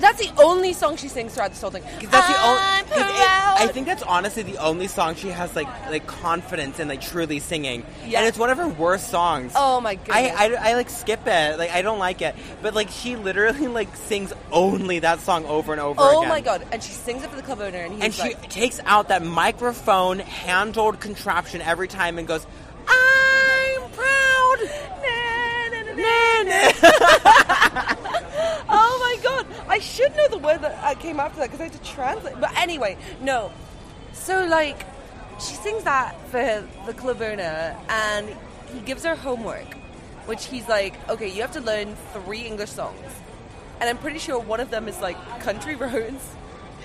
S2: That's the only song she sings throughout this whole thing.
S1: 'Cause That's the only.
S2: I'm
S1: 'cause it-
S2: proud.
S1: I think that's honestly the only song she has like like confidence in like truly singing,
S2: Yeah.
S1: and it's one of her worst songs.
S2: Oh my goodness.
S1: I, I, I like skip it like I don't like it, but like she literally like sings only that song over and over.
S2: oh
S1: again.
S2: my god! And she sings it for the club owner, and he's
S1: And she
S2: like,
S1: takes out that microphone handled contraption every time and goes, "I'm proud." Na, na, na.
S2: <laughs> Oh my god! I should know the word that uh, came after that because I had to translate. But anyway, no. So like, she sings that for the club owner, and he gives her homework, which he's like, okay, you have to learn three English songs, and I'm pretty sure one of them is like country <laughs> roads.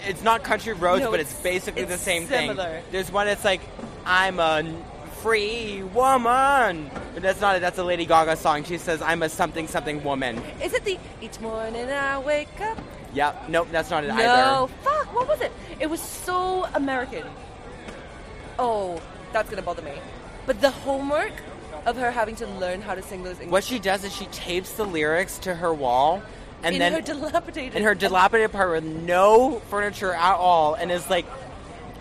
S1: it's not country roads,
S2: No,
S1: but it's,
S2: it's-
S1: basically the
S2: it's
S1: same
S2: similar.
S1: thing. There's one that's like, I'm a n- free woman. But that's not it. That's a Lady Gaga song. She says, I'm a something something woman.
S2: Is it the each morning I wake up?
S1: Yep. Nope. That's not it
S2: No,
S1: either.
S2: fuck! What was it? It was so American. Oh, that's gonna bother me. But the homework of her having to learn how to sing those English.
S1: What she does is she tapes the lyrics to her wall, and
S2: in
S1: then
S2: her <laughs> dilapidated.
S1: in her dilapidated apartment with no furniture at all, and is like.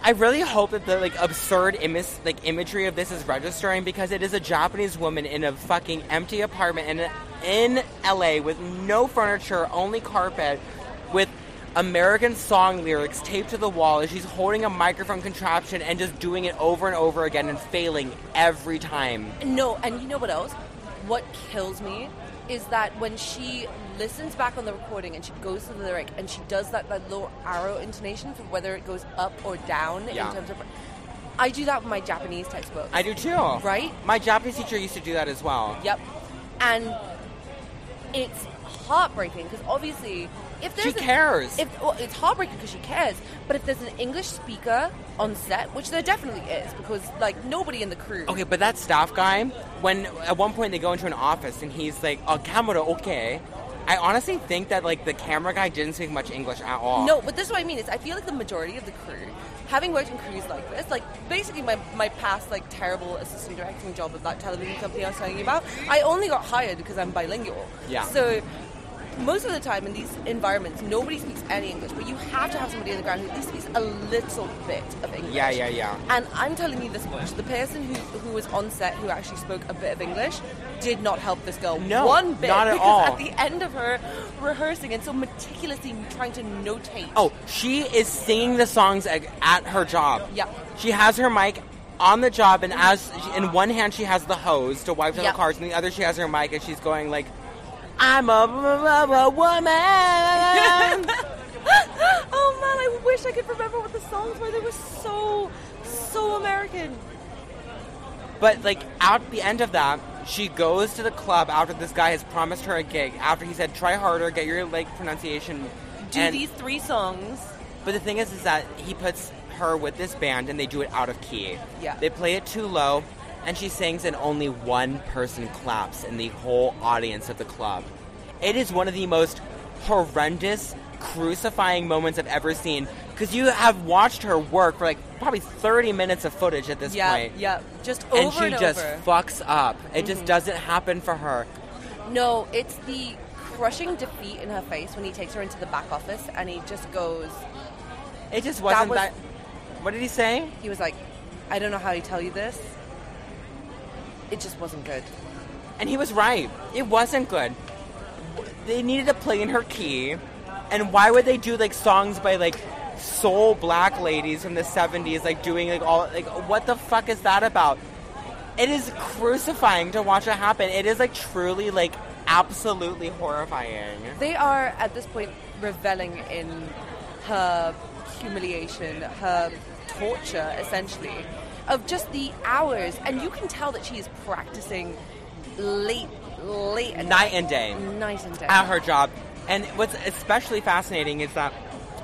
S1: I really hope that the like absurd image, like imagery of this is registering because it is a Japanese woman in a fucking empty apartment in in LA with no furniture, only carpet, with American song lyrics taped to the wall, and she's holding a microphone contraption and just doing it over and over again and failing every time.
S2: no, and you know what else? What kills me is that when she listens back on the recording and she goes to the lyric and she does that, that little arrow intonation for whether it goes up or down
S1: Yeah.
S2: in terms of. I do that with my Japanese textbook.
S1: I do too.
S2: Right?
S1: My Japanese teacher used to do that as well.
S2: Yep. And it's heartbreaking because obviously, if there's
S1: She
S2: a-
S1: cares.
S2: If well, it's heartbreaking because she cares, but if there's an English speaker on set, which there definitely is, because like nobody in the crew.
S1: Okay, but that staff guy, when at one point they go into an office and he's like, "Oh, camera, okay." I honestly think that like the camera guy didn't speak much English at all.
S2: No, but this is what I mean is I feel like the majority of the crew, having worked in crews like this, like basically my, my past like terrible assistant directing job at that television company I was telling you about, I only got hired because I'm bilingual.
S1: Yeah.
S2: So most of the time in these environments, nobody speaks any English, but you have to have somebody on the ground who at least speaks a little bit of English.
S1: Yeah, yeah, yeah.
S2: And I'm telling you this much: the person who, who was on set who actually spoke a bit of English did not help this girl
S1: No,
S2: one bit.
S1: not at
S2: because
S1: all.
S2: At the end of her rehearsing and so meticulously trying to notate.
S1: Oh, she is singing the songs at, at her job.
S2: Yeah.
S1: She has her mic on the job, and as in one hand she has the hose to wipe down
S2: Yeah.
S1: the cars, and the other she has her mic, and she's going like, "I'm a, a, a- a
S2: <laughs>
S1: woman."
S2: <laughs> Oh man, I wish I could remember what the songs were. They were so, so American.
S1: But like at the end of that, She goes to the club after this guy has promised her a gig. After he said, "Try harder, get your like pronunciation."
S2: Do
S1: and-
S2: these three songs.
S1: But the thing is, is that he puts her with this band, and they do it out of key.
S17: Yeah.
S1: They play it too low, and she sings, and only one person claps in the whole audience of the club. It is one of the most horrendous, crucifying moments I've ever seen. Because you have watched her work for like probably 30 minutes of footage at this
S2: Yeah,
S1: point.
S2: yeah. Just over
S1: And she just
S2: over. Mm-hmm.
S1: fucks up. It just doesn't happen for her.
S2: No, it's the crushing defeat in her face when he takes her into the back office and he just goes,
S1: It just wasn't that.
S2: was-
S1: What did he say?
S2: he was like, I don't know how to tell you this. It just wasn't good.
S1: And he was right. It wasn't good. They needed to play in her key. And why would they do like songs by like soul black ladies from the 70s like doing like all like what the fuck is that about? It is crucifying to watch it happen. It is like truly like absolutely horrifying.
S2: They are at this point reveling in her humiliation, her torture, essentially, of just the hours. And you can tell that she is practicing late, late at
S1: Night and day.
S2: night and day.
S1: at her job. And what's especially fascinating is that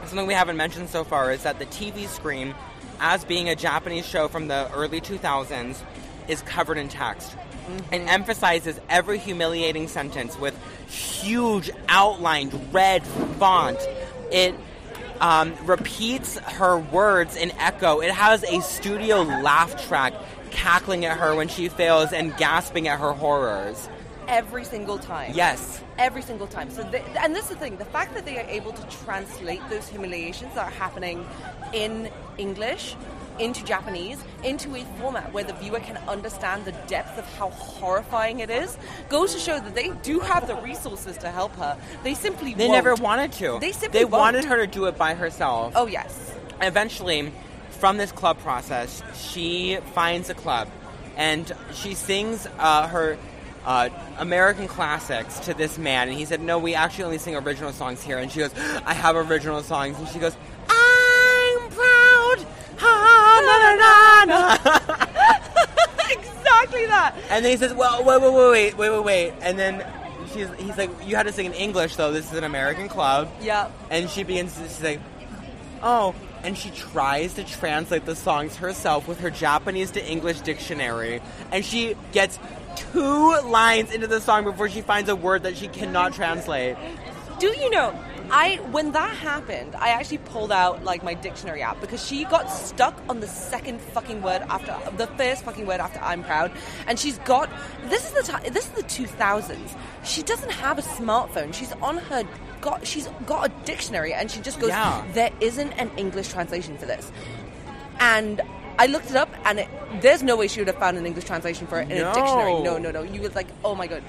S1: something we haven't mentioned so far is that the TV screen, as being a Japanese show from the early 2000s, is covered in text and emphasizes every humiliating sentence with huge outlined red font. It um, repeats her words in echo. It has a studio laugh track cackling at her when she fails and gasping at her horrors.
S2: every single time.
S1: Yes.
S2: every single time. So, they, and this is the thing: the fact that they are able to translate those humiliations that are happening in English into Japanese into a format where the viewer can understand the depth of how horrifying it is goes to show that they do have the resources to help her. They simply
S1: They
S2: won't.
S1: never wanted to.
S2: They simply won't.
S1: wanted her to do it by herself.
S2: Oh yes, <laughs>
S1: Eventually, from this club process, she finds a club, and she sings uh, her uh, American classics to this man. And he said, "No, we actually only sing original songs here." And she goes, "I have original songs." And she goes, "I'm proud." Ha, na, na, na, na.
S2: <laughs> exactly that.
S1: And then he says, "Well, wait, wait, wait, wait, wait, wait, wait." And then she's, he's like, "You had to sing in English, though. This is an American club."
S2: Yeah.
S1: And she begins. to- She's like, "Oh," and she tries to translate the songs herself with her Japanese to English dictionary, and she gets two lines into the song before she finds a word that she cannot translate.
S2: Do you know? I when that happened, I actually pulled out like my dictionary app because she got stuck on the second fucking word after the first fucking word after I'm proud, and she's got this is the ti this is the 2000s. She doesn't have a smartphone. She's on her got she's got a dictionary, and she just goes.
S1: Yeah.
S2: There isn't an English translation for this, and. I looked it up, and it, there's no way she would have found an English translation for it in a dictionary.
S1: No.
S2: No, no, no. You was like, oh my god,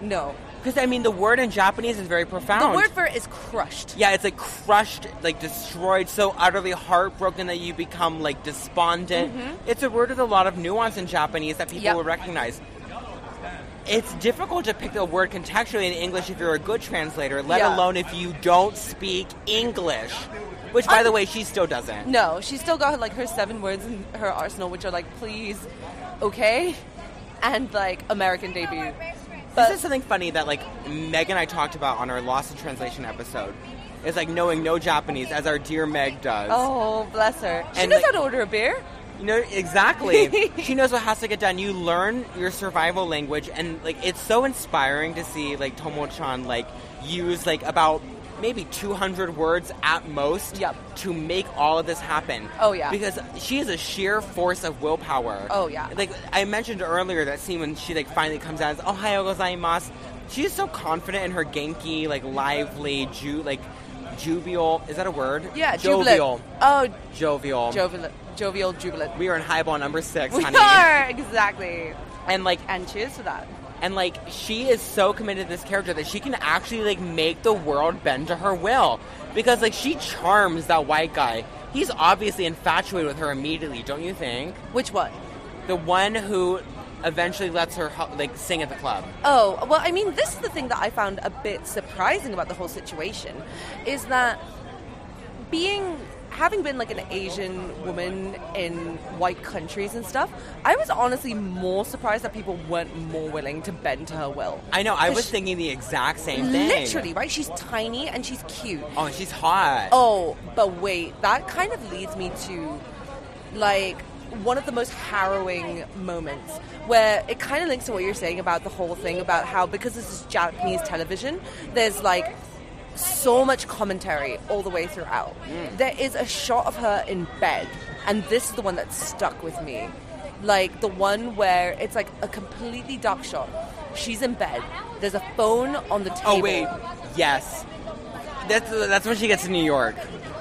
S2: no.
S1: Because I mean, the word in Japanese is very
S2: The
S1: profound.
S2: word for it is crushed.
S1: yeah, it's like crushed, like destroyed, so utterly heartbroken that you become like despondent. It's a word with a lot of nuance in Japanese that people
S2: Mm-hmm. Yep.
S1: will recognize. It's difficult to pick the word contextually in English if you're a good translator, let
S2: Yeah.
S1: alone if you don't speak English. Which, by the way, she still doesn't.
S2: No, she's still got like her seven words in her arsenal, which are like please, okay, and like American debut.
S1: this is
S2: But
S1: something funny that like Meg and I talked about on our Lost in Translation episode. It's like knowing no Japanese, as our dear Meg does.
S2: oh, bless her. She
S1: And,
S2: knows
S1: like-
S2: how to order a beer.
S1: You know
S2: <laughs>
S1: exactly. she knows what has to get done. You learn your survival language, and like it's so inspiring to see like Tomo-chan like use like about maybe 200 words at most
S2: Yep.
S1: to make all of this happen.
S2: Oh, yeah.
S1: because she is a sheer force of willpower.
S2: Oh, yeah.
S1: Like I mentioned earlier, that scene when she like finally comes out as "Ohayo gozaimasu," she's so confident in her genki, like lively, ju like jubial. Is that a word?
S2: Yeah,
S1: jovial,
S2: jubilant. Oh,
S1: jovial.
S2: jovial, jovial jubilant.
S1: We are in highball number six,
S2: <laughs> We
S1: honey.
S2: are exactly.
S1: And like
S2: And cheers to that.
S1: and like she is so committed to this character that she can actually like make the world bend to her will. Because like she charms that white guy. He's obviously infatuated with her immediately, don't you think?
S2: Which one?
S1: The one who eventually lets her hu- like sing at the club.
S2: Oh, well, I mean, this is the thing that I found a bit surprising about the whole situation is that being having been like an Asian woman in white countries and stuff, I was honestly more surprised that people weren't more willing to bend to her will.
S1: I know. I
S2: Cause
S1: was
S2: she-
S1: thinking the exact same thing.
S2: Literally, right? She's tiny and she's cute.
S1: Oh, and she's hot.
S2: Oh, but wait, that kind of leads me to like one of the most harrowing moments where it kind of links to what you're saying about the whole thing about how because this is Japanese television, there's like so much commentary all the way throughout.
S1: Mm.
S2: There is a shot of her in bed, and this is the one that stuck with me. Like the one where it's like a completely dark shot. She's in bed. There's a phone on the table.
S1: Oh, wait. Yes. That's that's when she gets to New York.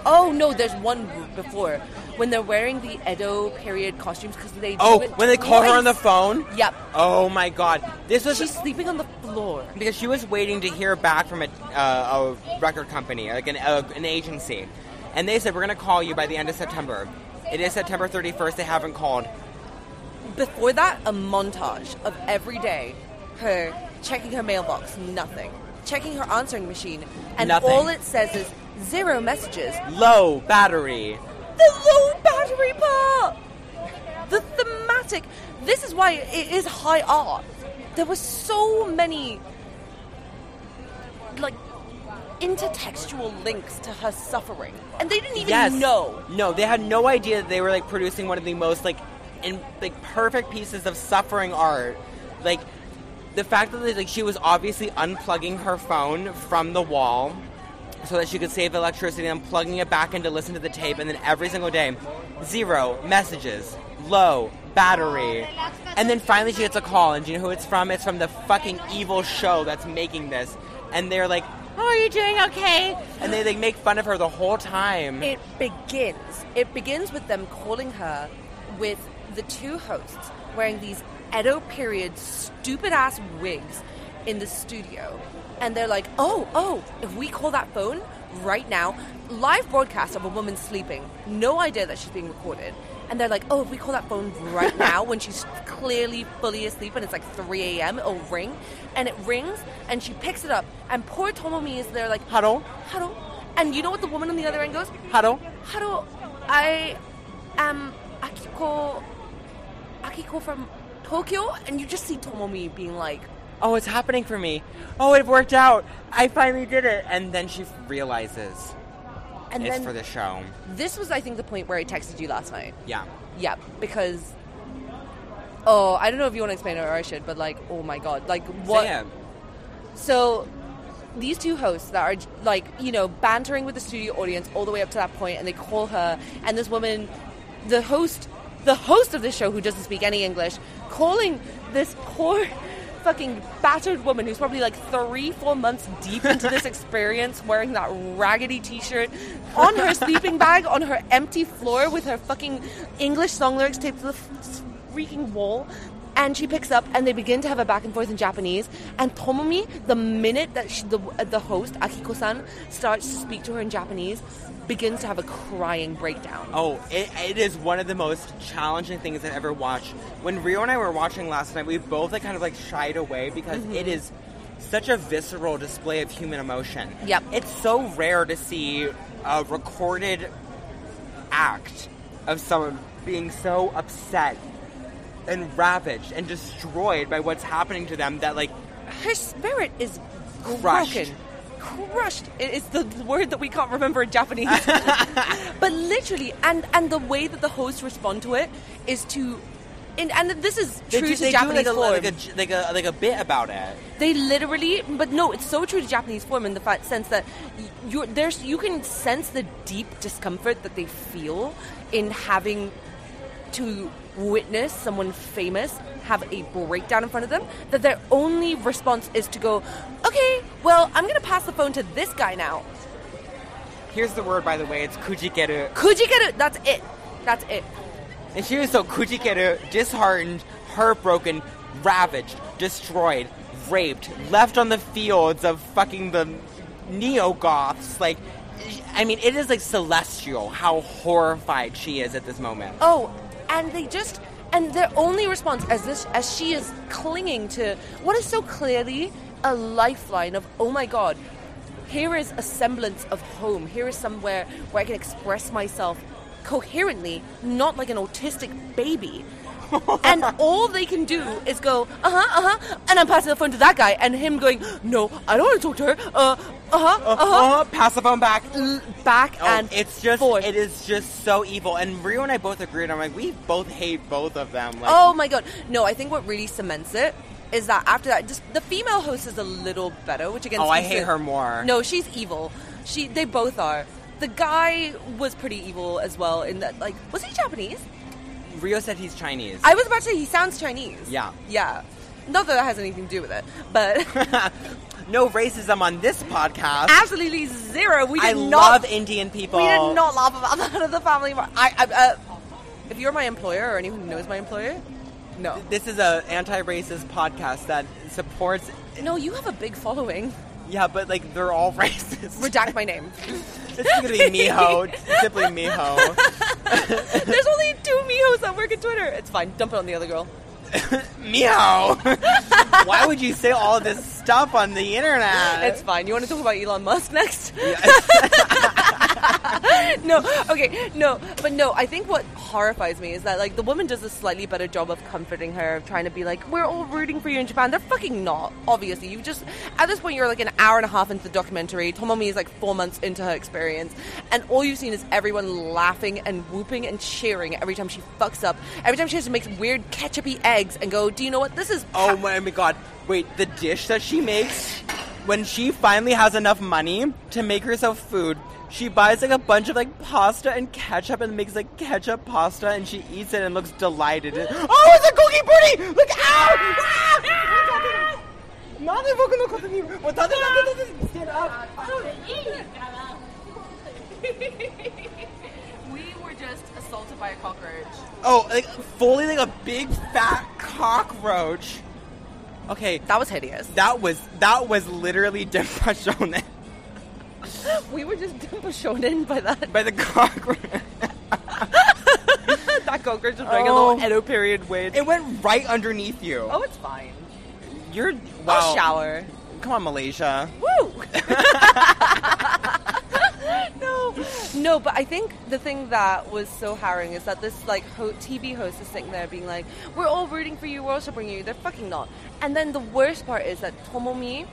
S2: Oh no, there's one before when they're wearing the Edo period costumes because they. do
S1: Oh,
S2: it
S1: when they call her on the
S2: twice.
S1: phone.
S2: Yep.
S1: Oh my God. This was
S2: She's sleeping on the floor.
S1: because she was waiting to hear back from a, uh, a record company, like an, uh, an agency, and they said we're going to call you by the end of September. It is September 31st. They haven't called.
S2: Before that, a montage of every day, her checking her mailbox, nothing, checking her answering machine, and
S1: Nothing.
S2: all it says is zero messages.
S1: Low battery.
S2: The low battery part. The thematic. This is why it is high art. There were so many like intertextual links to her suffering, and they didn't even
S1: yes.
S2: know.
S1: No, they had no idea that they were like producing one of the most like in like perfect pieces of suffering art. Like the fact that like she was obviously unplugging her phone from the wall so that she could save electricity and plugging it back in to listen to the tape and then every single day zero messages low
S2: Oh,
S1: battery and then finally she gets a call and do you know who it's from it's from the fucking evil show that's making this and they're like how are you doing okay and they like make fun of her the whole time
S2: It begins. It begins with them calling her with the two hosts wearing these Edo period stupid ass wigs in the studio. And they're like, oh, oh, if we call that phone right now, live broadcast of a woman sleeping, no idea that she's being recorded. And they're like, oh, if we call that phone right now when she's clearly fully asleep and it's like 3 a.m., it'll ring. And it rings and she picks it up. And poor Tomomi is there like,
S1: Huddle.
S2: Haro. And you know what the woman on the other end goes?
S1: Huddle.
S2: Haro, I am Akiko Akiko from Tokyo and you just see Tomomi being like
S1: Oh, it's happening for me. Oh, it worked out. I finally did it. And then she realizes
S2: and
S1: it's
S2: then
S1: for the show.
S2: this was I think the point where I texted you last night.
S1: Yeah.
S2: Yeah, because Oh, I don't know if you want to explain it or I should, but like, oh my god. Like what
S1: So, yeah.
S2: So these two hosts that are like, you know, bantering with the studio audience all the way up to that point, and they call her, and this woman, the host, the host of this show who doesn't speak any English, calling this poor <laughs> fucking battered woman who's probably like three, four months deep into this experience wearing that raggedy t shirt on her sleeping bag on her empty floor with her fucking English song lyrics taped to the f- freaking wall and she picks up and they begin to have a back and forth in Japanese. And Tomomi, the minute that she, the, the host, Akiko-san, starts to speak to her in Japanese, begins to have a crying breakdown.
S1: Oh, it, it is one of the most challenging things I've ever watched. When Rio and I were watching last night, we both like kind of like shied away because
S2: Mm-hmm.
S1: it is such a visceral display of human emotion.
S2: Yep.
S1: It's so rare to see a recorded act of someone being so upset and ravaged and destroyed by what's happening to them that like
S2: Her spirit is
S1: Crushed.
S2: broken. Crushed. It- It's the word that we can't remember
S1: <laughs>
S2: in Japanese. <laughs> but literally, and, and the way that the hosts respond to it is to. And, and this is
S1: They
S2: true
S1: do-
S2: to
S1: they do,
S2: Japanese
S1: like a,
S2: form.
S1: like a like a like a bit about it.
S2: They literally, but no, it's so true to Japanese form in the fact, sense that y- you're, there's you can sense the deep discomfort that they feel in having to witness someone famous have a breakdown in front of them. That their only response is to go, okay, well, I'm gonna pass the phone to this guy now.
S1: Here's the word, by the way. It's kujikeru,
S2: Could you get it? That's it. That's it.
S1: and she was so kujikeru, disheartened, heartbroken, ravaged, destroyed, raped, left on the fields of fucking the neo goths. Like, I mean, it is like celestial how horrified she is at this moment.
S2: Oh, and they just and their only response as this as she is clinging to what is so clearly a lifeline of oh my god, here is a semblance of home. Here is somewhere where I can express myself coherently, not like an
S1: <laughs>
S2: autistic baby. and all they can do is go, uh huh, uh huh, and I'm passing the phone to that guy, and him going, no, I don't want to talk to her, uh huh, uh huh,
S1: Oh, pass the phone back.
S2: back
S1: Oh,
S2: and
S1: it's just
S2: forth.
S1: it is just so evil. And Rio and I both agreed. I'm like, we both hate both of them. Like,
S2: Oh my god. No, I think what really cements it is that after that, just the female host is a little better, which again.
S1: Oh, I
S2: speaks
S1: hate
S2: to-
S1: her more.
S2: No, she's evil. She, they both are. The guy was pretty evil as well. In that, like, was he Japanese?
S1: Rio said he's Chinese.
S2: I was about to say he sounds Chinese.
S1: Yeah.
S2: Yeah. Not that that has anything to do with it, but
S1: <laughs> no racism on this podcast.
S2: absolutely zero. We did
S1: I
S2: not
S1: love Indian people.
S2: We did not laugh about <laughs> that at the family. Bar. I, I uh, if you're my employer or anyone who knows my employer, no,
S1: This is a anti-racist podcast that supports.
S2: no, you have a big following.
S1: Yeah, but like they're all <laughs> racist.
S2: Redact
S1: <laughs>
S2: my name.
S1: it's gonna be Miho, simply Miho.
S2: There's only two Mihos that work at Twitter. It's fine. Dump it on the other girl.
S1: Meow. <laughs> Why would you say all this stuff on the
S18: Uh,
S1: internet? <laughs>
S2: It's fine. You want to talk about Elon Musk <laughs> next? no. Okay. No. But no. I think what horrifies me is that like the woman does a slightly better job of comforting her, of trying to be like, "We're all rooting for you in Japan." They're fucking not. Obviously, you've just at this point you're like an hour and a half into the documentary. Tomomi is like four months into her experience, and all you've seen is everyone laughing and whooping and cheering every time she fucks up. Every time she has to make weird ketchupy eggs and go, "Do you know what this is?"
S1: Oh my my god. Wait, the dish that she makes when she finally has enough money to make herself food, she buys like a bunch of like pasta and ketchup and makes like ketchup pasta and she eats it and looks delighted. oh, it's a cookie booty! Look out! Ah! なんで僕のことにもう立て立て立て Stand up!
S18: We were just assaulted by a cockroach.
S1: Oh, like fully like a big fat cockroach. Okay,
S2: That was hideous.
S1: that was that was literally <laughs> depression
S2: <laughs> We were just <laughs> shown in by that. <laughs>
S1: by the cockroach.
S2: that cockroach was wearing
S1: Oh.
S2: a little Edo period wig.
S1: It went right underneath you.
S2: oh, it's fine.
S1: You're
S2: I'll shower.
S1: Come on, Malaysia.
S2: Woo! <laughs> no, no, but I think the thing that was so harrowing is that this like ho- TV host is sitting there being like, "We're all rooting for you. We're all supporting you." They're fucking not. And then the worst part is that Tomomi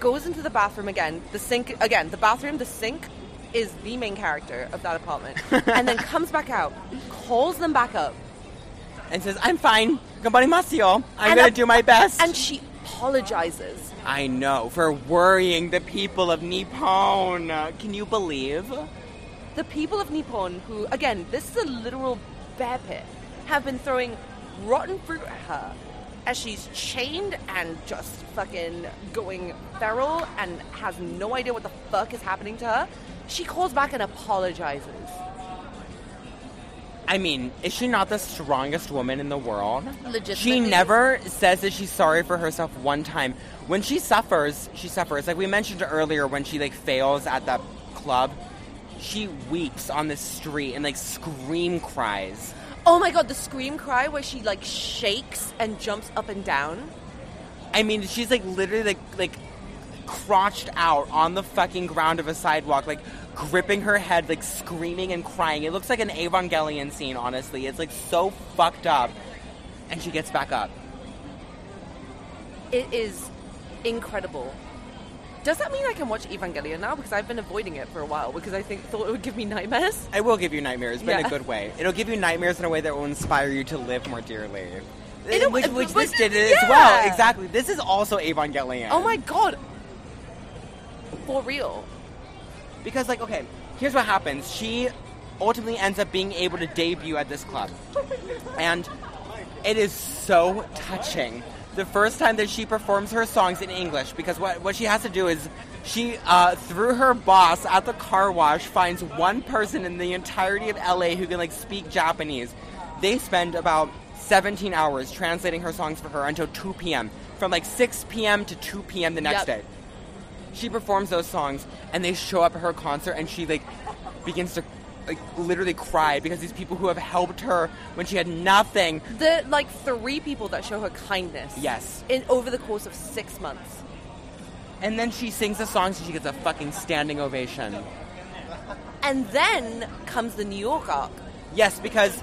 S2: goes into the bathroom again. The sink again. The bathroom. The sink is the main character of that <laughs> apartment, and then comes back out, calls them back up,
S1: And says, I'm fine. Gambarimasiyo. I'm
S2: And
S1: gonna
S2: a-
S1: do my best.
S2: and she apologizes.
S1: I know, for worrying the people of Nippon. Can you believe?
S2: The people of Nippon, who, again, this is a literal bear pit, have been throwing rotten fruit at her as she's chained and just fucking going feral and has no idea what the fuck is happening to her. She calls back and apologizes.
S1: I mean, is she not the strongest woman in the world? She
S2: Legitimately.
S1: never says that she's sorry for herself one time. When she suffers, she suffers. Like we mentioned earlier, when she like fails at that club, she weeps on the street and like scream cries.
S2: Oh my god, the scream cry where she like shakes and jumps up and down.
S1: I mean, she's like literally like like crotched out on the fucking ground of a sidewalk, like gripping her head, like screaming and crying. It looks like an Evangelion scene, honestly. It's like so fucked up. And she gets back up.
S2: It is incredible. Does that mean I can watch Evangelion now? Because I've been avoiding it for a while because I think thought it would give me nightmares.
S1: It will give you nightmares, but in
S2: Yeah.
S1: a good way. It'll give you nightmares in a way that will inspire you to live more dearly.
S2: In a-
S1: which which
S2: uh, but-
S1: this did it as
S2: yeah.
S1: well. Exactly. This is also Evangelion.
S2: Oh my god. For real.
S1: Because like, okay, here's what happens. She ultimately ends up being able to debut at this club, and it is so touching. The first time that she performs her songs in English, because what what she has to do is she uh, through her boss at the car wash finds one person in the entirety of LA who can like speak Japanese. They spend about 17 hours translating her songs for her until 2 p.m. From like 6 p.m. to 2 p.m. the next
S2: Yep.
S1: day she performs those songs and they show up at her concert and she like begins to like literally cry because these people who have helped her when she had nothing
S2: The like three people that show her kindness.
S1: Yes.
S2: In over the course of six months.
S1: And then she sings the songs and she gets a fucking standing ovation.
S2: And then comes the New York arc.
S1: Yes, because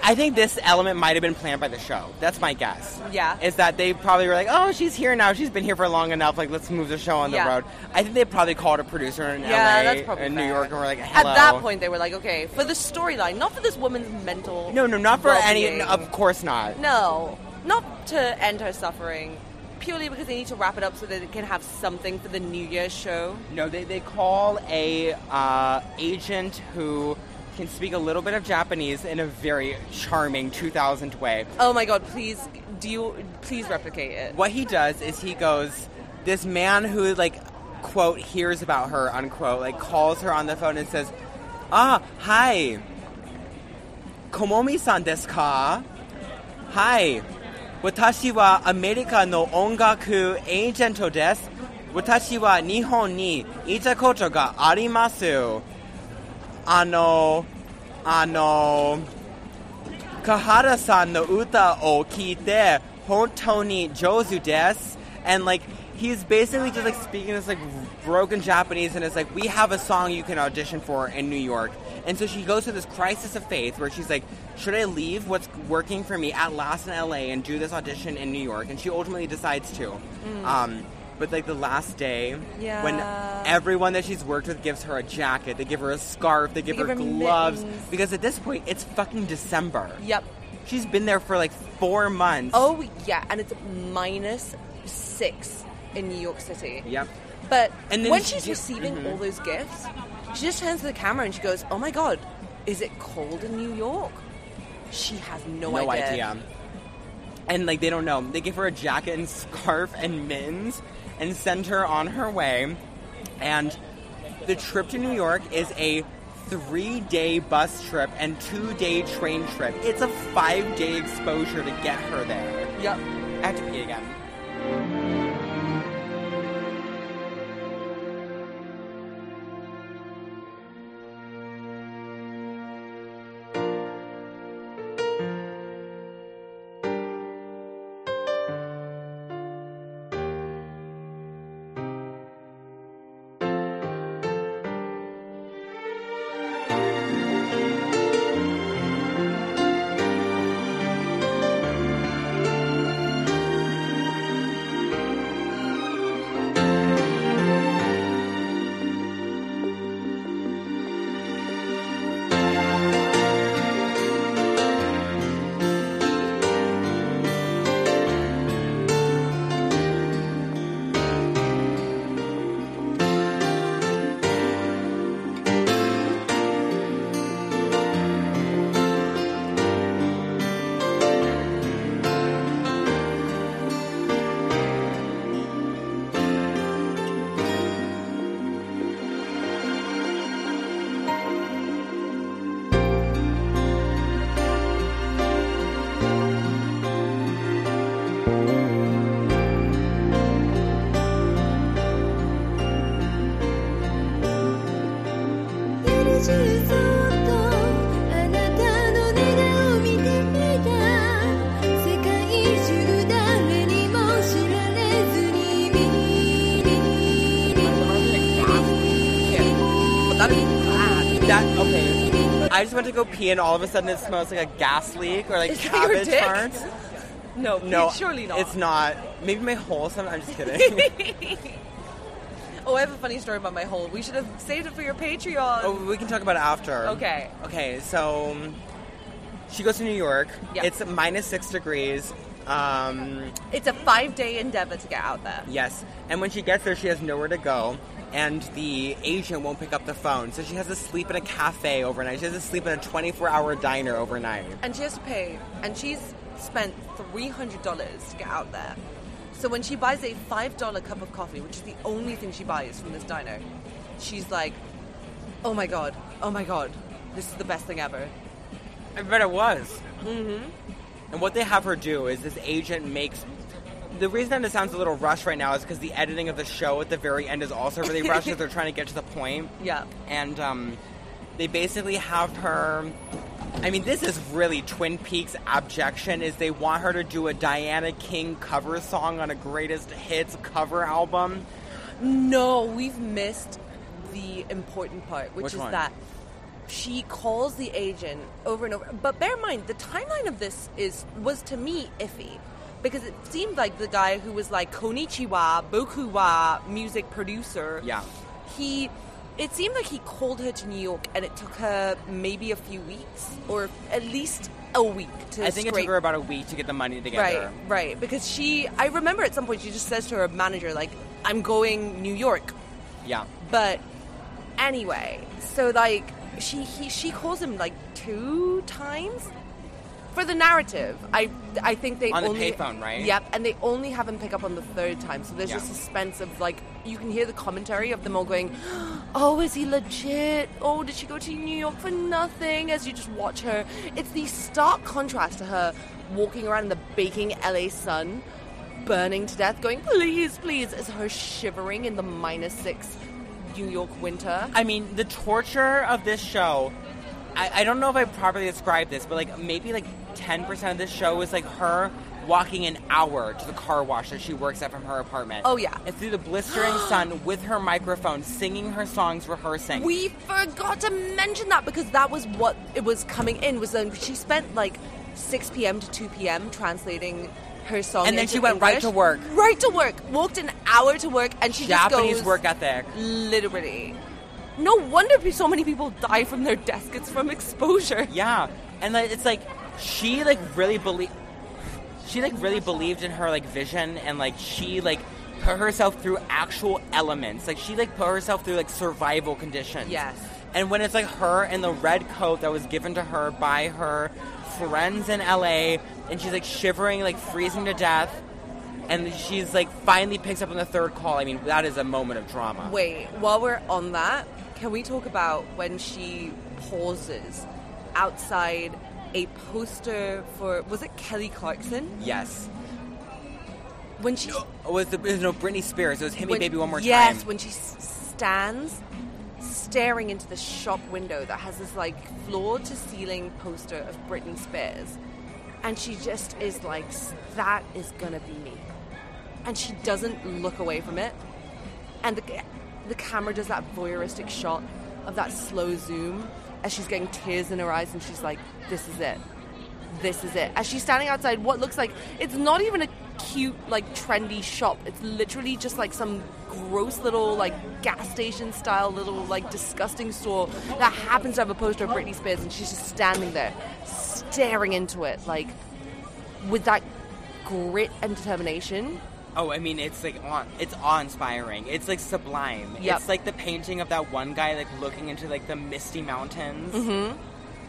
S1: I think this element might have been planned by the show. That's my guess.
S2: Yeah.
S1: Is that they probably were like, oh, she's here now. She's been here for long enough. Like, let's move the show on the
S2: Yeah.
S1: road. I think they probably called a producer in
S2: Yeah,
S1: LA
S2: that's probably
S1: in New
S2: fair.
S1: York and were like,
S2: At
S1: hello.
S2: that point, they were like, okay, for the storyline, not for this woman's mental.
S1: No, no, not for any.
S2: well-being.
S1: Of course not.
S2: No, not to end her suffering. Purely because they need to wrap it up so that it can have something for the New Year's show.
S1: No, they, they call a uh, agent who can speak a little bit of Japanese in a very charming 2000 way.
S2: Oh my god, please do you please replicate it.
S1: What he does is he goes, this man who like quote hears about her unquote like calls her on the phone and says, ah hi, Komomi san desu ka? Hi, watashi wa America no ongaku agent desu. Watashi wa Nihon ni ita koto ga arimasu. Ano, ano. カハラさんの歌を聴いて本当に上手です and like he's basically just like speaking this like broken Japanese and it's like we have a song you can audition for in New York and so she goes through this crisis of faith where she's like should I leave what's working for me at last in LA and do this audition in New York and she ultimately decides to um but like the last day when
S2: Mm. Yeah.
S1: everyone that she's worked with gives her a jacket they give her a scarf they give,
S2: give
S1: her,
S2: her
S1: gloves
S2: mittens.
S1: because at this point, it's fucking December.
S2: Yep.
S1: She's been there for like four months.
S2: Oh yeah, and it's minus six in New York City.
S1: Yep.
S2: But
S1: And then
S2: when
S1: she Mm-hmm.
S2: she's
S1: just-
S2: receiving all those gifts, she just turns to the camera and she goes, "Oh my god, is it cold in New York?" She has no,
S1: No idea. And like they don't know. They give her a jacket and <laughs> scarf and mittens and send her on her way. And the trip to New York is a three day bus trip and two day train trip. It's a five day exposure to get her there.
S2: Yep.
S1: I have to pee again.
S13: 「夜中そっとあなたの寝を見ていた」「世界中誰にも知られずにビリビリビ
S19: That is bad.
S1: That okay. I just went to go pee and all of a sudden it smells like a gas leak or like
S2: Is that your
S1: cabbage
S2: dick?
S1: farts.
S2: <laughs> No,
S1: No,
S2: surely not.
S1: It's not. Maybe my whole. Some, I'm just
S2: <laughs>
S1: kidding. <laughs>
S2: Oh, I have a funny story about my hole. We should have saved it for your Patreon.
S1: oh, we can talk about it after.
S2: Okay.
S1: Okay. So um, she goes to New York.
S2: Yeah.
S1: It's minus six degrees. Um,
S2: It's a five-day endeavor to get out there.
S1: yes. And when she gets there, she has nowhere to go, and the agent won't pick up the phone. So she has to sleep in a cafe overnight. She has to sleep in a 24-hour diner overnight.
S2: and she has to pay. And she's spent three hundred dollars to get out there. So when she buys a five dollar cup of coffee, which is the only thing she buys from this diner, she's like, "Oh my god! Oh my god! This is the best thing ever."
S1: I bet it was. Mm-hmm. And what they have her do is this agent makes. The reason that it sounds a little rushed right now is because the editing of the show at the very end is also really rushed because they're trying to get to the point.
S2: <laughs> Yeah.
S1: And um, they basically have her I mean, this is really Twin Peaks' objection is they want her to do a Diana King cover song on a greatest hits cover album.
S2: No, we've missed the important part, which,
S1: Which
S2: is
S1: one?
S2: that she calls the agent over and over. But bear in mind, the timeline of this is was to me iffy. Because it seemed like the guy who was like Konichiwa, Boku wa music producer.
S1: Yeah.
S2: He it seemed like he called her to New York and it took her maybe a few weeks or at least a week to
S1: I think it
S2: scrape
S1: took her about a week to get the money together.
S2: Right, right. Because she, I remember at some point she just says to her manager, like, I'm going New York.
S1: Yeah.
S2: But anyway, so like, she he, she calls him like two times for the narrative. I I think they
S1: On the
S2: only
S1: payphone, right?
S2: Yep, and they only have him pick up on the third time. So there's
S1: Yeah.
S2: a suspense of like you can hear the commentary of them all going, "Oh, is he legit? Oh, did she go to New York for nothing?" As you just watch her, it's the stark contrast to her walking around in the baking LA sun, burning to death, going, "Please, please," as her shivering in the minus six New York winter.
S1: I mean, the torture of this show. I, I don't know if I properly described this, but like maybe like ten percent of this show is like her walking an hour to the car wash that she works at from her apartment.
S2: Oh, yeah.
S1: and through the blistering sun with her microphone, singing her songs, rehearsing.
S2: We forgot to mention that because that was what it was coming in. Was then she spent like 6 p.m. to 2 p.m. translating her song,
S1: And then
S2: into
S1: she went right
S2: English.
S1: to work.
S2: Right to work. Walked an hour to work, and she
S1: Japanese
S2: just goes
S1: work ethic.
S2: Literally. No wonder pe- so many people die from their desk. It's from exposure.
S1: Yeah, and like, it's like she like really believe she like really believed in her like vision and like she like put herself through actual elements. Like she like put herself through like survival conditions.
S2: Yes.
S1: And when it's like her in the red coat that was given to her by her friends in LA and she's like shivering like freezing to death and she's like finally picks up on the third call. I mean, that is a moment of drama.
S2: Wait, while we're on that, can we talk about when she pauses outside a poster for was it Kelly Clarkson?
S1: Yes.
S2: When she
S1: It was the, it was no Britney Spears. It was Hit Me
S2: When-
S1: Baby One More Time.
S2: Yes, when she s- stands staring into the shop window that has this like floor to ceiling poster of Britney Spears, and she just is like, "That is gonna be me," and she doesn't look away from it, and the ca- the camera does that voyeuristic shot of that slow zoom as she's getting tears in her eyes, and she's like, "This is it." this is it. As she's standing outside what looks like it's not even a cute, like trendy shop. It's literally just like some gross little like gas station style little like disgusting store that happens to have a poster of Britney Spears and she's just standing there, staring into it, like with that grit and determination.
S1: Oh, I mean, it's like on, it's awe-inspiring. It's like sublime.
S2: Yep.
S1: It's like the painting of that one guy like looking into like the misty mountains. Mm-hmm.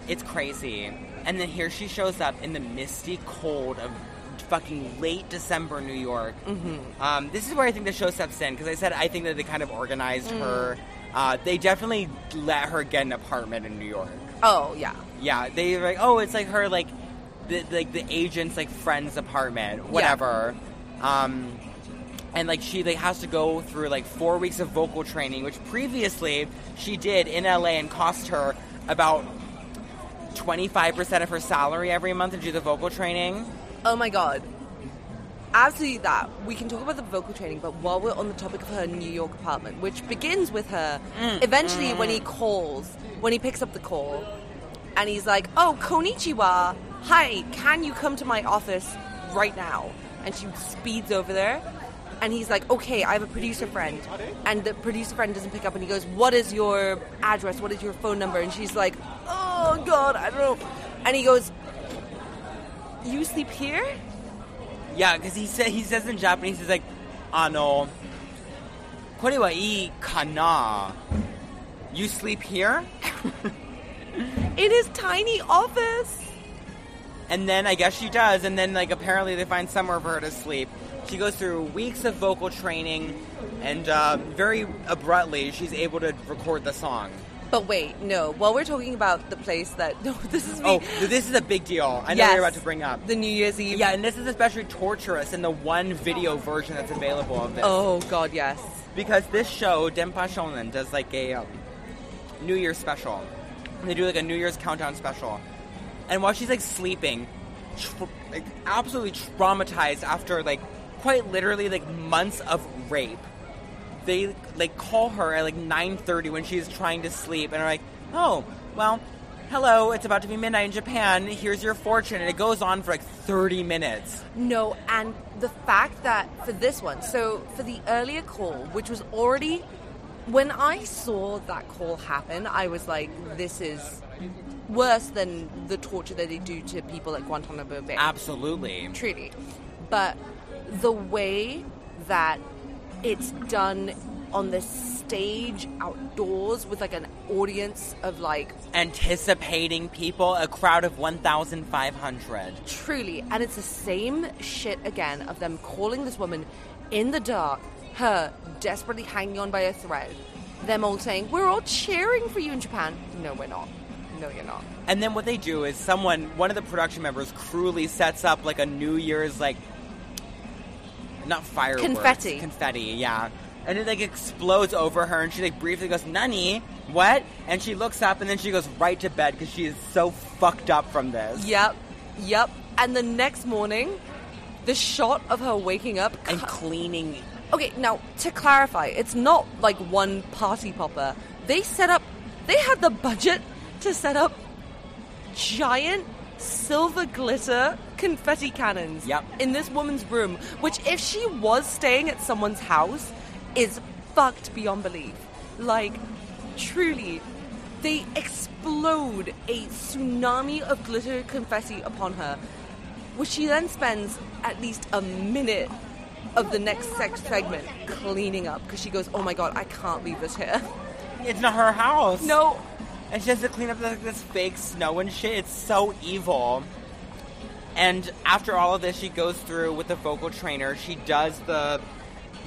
S1: It's crazy. And then here she shows up in the misty cold of fucking late December New York. Mm-hmm. Um, this is where I think the show steps in because I said I think that they kind of organized her. Uh, they definitely let her get an apartment in New York.
S2: Oh yeah.
S1: Yeah, they were like, oh, it's like her, like, the, like the agent's like friend's apartment, whatever. Um, and like she like has to go through like four weeks of vocal training, which previously she did in LA and cost her about twenty five percent of her salary every month to do the vocal training.
S2: Oh my god. Absolutely that. We can talk about the vocal training, but while we're on the topic of her New York apartment, which begins with her eventually when he calls, when he picks up the call, and he's like, Oh, Konichiwa, hi, can you come to my office right now? And she speeds over there. And he's like, okay, I have a producer friend. And the producer friend doesn't pick up and he goes, what is your address? What is your phone number? And she's like, oh, God, I don't know. And he goes, you sleep here?
S1: Yeah, because he said he says in Japanese, he's like, "Ano, kore wa ii kana." You sleep here,
S2: in his tiny office.
S1: And then I guess she does, and then like apparently they find somewhere for her to sleep. She goes through weeks of vocal training, and uh, very abruptly she's able to record the song.
S2: But wait, no. While we're talking about the place that <laughs> no, this is me.
S1: Oh, this is a big deal. I know
S2: Yes.
S1: you're about to bring up.
S2: the New Year's Eve.
S1: Yeah, and this is especially torturous in the one video version that's available of this.
S2: Oh God, yes.
S1: because this show Denpa Shonen does like a um, New Year's special. They do like a New Year's countdown special, And while she's like sleeping, tr- like absolutely traumatized after like quite literally like months of rape, they like call her at like 9:30 when she's trying to sleep and are like, "Oh, well, hello, it's about to be midnight in Japan. Here's your fortune." And it goes on for like 30 minutes.
S2: No, and the fact that for this one, so for the earlier call, which was already when I saw that call happen, I was like, this is worse than the torture that they do to people at Guantanamo Bay.
S1: Absolutely.
S2: Truly. But the way that it's done on the stage outdoors with like an audience of like
S1: Anticipating people, a crowd of 1,500.
S2: Truly, and it's the same shit again of them calling this woman in the dark, her desperately hanging on by a thread, them all saying, We're all cheering for you in Japan. No, we're not. No, you're not.
S1: And then what they do is someone, one of the production members, cruelly sets up like a New Year's like, not fireworks,
S2: Confetti.
S1: confetti, yeah. And it like explodes over her, and she like briefly goes, "Nani, what?" And she looks up, and then she goes right to bed because she is so fucked up from this.
S2: Yep, yep. And the next morning, the shot of her waking up.
S1: And cleaning,
S2: Okay, now to clarify, it's not like one party popper. They set up, they had the budget to set up giant silver glitter confetti cannons
S1: Yep.
S2: in this woman's room, which, if she was staying at someone's house, is fucked beyond belief. Like, truly, they explode a tsunami of glitter confetti upon her, which she then spends at least a minute of the next sex segment cleaning up because she goes, Oh my god, I can't leave this here. <laughs>
S1: it's not her house.
S2: No,
S1: And she has to clean up like this fake snow and shit. It's so evil. And after all of this, she goes through with the vocal trainer. She does the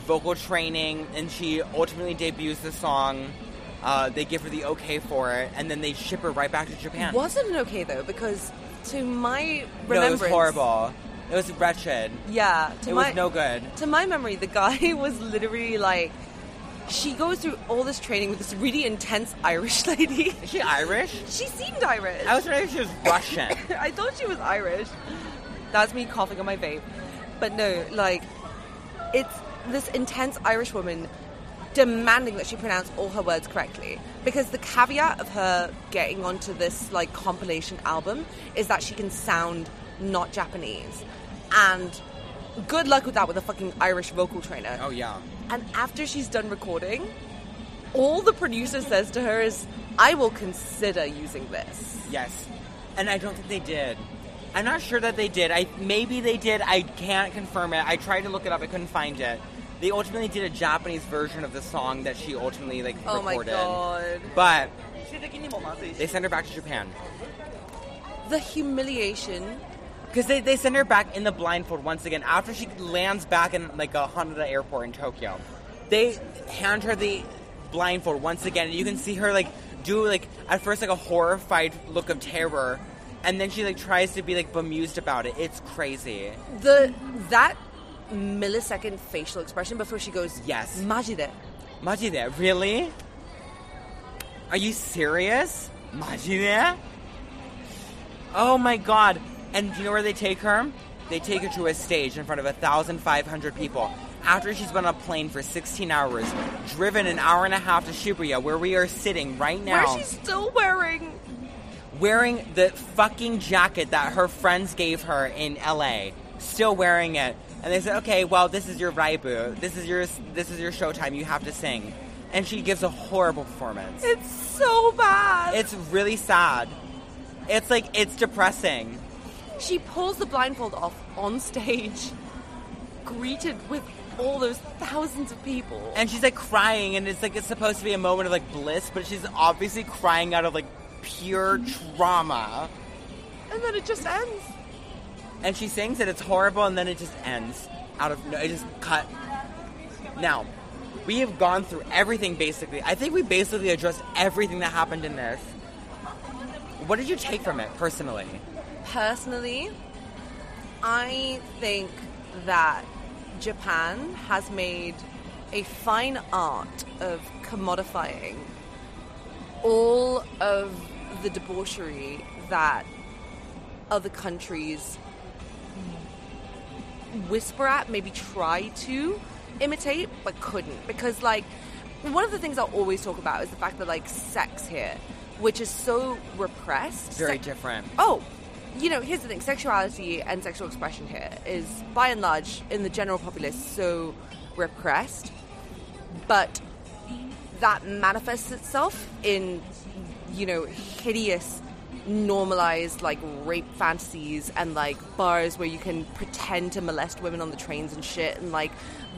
S1: vocal training, and she ultimately debuts the song. Uh, they give her the okay for it, and then they ship her right back to Japan.
S2: wasn't it okay though? Because to my
S1: No, it
S2: remembrance,
S1: was horrible. It was wretched.
S2: Yeah, to
S1: It
S2: my
S1: was no good.
S2: to my memory, the guy <laughs> was literally like, she goes through all this training with this really intense Irish <laughs> lady.
S1: Is she Irish?
S2: she seemed Irish.
S1: I was wondering if she was Russian.
S2: <laughs> I thought she was Irish. That's me coughing on my vape. But no, like, it's this intense Irish woman demanding that she pronounce all her words correctly. Because the caveat of her getting onto this, like, compilation album is that she can sound not Japanese. And good luck with that with a fucking Irish vocal trainer.
S1: oh yeah.
S2: And after she's done recording, all the producer says to her is, I will consider using this.
S1: Yes. And I don't think they did. I'm not sure that they did. I maybe they did. I can't confirm it. I tried to look it up. I couldn't find it. They ultimately did a Japanese version of the song that she ultimately like
S2: Oh my
S1: recorded.
S2: god.
S1: But they sent her back to Japan
S2: the humiliation.
S1: because they, they send her back in the blindfold once again after she lands back in like a Haneda airport in Tokyo. They hand her the blindfold once again, and you can see her like do like at first like a horrified look of terror, and then she like tries to be like bemused about it. It's crazy.
S2: The that millisecond facial expression before she goes,
S1: Yes.
S2: Majide.
S1: Majide, really? Are you serious? Majide? Oh my god. And do you know where they take her? They take her to a stage in front of 1,500 people. After she's been on a plane for 16 hours, driven an hour and a half to Shibuya, where we are sitting right now,
S2: Where she's still wearing
S1: wearing the fucking jacket that her friends gave her in LA, still wearing it. And they said, "Okay, well, this is your raibu. This is your this is your showtime. You have to sing." And she gives a horrible performance.
S2: it's so bad.
S1: It's really sad. It's like it's depressing.
S2: she pulls the blindfold off on stage, greeted with all those thousands of people.
S1: And she's like crying and it's like it's supposed to be a moment of like bliss, but she's obviously crying out of like pure trauma.
S2: And then it just ends.
S1: and she sings it. It's horrible, and then it just ends out of no. It just cut. Now, we have gone through everything basically. I think we basically addressed everything that happened in this. What did you take from it personally?
S2: Personally, I think that Japan has made a fine art of commodifying all of the debauchery that other countries whisper at, maybe try to imitate, but couldn't. Because, like, one of the things I always talk about is the fact that, like, sex here, which is so repressed.
S1: Very
S2: Se-
S1: different.
S2: Oh, you know, here's the thing sexuality and sexual expression here is, by and large, in the general populace, so repressed. But that manifests itself in, you know, hideous, normalized, like, rape fantasies and, like, bars where you can pretend to molest women on the trains and shit, and, like,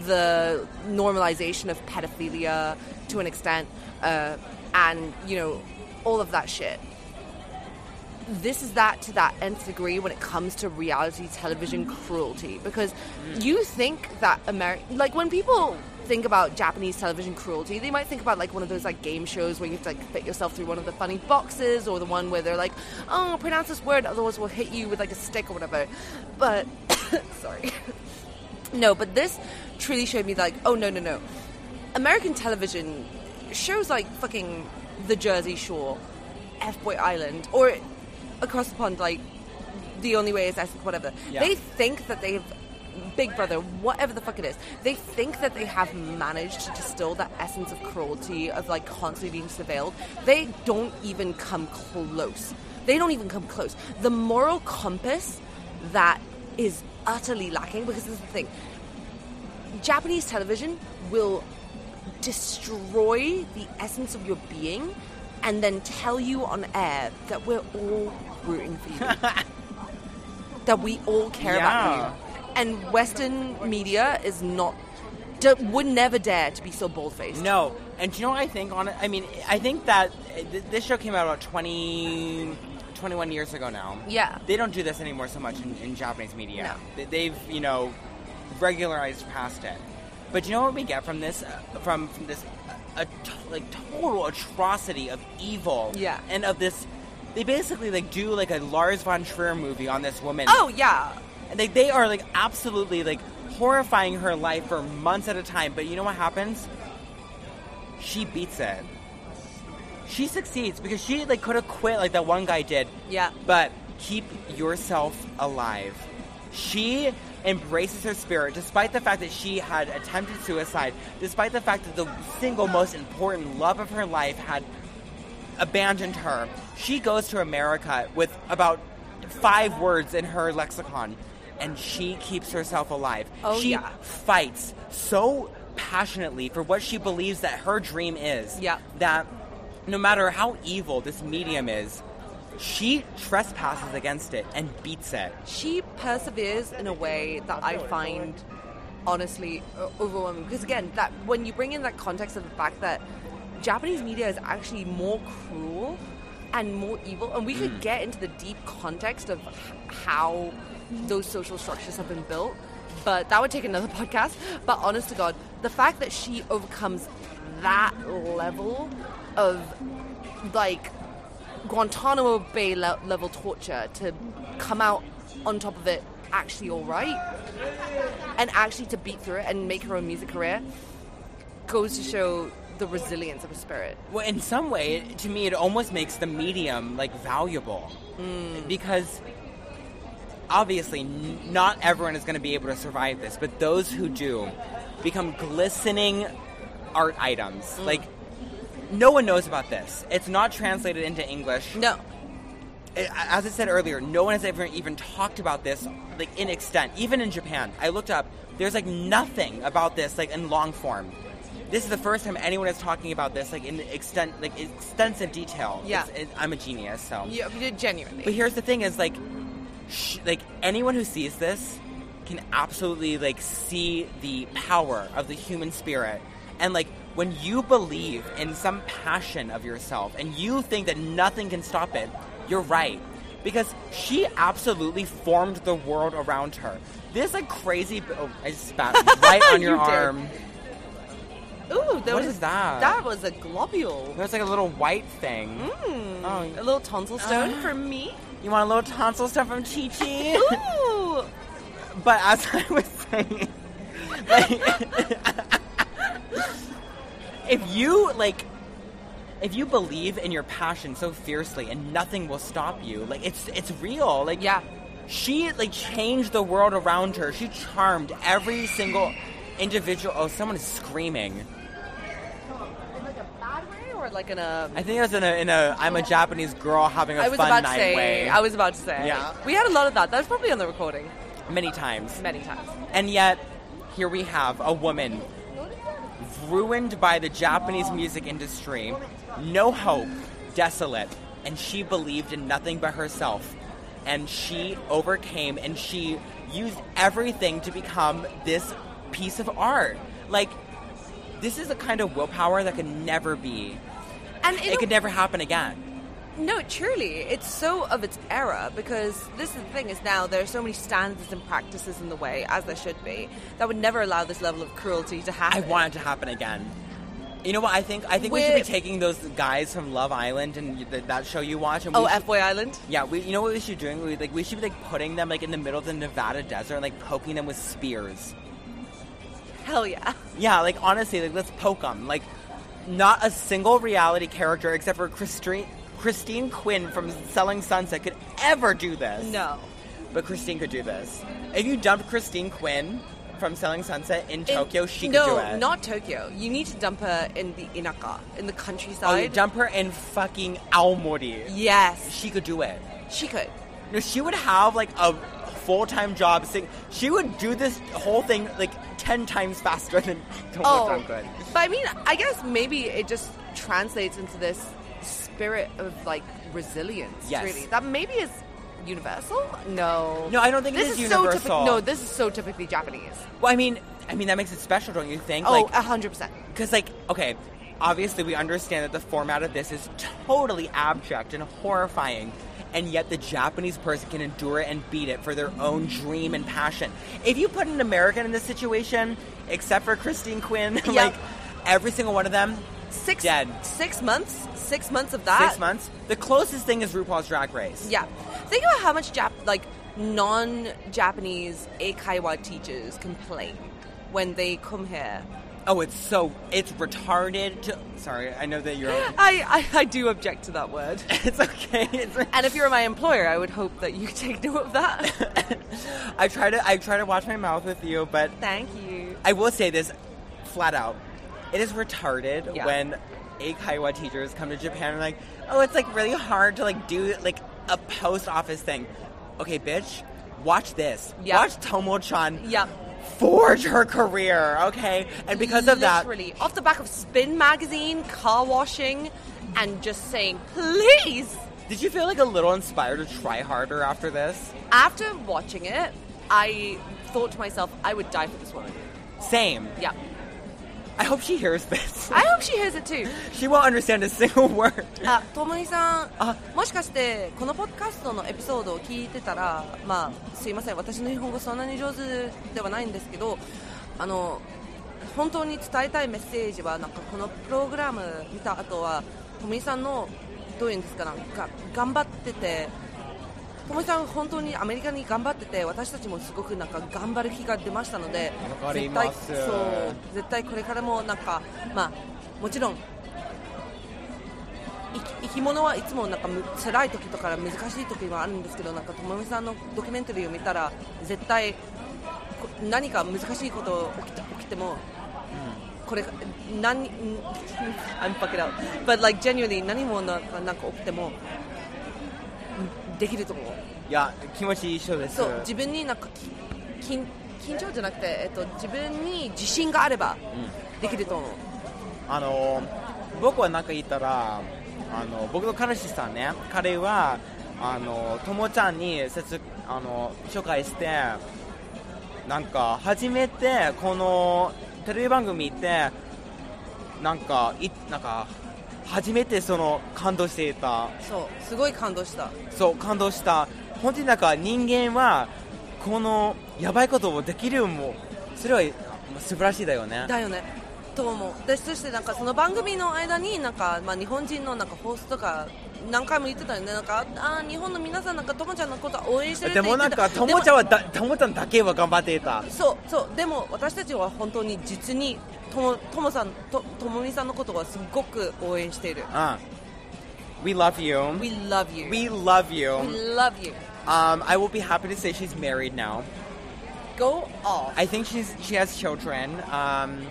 S2: the normalization of pedophilia to an extent, uh, and, you know, all of that shit this is that to that nth degree when it comes to reality television cruelty because you think that Ameri like when people think about Japanese television cruelty they might think about like one of those like game shows where you have to like fit yourself through one of the funny boxes or the one where they're like oh pronounce this word otherwise we'll hit you with like a stick or whatever but <coughs> sorry <coughs> no but this truly showed me like oh no no no American television shows like fucking The Jersey Shore, F Boy Island, or across the pond, like The Only Way is Essex, whatever.
S1: Yeah.
S2: They think that they've Big Brother, whatever the fuck it is, they think that they have managed to distill that essence of cruelty of like constantly being surveilled. They don't even come close. They don't even come close. The moral compass that is utterly lacking because this is the thing. Japanese television will destroy the essence of your being and then tell you on air that we're all rooting
S1: <laughs>
S2: for you. that we all care
S1: Yeah.
S2: about you. And Western media is not, d- would never dare to be so bold faced.
S1: No, and do you know what I think on it? I mean, I think that th- this show came out about 20, 21 years ago now.
S2: Yeah.
S1: They don't do this anymore so much in, in Japanese media.
S2: No.
S1: They- They've, you know, regularized past it. But you know what we get from this, uh, from, from this, uh, a t- like total atrocity of evil.
S2: Yeah.
S1: And of this, they basically like do like a Lars von Trier movie on this woman.
S2: Oh, yeah.
S1: And they, they are like absolutely like horrifying her life for months at a time. But you know what happens? She beats it. She succeeds because she like could have quit like that one guy did.
S2: Yeah.
S1: But keep yourself alive. She embraces her spirit despite the fact that she had attempted suicide, despite the fact that the single most important love of her life had abandoned her. She goes to America with about five words in her lexicon, and she keeps herself alive.
S2: Oh,
S1: she
S2: yeah.
S1: fights so passionately for what she believes that her dream is.
S2: Yeah.
S1: That no matter how evil this medium is, she trespasses against it and beats it.
S2: she perseveres in a way that I find honestly o- overwhelming. Because again, that when you bring in that context of the fact that Japanese media is actually more cruel and more evil, and we could get into the deep context of h- how those social structures have been built, but that would take another <laughs> podcast. But honest to God, the fact that she overcomes that level of like Guantanamo Bay le- level torture to come out on top of it actually all right and actually to beat through it and make her own music career goes to show the resilience of a spirit.
S1: Well, in some way, to me, it almost makes the medium like valuable because obviously n- not everyone is going to be able to survive this, but those who do become glistening art items. Like no one knows about this. It's not translated into English.
S2: No,
S1: I- as I said earlier, no one has ever even talked about this like in extent. Even in Japan, I looked up. There's like nothing about this like in long form. This is the first time anyone is talking about this like in extent like extensive detail.
S2: Yeah.
S1: It's- it- I'm a genius, so.
S2: yeah, you did
S1: But
S2: genuinely.
S1: here's the thing: is like, sh- like anyone who sees this can absolutely like see the power of the human spirit, and like when you believe in some passion of yourself and you think that nothing can stop it, you're right. Because she absolutely formed the world around her. This like crazy. Oh, I just
S2: <laughs>
S1: spat right on your
S2: You did.
S1: arm.
S2: Ooh, there
S1: What
S2: was
S1: is that?
S2: That was a globule,
S1: There's like a little white thing.
S2: a
S1: Oh,
S2: little tonsil stone <gasps> from me.
S1: you want a little tonsil stuff from Chi
S2: <laughs>
S1: Chi?
S2: Ooh,
S1: But as I was saying, <laughs> like, if you like, if you believe in your passion so fiercely and nothing will stop you, like it's it's real. Like
S2: Yeah.
S1: she like changed the world around her. She charmed every single individual. Oh, someone is screaming.
S2: Bad way or like in a.
S1: I think it was in a in a I'm a Japanese girl having a
S2: I was
S1: fun
S2: about to
S1: night
S2: say.
S1: way.
S2: I was about to say.
S1: Yeah.
S2: We had a lot of that. That was probably on the recording
S1: many times.
S2: many times.
S1: And yet, here we have a woman ruined by the Japanese music industry, no hope, desolate, and she believed in nothing but herself. And she overcame and she used everything to become this piece of art. Like, this is a kind of willpower that could never be,
S2: And in
S1: it
S2: a
S1: could never happen again.
S2: No, truly, it's so of its era because this is the thing is now there are so many standards and practices in the way as there should be that would never allow this level of cruelty to
S1: I
S2: happen.
S1: want it to happen again. You know what? I think I think we should be
S2: With-
S1: taking those guys from Love Island and th- that show you watch. And we
S2: Oh,
S1: should-
S2: F Boy Island.
S1: Yeah, we, you know what we should be doing? We, like we should be like putting them like in the middle of the Nevada desert and like poking them with spears.
S2: Hell yeah.
S1: Yeah, like honestly, like let's poke them. Like not a single reality character except for Christine Christine Quinn from Selling Sunset could ever do this.
S2: No.
S1: but Christine could do this. If you dumped Christine Quinn from Selling Sunset in Tokyo,
S2: In-
S1: she
S2: no,
S1: could do it.
S2: not Tokyo. You need to dump her in the inaka, in
S1: Oh, you
S2: the countryside.
S1: dump her in fucking Aomori.
S2: yes,
S1: She could do it.
S2: she could.
S1: No, she would have like a full time job. Sing- she would do this whole thing like ten times faster than <laughs> Tomo
S2: Oh,
S1: Duncan.
S2: but I mean, I guess maybe it just translates into this spirit of like resilience.
S1: Yes.
S2: Really, that maybe is universal. No.
S1: No, I don't think it
S2: this
S1: is
S2: is So
S1: universal.
S2: typi- no, this is so typically Japanese.
S1: Well, I mean, I mean that makes it special, don't you think?
S2: Oh,
S1: like,
S2: a hundred percent.
S1: because like okay, obviously we understand that the format of this is totally abject and horrifying. And yet, the Japanese person can endure it and beat it for their own dream and passion. If you put an American in this situation, except for Christine Quinn, <laughs> like every single one of them,
S2: Six
S1: Dead.
S2: six months. Six months of that.
S1: six months. The closest thing is RuPaul's Drag Race.
S2: Yeah. Think about how much Jap like non-Japanese Eikaiwa teachers complain when they come here.
S1: Oh, it's so it's retarded. To, sorry, I know
S2: <laughs>
S1: that you're.
S2: I, I I do object to that
S1: <laughs>
S2: word.
S1: it's okay. It's, <laughs>
S2: And if you're my employer, I would hope that you <laughs> take note of that.
S1: I try to I try to watch my mouth with you, but
S2: Thank you.
S1: I will say this flat out. It is retarded
S2: Yeah.
S1: when Eikaiwa teachers come to Japan and like, oh, it's like really hard to like do like a post office thing. Okay, bitch, watch this.
S2: Yeah.
S1: Watch Tomo-chan
S2: Yeah.
S1: forge her career. Okay, and because of that,
S2: literally off the back of Spin magazine, car washing, and just saying please.
S1: Did you feel like a little inspired to try harder after this?
S2: After watching it, I thought to myself, I would die for this woman.
S1: Same.
S2: Yeah.
S1: I hope she hears this.
S2: I hope she hears it
S1: <laughs>
S2: too. Uh,
S1: she won't understand a single <laughs> word.
S20: あ、ともにさん、
S1: あ
S20: もしかしてこのポッドキャストのエピソードを聞いてたら、まあすいません、私の日本語そんなに上手ではないんですけど、あの本当に伝えたいメッセージはなんかこのプログラム見た後はともにさんのどういうんですかなんか頑張ってて。ともにさん本当にアメリカに頑張ってて私たちもすごくなんか頑張る気が出ましたので
S1: わかり
S20: 絶
S1: ま
S20: 対
S1: す
S20: そう絶対これからもなんかまあもちろん生き生き物はいつもなんかむ辛い時とか難しい時もあるんですけどなんかともみさんのドキュメンタリーを見たら絶対こ何か難しいこと起きた起きても、これか何 I'm fucking out but like genuinely 何もなんかなんか起きてもできると思う
S1: いや、気持ち一緒です。
S20: そう自分になんかき緊緊張じゃなくて、えっと、自分に自信があればできると思う、
S1: あの僕はなんか言ったらあの僕の彼氏さんね彼はあのともちゃんに説あの紹介してなんか初めてこのテレビ番組ってなんかいなんか初めてその感動していた
S20: そうすごい感動
S1: <laughs>
S20: した
S1: そう感動した本当になんか人間はこのやばいことをできるもそれはまあ素晴らしいだよね
S20: だよね
S2: と思うでそしてなんかその番組の間になんか、まあ、日本人のなんかホースとか何回も言ってたよねなんかあー日本の皆さんなんかともちゃんのことは応援してるって
S1: で
S2: 言
S1: も
S2: っ
S1: なん
S2: てた
S1: かともちゃん
S2: でも
S1: はだともちゃんだけは頑張っていた
S2: そうそうでも私たちは本当に実にともともさんとともみさんのことはすごく応援している
S1: うん We love you
S2: We love you
S1: We love
S2: We
S1: you
S2: love you
S1: um, I will be happy to say she's married now
S2: go off
S1: I think she's she has children um,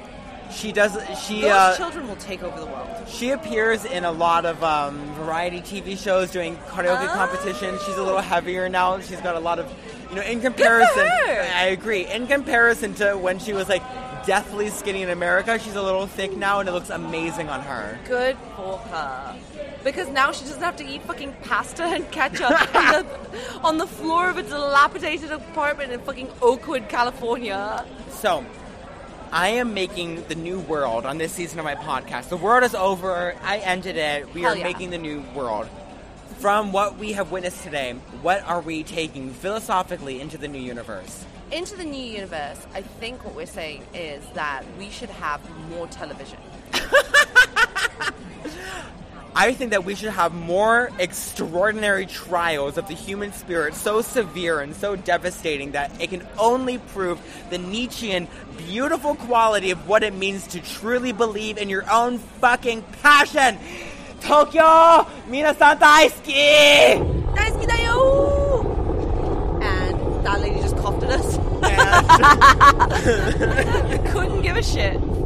S1: she does she
S2: those
S1: uh,
S2: children will take over the world
S1: She appears in a lot of um, variety TV shows doing karaoke
S21: Ah.
S2: Oh.
S1: competitions. She's a little heavier now. She's got a lot of, you know, in comparison.
S2: her.
S1: I agree. In comparison to when she was like deathly skinny in America, she's a little thick now and it looks amazing on her.
S2: good for her
S21: Because now she doesn't have to eat fucking pasta and
S2: <laughs>
S21: ketchup on, the, on the floor of a dilapidated apartment in fucking Oakwood, California.
S1: So, I am making the new world on this season of my podcast. The world is over. I ended it. We
S21: Hell
S1: are
S21: yeah.
S1: making the new world. From what we have witnessed today, what are we taking philosophically into the new universe?
S21: Into the new universe,
S2: I think what we're saying is that we should have more television.
S1: I think that we should have more extraordinary trials of the human spirit, so severe and so devastating that it can only prove the Nietzschean beautiful quality of what it means to truly believe in your own fucking passion. Tokyo, minasan daisuki!
S2: And that lady just coughed at us.
S1: And
S2: <laughs>
S21: couldn't give a shit.